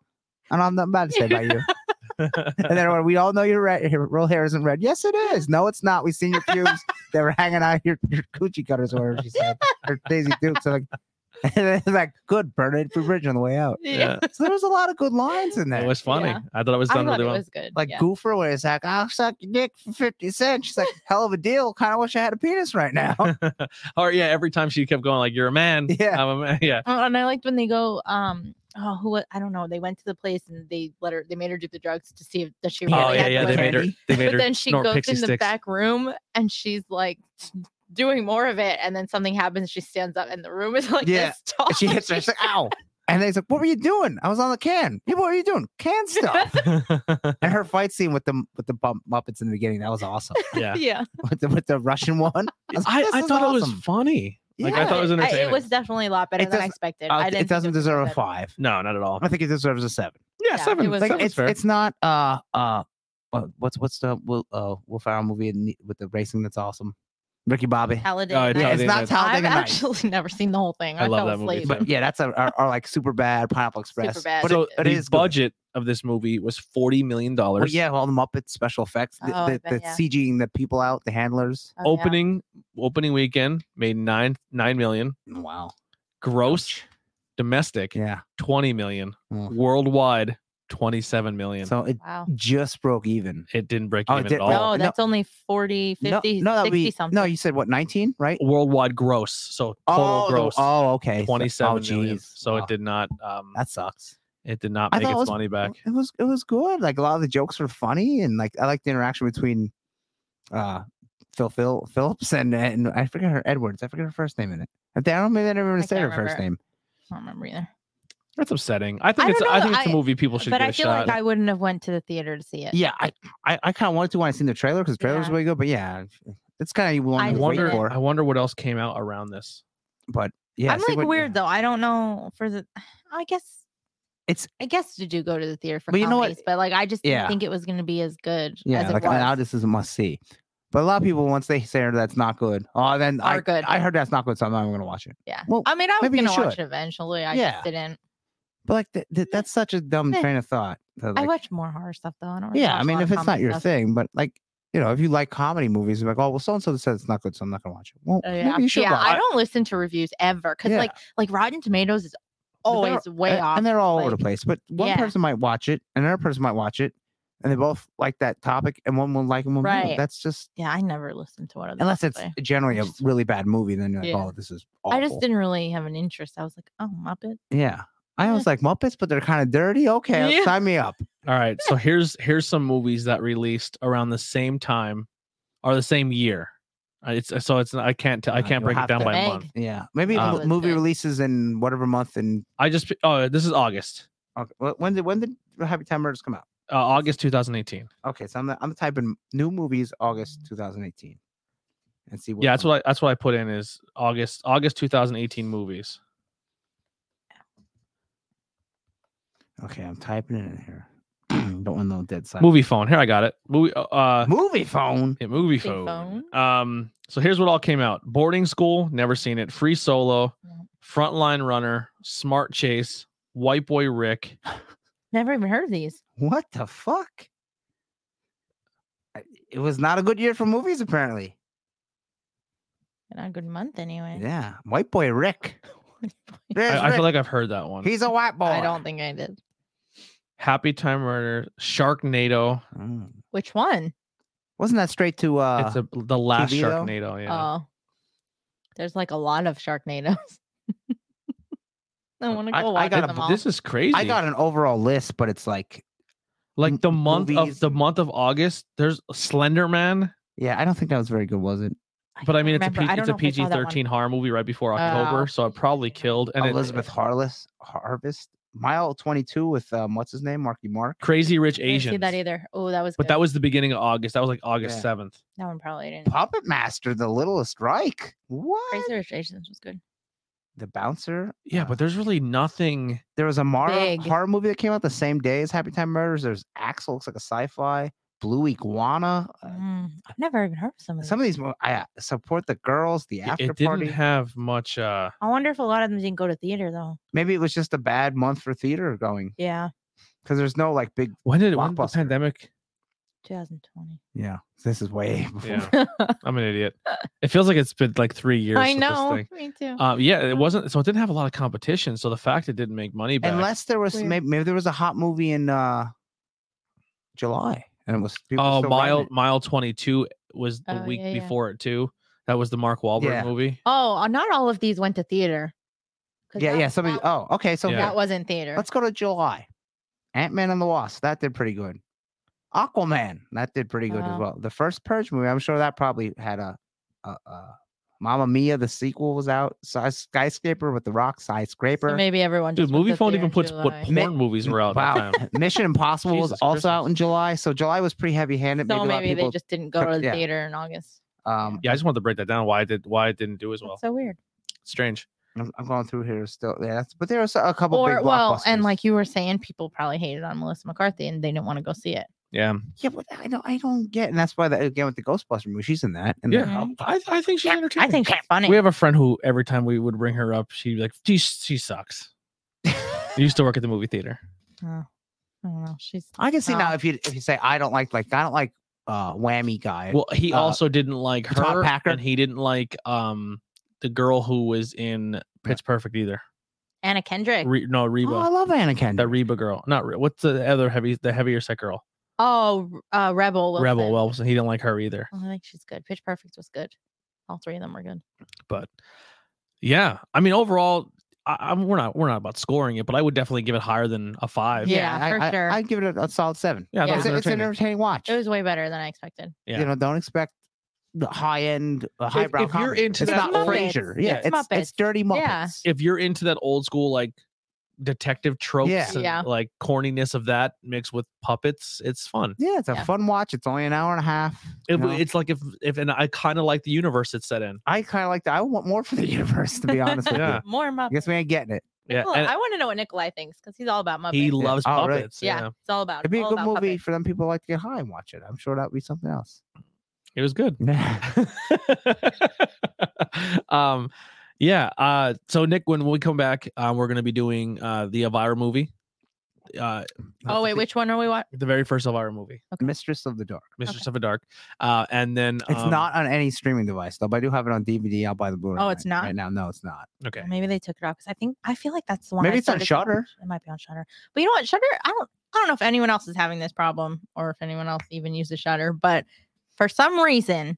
Speaker 2: And I'm not bad to say about you. And then everyone, we all know your red, your real hair isn't red. Yes, it is. No, it's not. We've seen your pubes. they were hanging out your, your coochie cutters, or whatever she said, or Daisy Dukes. I'm like, and then it's like, good, burn it for bridge on the way out.
Speaker 1: yeah.
Speaker 2: So there was a lot of good lines in there.
Speaker 1: It was funny.
Speaker 3: Yeah.
Speaker 1: I thought it was
Speaker 3: I
Speaker 1: done
Speaker 3: thought
Speaker 1: really
Speaker 3: it
Speaker 1: well.
Speaker 3: was good.
Speaker 2: like
Speaker 3: yeah.
Speaker 2: Goofer, where it's like, I'll suck your dick for 50 cents. She's like, hell of a deal. Kind of wish I had a penis right now.
Speaker 1: or yeah, every time she kept going like, "You're a man."
Speaker 2: Yeah.
Speaker 1: I'm a man. Yeah.
Speaker 3: Oh, and I liked when they go, um, oh, who wa- I don't know. They went to the place and they let her, they made her do the drugs to see if that she.
Speaker 1: Oh
Speaker 3: really
Speaker 1: yeah,
Speaker 3: had
Speaker 1: yeah. They
Speaker 3: drugs.
Speaker 1: made her.
Speaker 2: Candy.
Speaker 1: They made
Speaker 3: But
Speaker 1: her
Speaker 3: then she
Speaker 1: snort
Speaker 3: goes in
Speaker 1: pixie
Speaker 3: the
Speaker 1: sticks.
Speaker 3: back room and she's like doing more of it, and then something happens. She stands up and the room is like
Speaker 2: Yeah.
Speaker 3: this tall.
Speaker 2: And she hits her. She's like, ow. And then he's like, what were you doing? I was on the can. People, what are you doing? Can stuff. And her fight scene with the with the bump Muppets in the beginning, that was awesome.
Speaker 1: yeah.
Speaker 3: yeah,
Speaker 2: with the with the Russian one. I, was like,
Speaker 1: I,
Speaker 2: "This
Speaker 1: I
Speaker 2: is
Speaker 1: thought it
Speaker 2: awesome."
Speaker 1: was funny. Like I thought it was
Speaker 3: Yeah,
Speaker 1: entertaining.
Speaker 3: it was definitely a lot better
Speaker 2: It
Speaker 3: than I
Speaker 2: doesn't-
Speaker 3: expected.
Speaker 2: Uh,
Speaker 3: I
Speaker 2: it-
Speaker 3: didn't
Speaker 2: it
Speaker 3: think
Speaker 2: doesn't
Speaker 3: was
Speaker 2: deserve a
Speaker 3: better.
Speaker 2: five.
Speaker 1: no, not at all.
Speaker 2: I think it deserves a seven.
Speaker 1: Yeah,
Speaker 3: Yeah,
Speaker 1: seven.
Speaker 3: it was
Speaker 2: Like
Speaker 1: seven's
Speaker 2: it's
Speaker 1: fair.
Speaker 2: it's not uh uh what- what's what's the Will uh Will Ferrell movie in the- with the racing that's awesome, Ricky Bobby.
Speaker 3: Holiday.
Speaker 1: Oh,
Speaker 3: Night.
Speaker 1: it's Talladega
Speaker 2: it's not
Speaker 1: Nights.
Speaker 2: Talladega
Speaker 3: I've
Speaker 2: Nights,
Speaker 3: actually never seen the whole thing.
Speaker 1: I
Speaker 3: I,
Speaker 1: love
Speaker 3: fell
Speaker 1: that movie,
Speaker 3: asleep.
Speaker 1: too.
Speaker 2: but yeah, that's a are, are like super bad Pineapple Express.
Speaker 3: Superbad.
Speaker 2: But it-
Speaker 1: so
Speaker 2: but it
Speaker 1: the
Speaker 2: is good.
Speaker 1: budget of this movie was forty million
Speaker 2: Well,
Speaker 1: dollars.
Speaker 2: yeah, all the Muppet special effects, the,
Speaker 3: Oh, I
Speaker 2: the,
Speaker 3: bet,
Speaker 2: the
Speaker 3: yeah.
Speaker 2: CGing the people out, the handlers.
Speaker 3: Oh, yeah.
Speaker 1: Opening opening weekend made nine nine million.
Speaker 2: Wow.
Speaker 1: Gross domestic
Speaker 2: Yeah.
Speaker 1: twenty million.
Speaker 2: Mm.
Speaker 1: Worldwide twenty seven million.
Speaker 2: So it
Speaker 3: Wow.
Speaker 2: just broke even.
Speaker 1: it didn't break
Speaker 2: Oh, it
Speaker 1: even
Speaker 2: did-
Speaker 1: at all.
Speaker 3: No,
Speaker 2: no.
Speaker 3: that's only 40, 50,
Speaker 2: no, no, that'd
Speaker 3: 60
Speaker 2: be-
Speaker 3: something.
Speaker 2: no, you said what, 19, right?
Speaker 1: Worldwide gross. So total
Speaker 2: oh, the-
Speaker 1: gross.
Speaker 2: Oh, okay.
Speaker 1: Twenty seven million.
Speaker 2: jeez.
Speaker 1: So
Speaker 2: Wow.
Speaker 1: it did not. Um,
Speaker 2: That sucks.
Speaker 1: it did not
Speaker 2: I
Speaker 1: make
Speaker 2: thought
Speaker 1: its
Speaker 2: it was-
Speaker 1: money back.
Speaker 2: It was it was good. Like a lot of the jokes were funny, and like I like the interaction between uh Phil Phil Phillips and and I forget her Edwards. I forget her first name in it. I think- I don't maybe I never even
Speaker 3: I
Speaker 2: said her
Speaker 3: can't
Speaker 2: first name.
Speaker 3: remember. I don't remember either.
Speaker 1: That's upsetting. I think
Speaker 3: I
Speaker 1: it's.
Speaker 3: don't
Speaker 1: I
Speaker 3: know,
Speaker 1: think it's a
Speaker 3: I-
Speaker 1: movie people should
Speaker 3: But
Speaker 1: get
Speaker 3: I
Speaker 1: a
Speaker 3: feel
Speaker 1: shot.
Speaker 3: like I wouldn't have went to the theater to see it.
Speaker 2: Yeah, I I, I kind of wanted to when I seen the trailer because trailer's
Speaker 3: Yeah.
Speaker 2: really good. But yeah, it's kind of one
Speaker 1: I
Speaker 3: I
Speaker 2: to
Speaker 3: just
Speaker 2: wait
Speaker 1: wonder.
Speaker 3: didn't.
Speaker 2: for.
Speaker 1: I wonder what else came out around this.
Speaker 2: But yeah,
Speaker 3: I'm
Speaker 2: see
Speaker 3: like
Speaker 2: what-
Speaker 3: weird though. I don't know for the. I guess
Speaker 2: It's-
Speaker 3: I guess to do go to the theater for
Speaker 2: But you know what?
Speaker 3: comedies, but like I just didn't
Speaker 2: Yeah.
Speaker 3: think it was going to be as good.
Speaker 2: Yeah,
Speaker 3: as
Speaker 2: like
Speaker 3: it was.
Speaker 2: now this is a must see. But a lot of people once they say that's not good, oh then I
Speaker 3: Are good.
Speaker 2: I heard that's not good, so I'm not even gonna watch it.
Speaker 3: yeah.
Speaker 2: Well,
Speaker 3: I mean, I was
Speaker 2: maybe you
Speaker 3: going to watch
Speaker 2: should.
Speaker 3: it eventually. I
Speaker 2: Yeah.
Speaker 3: just didn't.
Speaker 2: but like th- th- that's such a dumb
Speaker 3: Eh.
Speaker 2: train of thought. to,
Speaker 3: I
Speaker 2: like-
Speaker 3: watch more horror stuff though. I don't. Really
Speaker 2: Yeah,
Speaker 3: watch
Speaker 2: I
Speaker 3: a
Speaker 2: mean,
Speaker 3: lot
Speaker 2: if
Speaker 3: of
Speaker 2: it's not
Speaker 3: comedy
Speaker 2: your
Speaker 3: stuff.
Speaker 2: thing, but like, you know, if you like comedy movies, you're like, oh, well, so and so said it's not good, so I'm not gonna watch it. Well,
Speaker 3: Oh, yeah,
Speaker 2: maybe you should
Speaker 3: yeah.
Speaker 2: watch
Speaker 3: I
Speaker 2: it.
Speaker 3: don't listen to reviews ever because
Speaker 2: Yeah.
Speaker 3: like like Rotten Tomatoes is
Speaker 2: But they're-
Speaker 3: always way
Speaker 2: and,
Speaker 3: off.
Speaker 2: and they're all over the
Speaker 3: like-
Speaker 2: place. But one
Speaker 3: Yeah.
Speaker 2: person might watch it, and another person might watch it, and they both like that topic, and one will like and one won't.
Speaker 3: Right.
Speaker 2: That's just
Speaker 3: yeah, I never listen to what other
Speaker 2: unless
Speaker 3: people
Speaker 2: it's
Speaker 3: say.
Speaker 2: generally a
Speaker 3: Just-
Speaker 2: really bad movie, then you're like,
Speaker 3: Yeah.
Speaker 2: oh, this is awful.
Speaker 3: I just didn't really have an interest. I was like, oh Muppet.
Speaker 2: Yeah. I
Speaker 3: Yeah.
Speaker 2: always like Muppets, but they're kind of dirty. Okay,
Speaker 3: Yeah.
Speaker 2: sign me up.
Speaker 1: All right. So here's here's some movies that released around the same time, or the same year. Uh, It's so it's. not- I can't. tell I
Speaker 2: Uh,
Speaker 1: can't
Speaker 2: you'll
Speaker 1: break it
Speaker 2: have
Speaker 1: down
Speaker 2: to-
Speaker 1: by
Speaker 3: Meg.
Speaker 1: month.
Speaker 2: Yeah, maybe
Speaker 1: Um,
Speaker 2: mo-
Speaker 3: Was
Speaker 2: movie
Speaker 3: good.
Speaker 2: releases in whatever month. And
Speaker 1: I just. Oh, this is August.
Speaker 2: okay, wh- when did when did Happy Time Murders come out?
Speaker 1: Uh, August 2018.
Speaker 2: Okay, so I'm gonna, I'm typing new movies August 2018, and see. What
Speaker 1: Yeah, that's
Speaker 2: comes-
Speaker 1: what I, that's what I put in is August August 2018 movies.
Speaker 2: Okay, I'm typing it in here. Don't want no dead silence.
Speaker 1: Movie phone. Here I got it. Movie. uh, Uh,
Speaker 2: movie phone.
Speaker 1: Yeah, movie
Speaker 3: Big
Speaker 1: phone.
Speaker 3: Phone.
Speaker 1: Um, so here's what all came out: boarding school, never seen it. Free solo,
Speaker 3: No.
Speaker 1: frontline runner, smart chase, white boy Rick.
Speaker 3: Never even heard of these.
Speaker 2: What the fuck? I- It was not a good year for movies, apparently.
Speaker 3: Not a good month anyway.
Speaker 2: Yeah, White Boy Rick. There's
Speaker 1: I, I feel
Speaker 2: Rick.
Speaker 1: like I've heard that one.
Speaker 2: he's a white boy.
Speaker 3: I don't think I did.
Speaker 1: Happy Time Murder, Sharknado.
Speaker 2: Mm.
Speaker 3: Which one?
Speaker 2: Wasn't that straight to uh?
Speaker 1: it's a, the last
Speaker 2: TV though?
Speaker 1: Sharknado.
Speaker 3: Oh,
Speaker 1: Yeah.
Speaker 3: there's like a lot of Sharknadoes. I want to go
Speaker 2: I- I
Speaker 3: watch
Speaker 2: got a
Speaker 3: them
Speaker 2: bu-
Speaker 3: all.
Speaker 1: This is crazy.
Speaker 2: I got an overall list, but it's like, m-
Speaker 1: like the month
Speaker 2: movies
Speaker 1: of the
Speaker 2: and-
Speaker 1: month of August. There's Slender Man,
Speaker 2: yeah, I don't think that was very good, was it?
Speaker 1: but I mean it's
Speaker 3: can't remember. I
Speaker 1: a
Speaker 3: don't
Speaker 1: P-
Speaker 3: know
Speaker 1: it's a
Speaker 3: if I saw that one. Uh,
Speaker 1: PG-13 horror movie right before October, so it probably killed. And it,
Speaker 2: Elizabeth Harless Harvest, Mile Twenty Two with um, what's his name, Marky Mark.
Speaker 1: Crazy Rich
Speaker 3: I didn't see
Speaker 1: Asians.
Speaker 3: that either. Oh, that was.
Speaker 1: But
Speaker 3: good.
Speaker 1: that was the beginning of August. That was like August
Speaker 2: Yeah.
Speaker 1: 7th.
Speaker 3: that one probably didn't.
Speaker 2: Puppet Master, The Littlest Reich. What?
Speaker 3: Crazy Rich Asians was good.
Speaker 2: The Bouncer.
Speaker 1: Yeah, but there's really nothing.
Speaker 2: There was a Mara
Speaker 3: Big.
Speaker 2: horror movie that came out the same day as Happy Time Murders. There's Axel, looks like a sci-fi. Blue Iguana. Uh,
Speaker 3: Mm, I've never even heard of some of these.
Speaker 2: Some of these, mo- I uh, support the girls. The
Speaker 1: It-
Speaker 2: after
Speaker 1: It didn't
Speaker 2: party.
Speaker 1: have much. uh
Speaker 3: I wonder if a lot of them didn't go to theater though.
Speaker 2: Maybe it was just a bad month for theater going.
Speaker 3: Yeah,
Speaker 2: because there's no like big.
Speaker 1: When did when did the
Speaker 2: Blockbuster.
Speaker 1: pandemic?
Speaker 3: 2020.
Speaker 2: Yeah, this is way before.
Speaker 1: Yeah, I'm an idiot. It feels like it's been like three years.
Speaker 3: I
Speaker 1: with this
Speaker 3: know.
Speaker 1: thing.
Speaker 3: Me too.
Speaker 1: Uh, yeah, it wasn't. So it didn't have a lot of competition. So the fact it didn't make money back.
Speaker 2: Unless there was
Speaker 3: Weird.
Speaker 2: maybe, maybe there was a hot movie in uh July and it was people were
Speaker 1: oh,
Speaker 2: still renting
Speaker 1: mile
Speaker 2: it.
Speaker 1: mile 22 was the
Speaker 3: Oh,
Speaker 1: week
Speaker 3: yeah, yeah.
Speaker 1: before it too. That was the Mark Wahlberg
Speaker 2: Yeah.
Speaker 1: movie.
Speaker 3: oh, uh, not all of these went to theater. 'Cause
Speaker 2: Yeah,
Speaker 3: that-
Speaker 2: yeah. Somebody.
Speaker 3: that-
Speaker 2: Oh, okay. So
Speaker 1: uh, Yeah.
Speaker 3: that wasn't theater.
Speaker 2: let's go to July. Ant Man and the Wasp that did pretty good. Aquaman that did pretty good as
Speaker 3: Wow.
Speaker 2: well. The first Purge movie, I'm sure that probably had a, a, a Mamma Mia. The sequel was out. Sky- Skyscraper with the Rock, skyscraper.
Speaker 3: So maybe everyone.
Speaker 1: Dude,
Speaker 3: just went
Speaker 1: movie
Speaker 3: to
Speaker 1: phone
Speaker 3: theater
Speaker 1: even
Speaker 3: in
Speaker 1: puts what
Speaker 3: July.
Speaker 1: porn
Speaker 2: Ma-
Speaker 1: movies were out at
Speaker 2: wow.
Speaker 1: that time.
Speaker 2: Mission Impossible was
Speaker 1: Jesus
Speaker 2: also out
Speaker 1: Christmas.
Speaker 2: in July, so July was pretty heavy-handed.
Speaker 3: So
Speaker 2: maybe a lot of
Speaker 3: maybe they
Speaker 2: people.
Speaker 3: just didn't go
Speaker 2: took-
Speaker 3: to the
Speaker 2: yeah.
Speaker 3: theater in August.
Speaker 2: um,
Speaker 1: Yeah, I just wanted to break that down. Why it did why it didn't do as well?
Speaker 3: That's so weird.
Speaker 1: Strange.
Speaker 2: I'm, I'm going through here still. Yeah, that's, but there was a couple
Speaker 3: Or
Speaker 2: big
Speaker 3: well, and
Speaker 2: blockbusters.
Speaker 3: like you were saying, people probably hated on Melissa McCarthy and they didn't want to go see it.
Speaker 1: Yeah,
Speaker 2: yeah, but I don't, I don't get, and that's why that again with the Ghostbuster movie, she's in that. And
Speaker 1: yeah.
Speaker 3: Mm-hmm.
Speaker 2: that helped.
Speaker 1: I, I think she's entertaining.
Speaker 3: I think she's funny.
Speaker 1: we have a friend who every time we would bring her up, she'd be like, "She she sucks." She used to work at the movie theater.
Speaker 3: I don't know. She's
Speaker 2: I can see now
Speaker 3: Oh.
Speaker 2: if you if you say I don't like like I don't like uh whammy guy.
Speaker 1: Well, he
Speaker 2: Uh,
Speaker 1: also didn't like her,
Speaker 2: Todd Packer?
Speaker 1: and he didn't like um the girl who was in Pitch Perfect either.
Speaker 3: Anna Kendrick.
Speaker 1: Re, no, Reba.
Speaker 2: oh, I love Anna
Speaker 1: uh, that
Speaker 2: Kendrick.
Speaker 1: Reba girl, not Re- what's the other heavy, the heavier set girl,
Speaker 3: oh, uh, Rebel. Wilson.
Speaker 1: Rebel Wilson. He didn't like her either.
Speaker 3: I think she's good. Pitch Perfect was good. All three of them were good.
Speaker 1: But yeah, I mean, overall, I, I'm, we're not we're not about scoring it, but I would definitely give it higher than a five.
Speaker 3: Yeah,
Speaker 2: I,
Speaker 3: for
Speaker 2: I,
Speaker 3: sure.
Speaker 2: I'd give it a, a solid seven.
Speaker 1: Yeah, I thought it
Speaker 3: Yeah.
Speaker 1: was
Speaker 2: It's, a- it's an
Speaker 1: entertaining.
Speaker 2: entertaining watch.
Speaker 3: It was way better than I expected.
Speaker 1: yeah.
Speaker 2: You know, don't expect the high end, uh, highbrow.
Speaker 1: if you're
Speaker 2: comedy.
Speaker 1: into
Speaker 2: it's
Speaker 1: that
Speaker 2: not
Speaker 3: old-
Speaker 2: Frasier.
Speaker 1: Yeah,
Speaker 2: Yeah,
Speaker 1: it's
Speaker 2: it's, it's,
Speaker 3: Muppets.
Speaker 2: dirty Muppets.
Speaker 3: Yeah.
Speaker 1: if you're into that old school like detective tropes
Speaker 2: Yeah.
Speaker 1: and
Speaker 3: Yeah.
Speaker 1: like corniness of that mixed with puppets, it's fun.
Speaker 2: Yeah, it's a
Speaker 3: Yeah.
Speaker 2: fun watch. It's only an hour and a half. you
Speaker 1: It,
Speaker 2: know?
Speaker 1: It's like if if and I kind of like the universe it's set in.
Speaker 2: I kind of like that. I want more for the universe, to be honest with
Speaker 1: Yeah.
Speaker 2: you.
Speaker 3: More
Speaker 2: I
Speaker 3: Muppets.
Speaker 2: guess we ain't getting it.
Speaker 1: Yeah,
Speaker 3: Well,
Speaker 1: and
Speaker 3: I want to know what Nikolai thinks because he's all about Muppets.
Speaker 1: he loves
Speaker 2: Oh, really?
Speaker 1: puppets.
Speaker 3: yeah,
Speaker 1: yeah.
Speaker 3: it's all about.
Speaker 2: It'd be a
Speaker 3: all
Speaker 2: good
Speaker 3: about
Speaker 2: movie
Speaker 3: Puppets.
Speaker 2: for them people who like to get high and watch it. I'm sure that'd be something else.
Speaker 1: it was good.
Speaker 2: Yeah.
Speaker 1: um yeah uh so nick when we come back uh, we're gonna be doing uh the elvira movie uh
Speaker 3: Oh wait, which one are we watching?
Speaker 1: the very first elvira movie
Speaker 2: Mistress of the Dark.
Speaker 1: mistress
Speaker 3: Okay.
Speaker 1: of the dark uh and then
Speaker 2: It's
Speaker 1: um,
Speaker 2: not on any streaming device though. But I do have it on DVD. I'll buy the Blu-ray.
Speaker 3: Oh, it's
Speaker 2: right-
Speaker 3: not?
Speaker 2: right now. No, it's not.
Speaker 1: okay
Speaker 3: Maybe they took it off because I think I feel like that's the one.
Speaker 2: Maybe
Speaker 3: I
Speaker 2: it's on
Speaker 3: started to
Speaker 2: Shudder.
Speaker 3: watch. It might be on Shutter. But you know what, Shutter? I don't. I don't know if anyone else is having this problem or if anyone else even uses Shutter, but for some reason,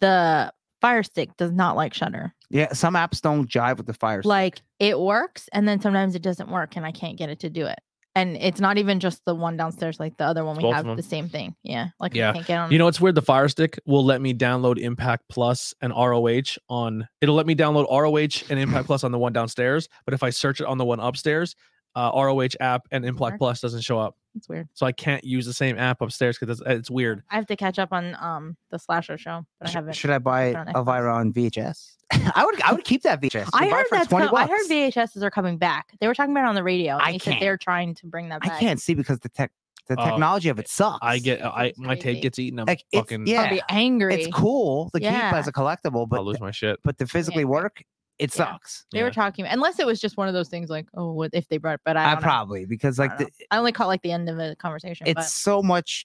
Speaker 3: the Fire Stick does not like Shutter.
Speaker 2: Yeah, some apps don't jive with the Fire. Stick.
Speaker 3: Like it works, and then sometimes it doesn't work, and I can't get it to do it. And it's not even just the one downstairs, like the other one we
Speaker 1: Both of
Speaker 3: have,
Speaker 1: them.
Speaker 3: the same thing. Yeah, like
Speaker 1: Yeah.
Speaker 3: I can't get on.
Speaker 1: you know what's weird the fire stick will let me download impact plus and roh on it'll let me download roh and impact plus on the one downstairs but if i search it on the one upstairs uh roh app and impact
Speaker 3: Work.
Speaker 1: plus doesn't show up
Speaker 3: it's weird.
Speaker 1: so i can't use the same app upstairs because it's, it's weird
Speaker 3: I have to catch up on um the slasher show, but I
Speaker 2: Sh-
Speaker 3: haven't.
Speaker 2: should I buy
Speaker 3: put on Xbox.
Speaker 2: Elvira on VHS? I would. I would keep that VHS. You buy
Speaker 3: I heard
Speaker 2: it for
Speaker 3: that's
Speaker 2: 20
Speaker 3: co- I heard
Speaker 2: bucks.
Speaker 3: VHSs are coming back. They were talking about it on the radio. and
Speaker 2: I
Speaker 3: they said they're trying to bring that
Speaker 2: I
Speaker 3: back.
Speaker 2: can't see because the tech, the
Speaker 1: Oh,
Speaker 2: technology of it sucks.
Speaker 1: i get i
Speaker 3: It's
Speaker 1: my tape
Speaker 3: crazy.
Speaker 1: gets eaten up
Speaker 2: Like, it's-
Speaker 1: fucking
Speaker 3: I'll
Speaker 2: yeah.
Speaker 3: be angry.
Speaker 2: It's cool to keep
Speaker 3: Yeah.
Speaker 2: as a collectible, but
Speaker 1: i'll lose my shit
Speaker 2: but to physically work, it
Speaker 3: Yeah.
Speaker 2: sucks.
Speaker 3: They
Speaker 1: Yeah.
Speaker 3: were talking, unless it was just one of those things like, oh, what if they brought? But I,
Speaker 2: I,
Speaker 3: don't know.
Speaker 2: probably because
Speaker 3: I
Speaker 2: like
Speaker 3: don't
Speaker 2: the,
Speaker 3: know. I only caught like the end of a conversation.
Speaker 2: it's so much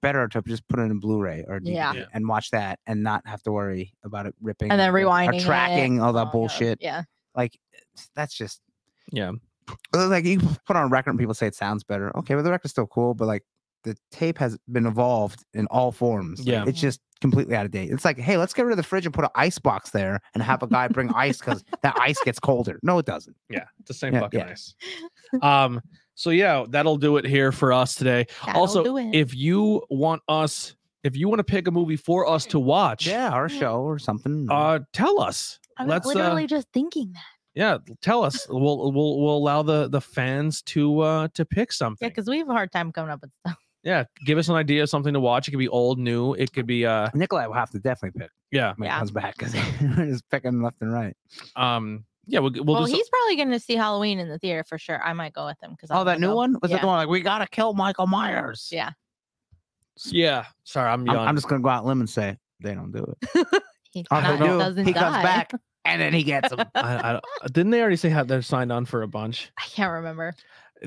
Speaker 2: better to just put it in Blu-ray or DVD
Speaker 3: Yeah.
Speaker 1: Yeah.
Speaker 2: and watch that and not have to worry about it ripping
Speaker 3: but, and then
Speaker 2: or-
Speaker 3: rewinding,
Speaker 2: or
Speaker 3: it,
Speaker 2: tracking all
Speaker 3: oh,
Speaker 2: that
Speaker 3: no,
Speaker 2: bullshit.
Speaker 3: Yeah,
Speaker 2: Like that's just
Speaker 1: yeah
Speaker 2: Well, like you put on a record and people say it sounds better. Okay, well the record's still cool, but like the tape has been evolved in all forms. Like,
Speaker 1: Yeah.
Speaker 2: it's just completely out of date. It's like, hey, let's get rid of the fridge and put an ice box there and have a guy bring ice because that ice gets colder. No, it doesn't.
Speaker 1: Yeah, it's the same
Speaker 2: Yeah,
Speaker 1: fucking
Speaker 2: yeah.
Speaker 1: ice. Um, so yeah, that'll do it here for us today.
Speaker 3: That'll
Speaker 1: also,
Speaker 3: do it.
Speaker 1: if you want us, if you want to pick a movie for us to watch,
Speaker 2: Yeah, or a
Speaker 3: Yeah.
Speaker 2: show or something.
Speaker 1: uh, tell us.
Speaker 3: I was
Speaker 1: Let's
Speaker 3: literally
Speaker 1: uh,
Speaker 3: just thinking that.
Speaker 1: yeah, tell us. We'll we'll we'll allow the the fans to uh to pick
Speaker 3: Yeah,
Speaker 1: something. Yeah,
Speaker 3: because we have a hard time coming up with stuff.
Speaker 1: give us an idea of something to watch. It could be old, new. It could be uh
Speaker 2: Nikolai will have to definitely pick
Speaker 1: yeah
Speaker 2: when
Speaker 3: Yeah.
Speaker 2: he comes back because we're just picking left and right.
Speaker 1: um yeah we'll we'll,
Speaker 3: Well,
Speaker 1: do so-
Speaker 3: he's probably going to see Halloween in the theater for sure. I might go with him because
Speaker 2: Oh, that new one? Was
Speaker 3: yeah.
Speaker 2: it the one like we gotta kill Michael Myers?
Speaker 3: Yeah,
Speaker 1: yeah. Sorry, I'm
Speaker 2: I'm,
Speaker 1: young.
Speaker 2: I'm just gonna go out on a limb and say they don't do it.
Speaker 3: he
Speaker 2: Oh, they
Speaker 3: not-
Speaker 2: do.
Speaker 3: doesn't
Speaker 2: He
Speaker 3: die.
Speaker 2: comes back and then he gets him.
Speaker 1: I, I, didn't they already say how they're signed on for a bunch?
Speaker 3: I can't remember.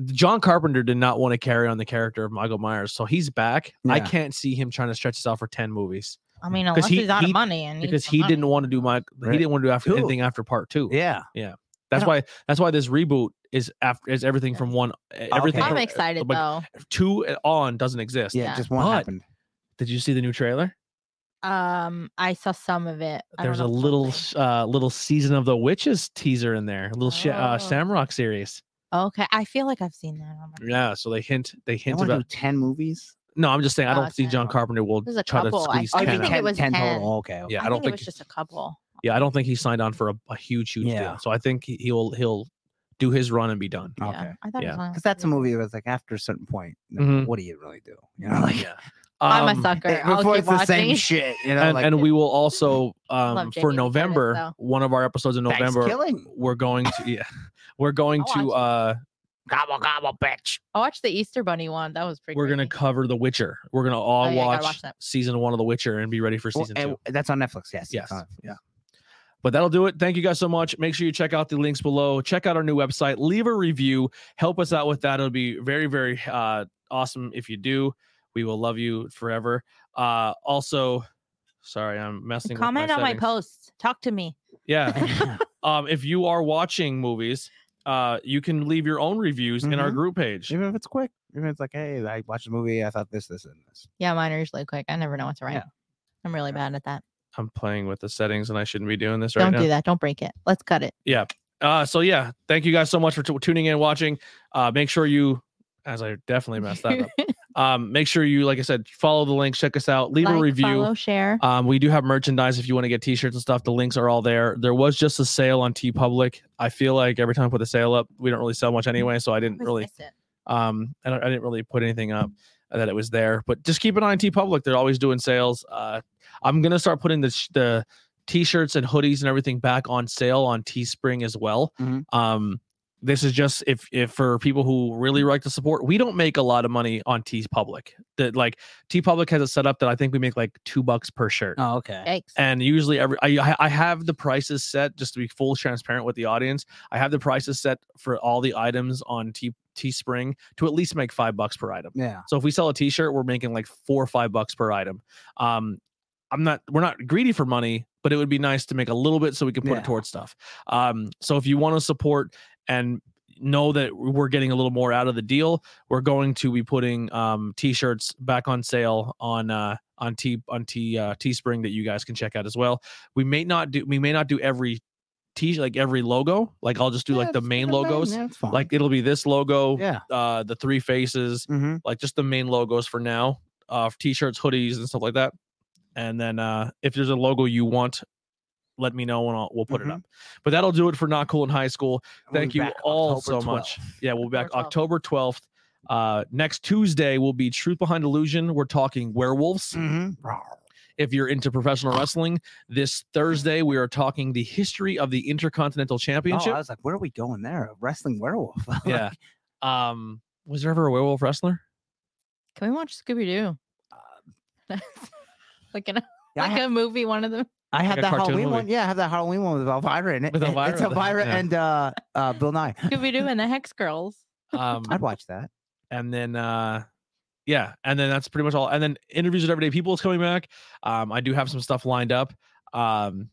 Speaker 1: John Carpenter did not want to carry on the character of Michael Myers, so he's back. I
Speaker 2: Yeah.
Speaker 1: can't see him trying to stretch this out for ten movies
Speaker 3: I mean,
Speaker 1: Because
Speaker 3: unless
Speaker 1: he-
Speaker 3: he's out
Speaker 1: he-
Speaker 3: of money and needs
Speaker 1: because
Speaker 3: some
Speaker 1: he
Speaker 3: money.
Speaker 1: didn't want to do my
Speaker 2: Right.
Speaker 1: he didn't want to do after
Speaker 2: Cool.
Speaker 1: anything after part two.
Speaker 2: Yeah.
Speaker 1: That's
Speaker 2: I
Speaker 1: why that's why this reboot is after is everything from one e, everything
Speaker 2: Oh, Okay.
Speaker 3: I'm
Speaker 1: from
Speaker 3: excited
Speaker 1: like,
Speaker 3: though.
Speaker 1: two uh, on doesn't exist.
Speaker 2: Yeah,
Speaker 3: Yeah.
Speaker 2: just one
Speaker 1: But-
Speaker 2: happened.
Speaker 1: Did you see the new trailer?
Speaker 3: Um, I saw some of it. I don't
Speaker 1: There's
Speaker 3: know
Speaker 1: a
Speaker 3: if it's
Speaker 1: little
Speaker 3: something-
Speaker 1: s- uh, little season of the witches teaser in there, a little sh- uh,
Speaker 3: Oh.
Speaker 1: Samrock series.
Speaker 3: Okay, I feel like I've seen that. On my...
Speaker 1: Yeah, so they hint they
Speaker 2: They
Speaker 1: hint
Speaker 2: want to do
Speaker 1: about.
Speaker 2: 10 movies?
Speaker 1: No, I'm just saying I don't see
Speaker 3: Oh, Okay.
Speaker 1: John Carpenter will
Speaker 3: There's a
Speaker 1: try to
Speaker 3: couple, I-
Speaker 1: squeeze
Speaker 3: I
Speaker 2: you
Speaker 1: ten.
Speaker 3: think
Speaker 1: out.
Speaker 3: it was
Speaker 2: 10
Speaker 3: 10.
Speaker 2: total. Okay. okay.
Speaker 1: Yeah, I don't
Speaker 3: it was
Speaker 1: think-
Speaker 3: just a couple.
Speaker 1: Yeah, I don't think he signed on for a, a huge huge
Speaker 2: Yeah.
Speaker 1: deal. So I think he- he'll he'll do his run and be done.
Speaker 2: Okay.
Speaker 3: Yeah, I thought it
Speaker 1: Yeah.
Speaker 3: was only
Speaker 2: Because
Speaker 3: like
Speaker 2: that's a
Speaker 3: three.
Speaker 2: movie that was like after a certain point, then
Speaker 1: Mhm.
Speaker 2: what do you really do? You know, like
Speaker 1: Yeah.
Speaker 3: I'm
Speaker 1: Um,
Speaker 3: a sucker.
Speaker 2: it-
Speaker 3: I'll
Speaker 2: before
Speaker 3: keep
Speaker 2: it's the same
Speaker 3: watching.
Speaker 2: shit, you know,
Speaker 1: and,
Speaker 2: like
Speaker 1: and we will also um, for
Speaker 3: Love Jamie Lee Curtis,
Speaker 1: November,
Speaker 3: though.
Speaker 1: one of our episodes in November,
Speaker 2: killing.
Speaker 1: we're going to yeah, we're going
Speaker 3: I'll
Speaker 1: to
Speaker 3: watch it.
Speaker 1: uh,
Speaker 2: Gobble gobble, bitch.
Speaker 3: I watched the Easter Bunny one. That was pretty.
Speaker 1: we're gonna
Speaker 3: crazy.
Speaker 1: cover The Witcher. We're gonna all
Speaker 3: Oh, yeah, I gotta
Speaker 1: watch,
Speaker 3: watch that.
Speaker 1: season one of The Witcher and be ready for
Speaker 2: Well,
Speaker 1: season
Speaker 2: and
Speaker 1: two.
Speaker 2: that's on Netflix. Yes. it's
Speaker 1: Yes.
Speaker 2: on Netflix.
Speaker 1: Yeah. But that'll do it. Thank you guys so much. Make sure you check out the links below. Check out our new website. Leave a review. Help us out with that. It'll be very, very uh, awesome if you do. We will love you forever. Uh, also, sorry, I'm messing.
Speaker 3: comment
Speaker 1: with
Speaker 3: on
Speaker 1: my
Speaker 3: my
Speaker 1: settings.
Speaker 3: posts. Talk to me.
Speaker 1: Yeah. um, if you are watching movies, uh, you can leave your own reviews in our
Speaker 2: Mhm.
Speaker 1: group page.
Speaker 2: Even if it's quick, even if it's like, hey, I watched the movie, I thought this, this, and this.
Speaker 3: Yeah, mine are usually quick. I never know what to write.
Speaker 2: Yeah.
Speaker 3: I'm really bad at that.
Speaker 1: I'm playing with the settings and I shouldn't be doing this right
Speaker 3: Don't
Speaker 1: now.
Speaker 3: do that. Don't break it. Let's cut it.
Speaker 1: Uh, so yeah, thank you guys so much for t- tuning in, and watching. Uh, make sure you, as I definitely messed that up. Um, make sure you, like I said, follow the links, check us out, leave a
Speaker 3: Like,
Speaker 1: review.
Speaker 3: Follow, share.
Speaker 1: Um, we do have merchandise if you want to get t-shirts and stuff. The links are all there. There was just a sale on T Public. I feel like every time I put the sale up, we don't really sell much anyway, so I didn't
Speaker 3: Always
Speaker 1: really
Speaker 3: miss it.
Speaker 1: um I, don't, I didn't really put anything up that it was there but just keep an eye on t public they're always doing sales uh i'm gonna start putting the sh- the t-shirts and hoodies and everything back on sale on teespring as well
Speaker 2: Mhm.
Speaker 1: um this is just if if for people who really like to support we don't make a lot of money on t public that like t public has it set up that i think we make like two bucks per shirt
Speaker 2: Oh, okay.
Speaker 3: Yikes.
Speaker 1: and usually every I, I have the prices set just to be full transparent with the audience i have the prices set for all the items on T, teespring to at least make five bucks per item
Speaker 2: Yeah.
Speaker 1: so if we sell a t-shirt we're making like four or five bucks per item um i'm not we're not greedy for money but it would be nice to make a little bit so we can put
Speaker 2: Yeah.
Speaker 1: it towards stuff um so if you want to support and know that we're getting a little more out of the deal we're going to be putting um t-shirts back on sale on uh on T on T uh, Teespring that you guys can check out as well. We may not do we may not do every T like every logo. Like I'll just do like the main logos. Like it'll be this logo,
Speaker 2: yeah.
Speaker 1: uh, the three faces,
Speaker 2: Mm-hmm.
Speaker 1: like just the main logos for now. Uh, t-shirts, hoodies, and stuff like that. And then uh, if there's a logo you want, let me know and I'll, we'll put
Speaker 2: Mhm.
Speaker 1: it up. But that'll do it for Not Cool in High School thank you all so much. Yeah, we'll be back October
Speaker 3: October
Speaker 1: 12th. Uh, next Tuesday will be Truth Behind Illusion. We're talking werewolves.
Speaker 2: Mm. Mm-hmm.
Speaker 1: If you're into professional wrestling, this Thursday we are talking the history of the Intercontinental
Speaker 2: Oh,
Speaker 1: Championship.
Speaker 2: I was like, where are we going there? A wrestling werewolf. Like,
Speaker 1: yeah. Um, was there ever a werewolf wrestler?
Speaker 3: Can we watch Scooby Doo?
Speaker 1: Uh,
Speaker 3: like in a,
Speaker 2: yeah, I,
Speaker 3: like
Speaker 2: ha-
Speaker 3: a movie, one of them.
Speaker 2: I had
Speaker 1: a
Speaker 2: that
Speaker 1: cartoon
Speaker 2: Halloween
Speaker 1: movie.
Speaker 2: one. Yeah, I have that Halloween one with Elvira in it.
Speaker 1: With
Speaker 2: It-
Speaker 1: Elvira,
Speaker 2: It's
Speaker 1: the-
Speaker 2: Elvira
Speaker 1: yeah.
Speaker 2: and uh, uh, Bill Nye.
Speaker 3: Scooby Doo and the Hex Girls.
Speaker 1: Um,
Speaker 2: I'd watch that.
Speaker 1: and then uh yeah and then that's pretty much all and then interviews with everyday people is coming back um i do have some stuff lined up um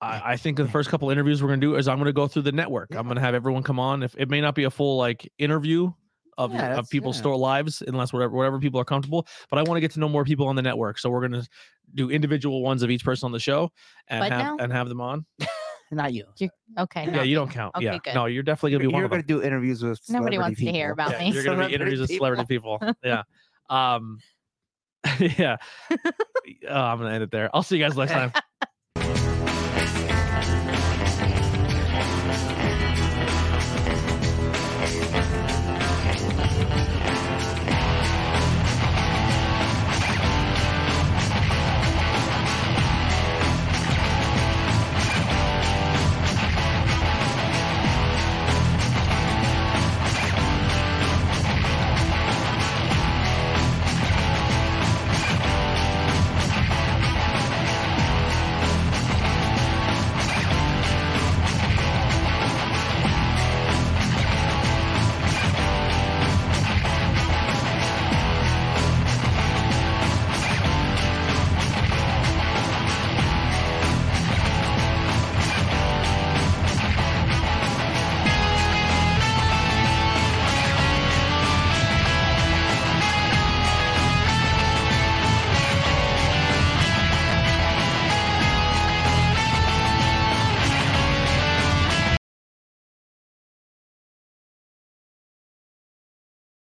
Speaker 1: I, I think the first couple interviews we're gonna do is i'm gonna go through the network i'm
Speaker 2: Yeah.
Speaker 1: gonna have everyone come on if it may not be a full like interview of,
Speaker 2: Yeah,
Speaker 1: of
Speaker 2: that's-
Speaker 1: people's
Speaker 2: yeah.
Speaker 1: store lives unless whatever whatever people are comfortable but i want to get to know more people on the network so we're gonna do individual ones of each person on the show and
Speaker 3: But
Speaker 1: have
Speaker 3: now-
Speaker 1: and have them on
Speaker 2: Not you.
Speaker 3: Okay.
Speaker 1: yeah
Speaker 3: no.
Speaker 1: you don't count
Speaker 3: Okay,
Speaker 1: yeah
Speaker 3: good.
Speaker 1: no you're definitely gonna be
Speaker 2: You're,
Speaker 1: one of them
Speaker 2: going to do interviews with
Speaker 3: Nobody
Speaker 2: celebrity
Speaker 3: wants to
Speaker 2: people.
Speaker 3: hear about
Speaker 1: yeah,
Speaker 3: me.
Speaker 1: You're gonna be
Speaker 2: Celebrity
Speaker 1: interviews with celebrity people. Yeah. Um yeah. Uh, I'm gonna end it there. I'll see you guys next time.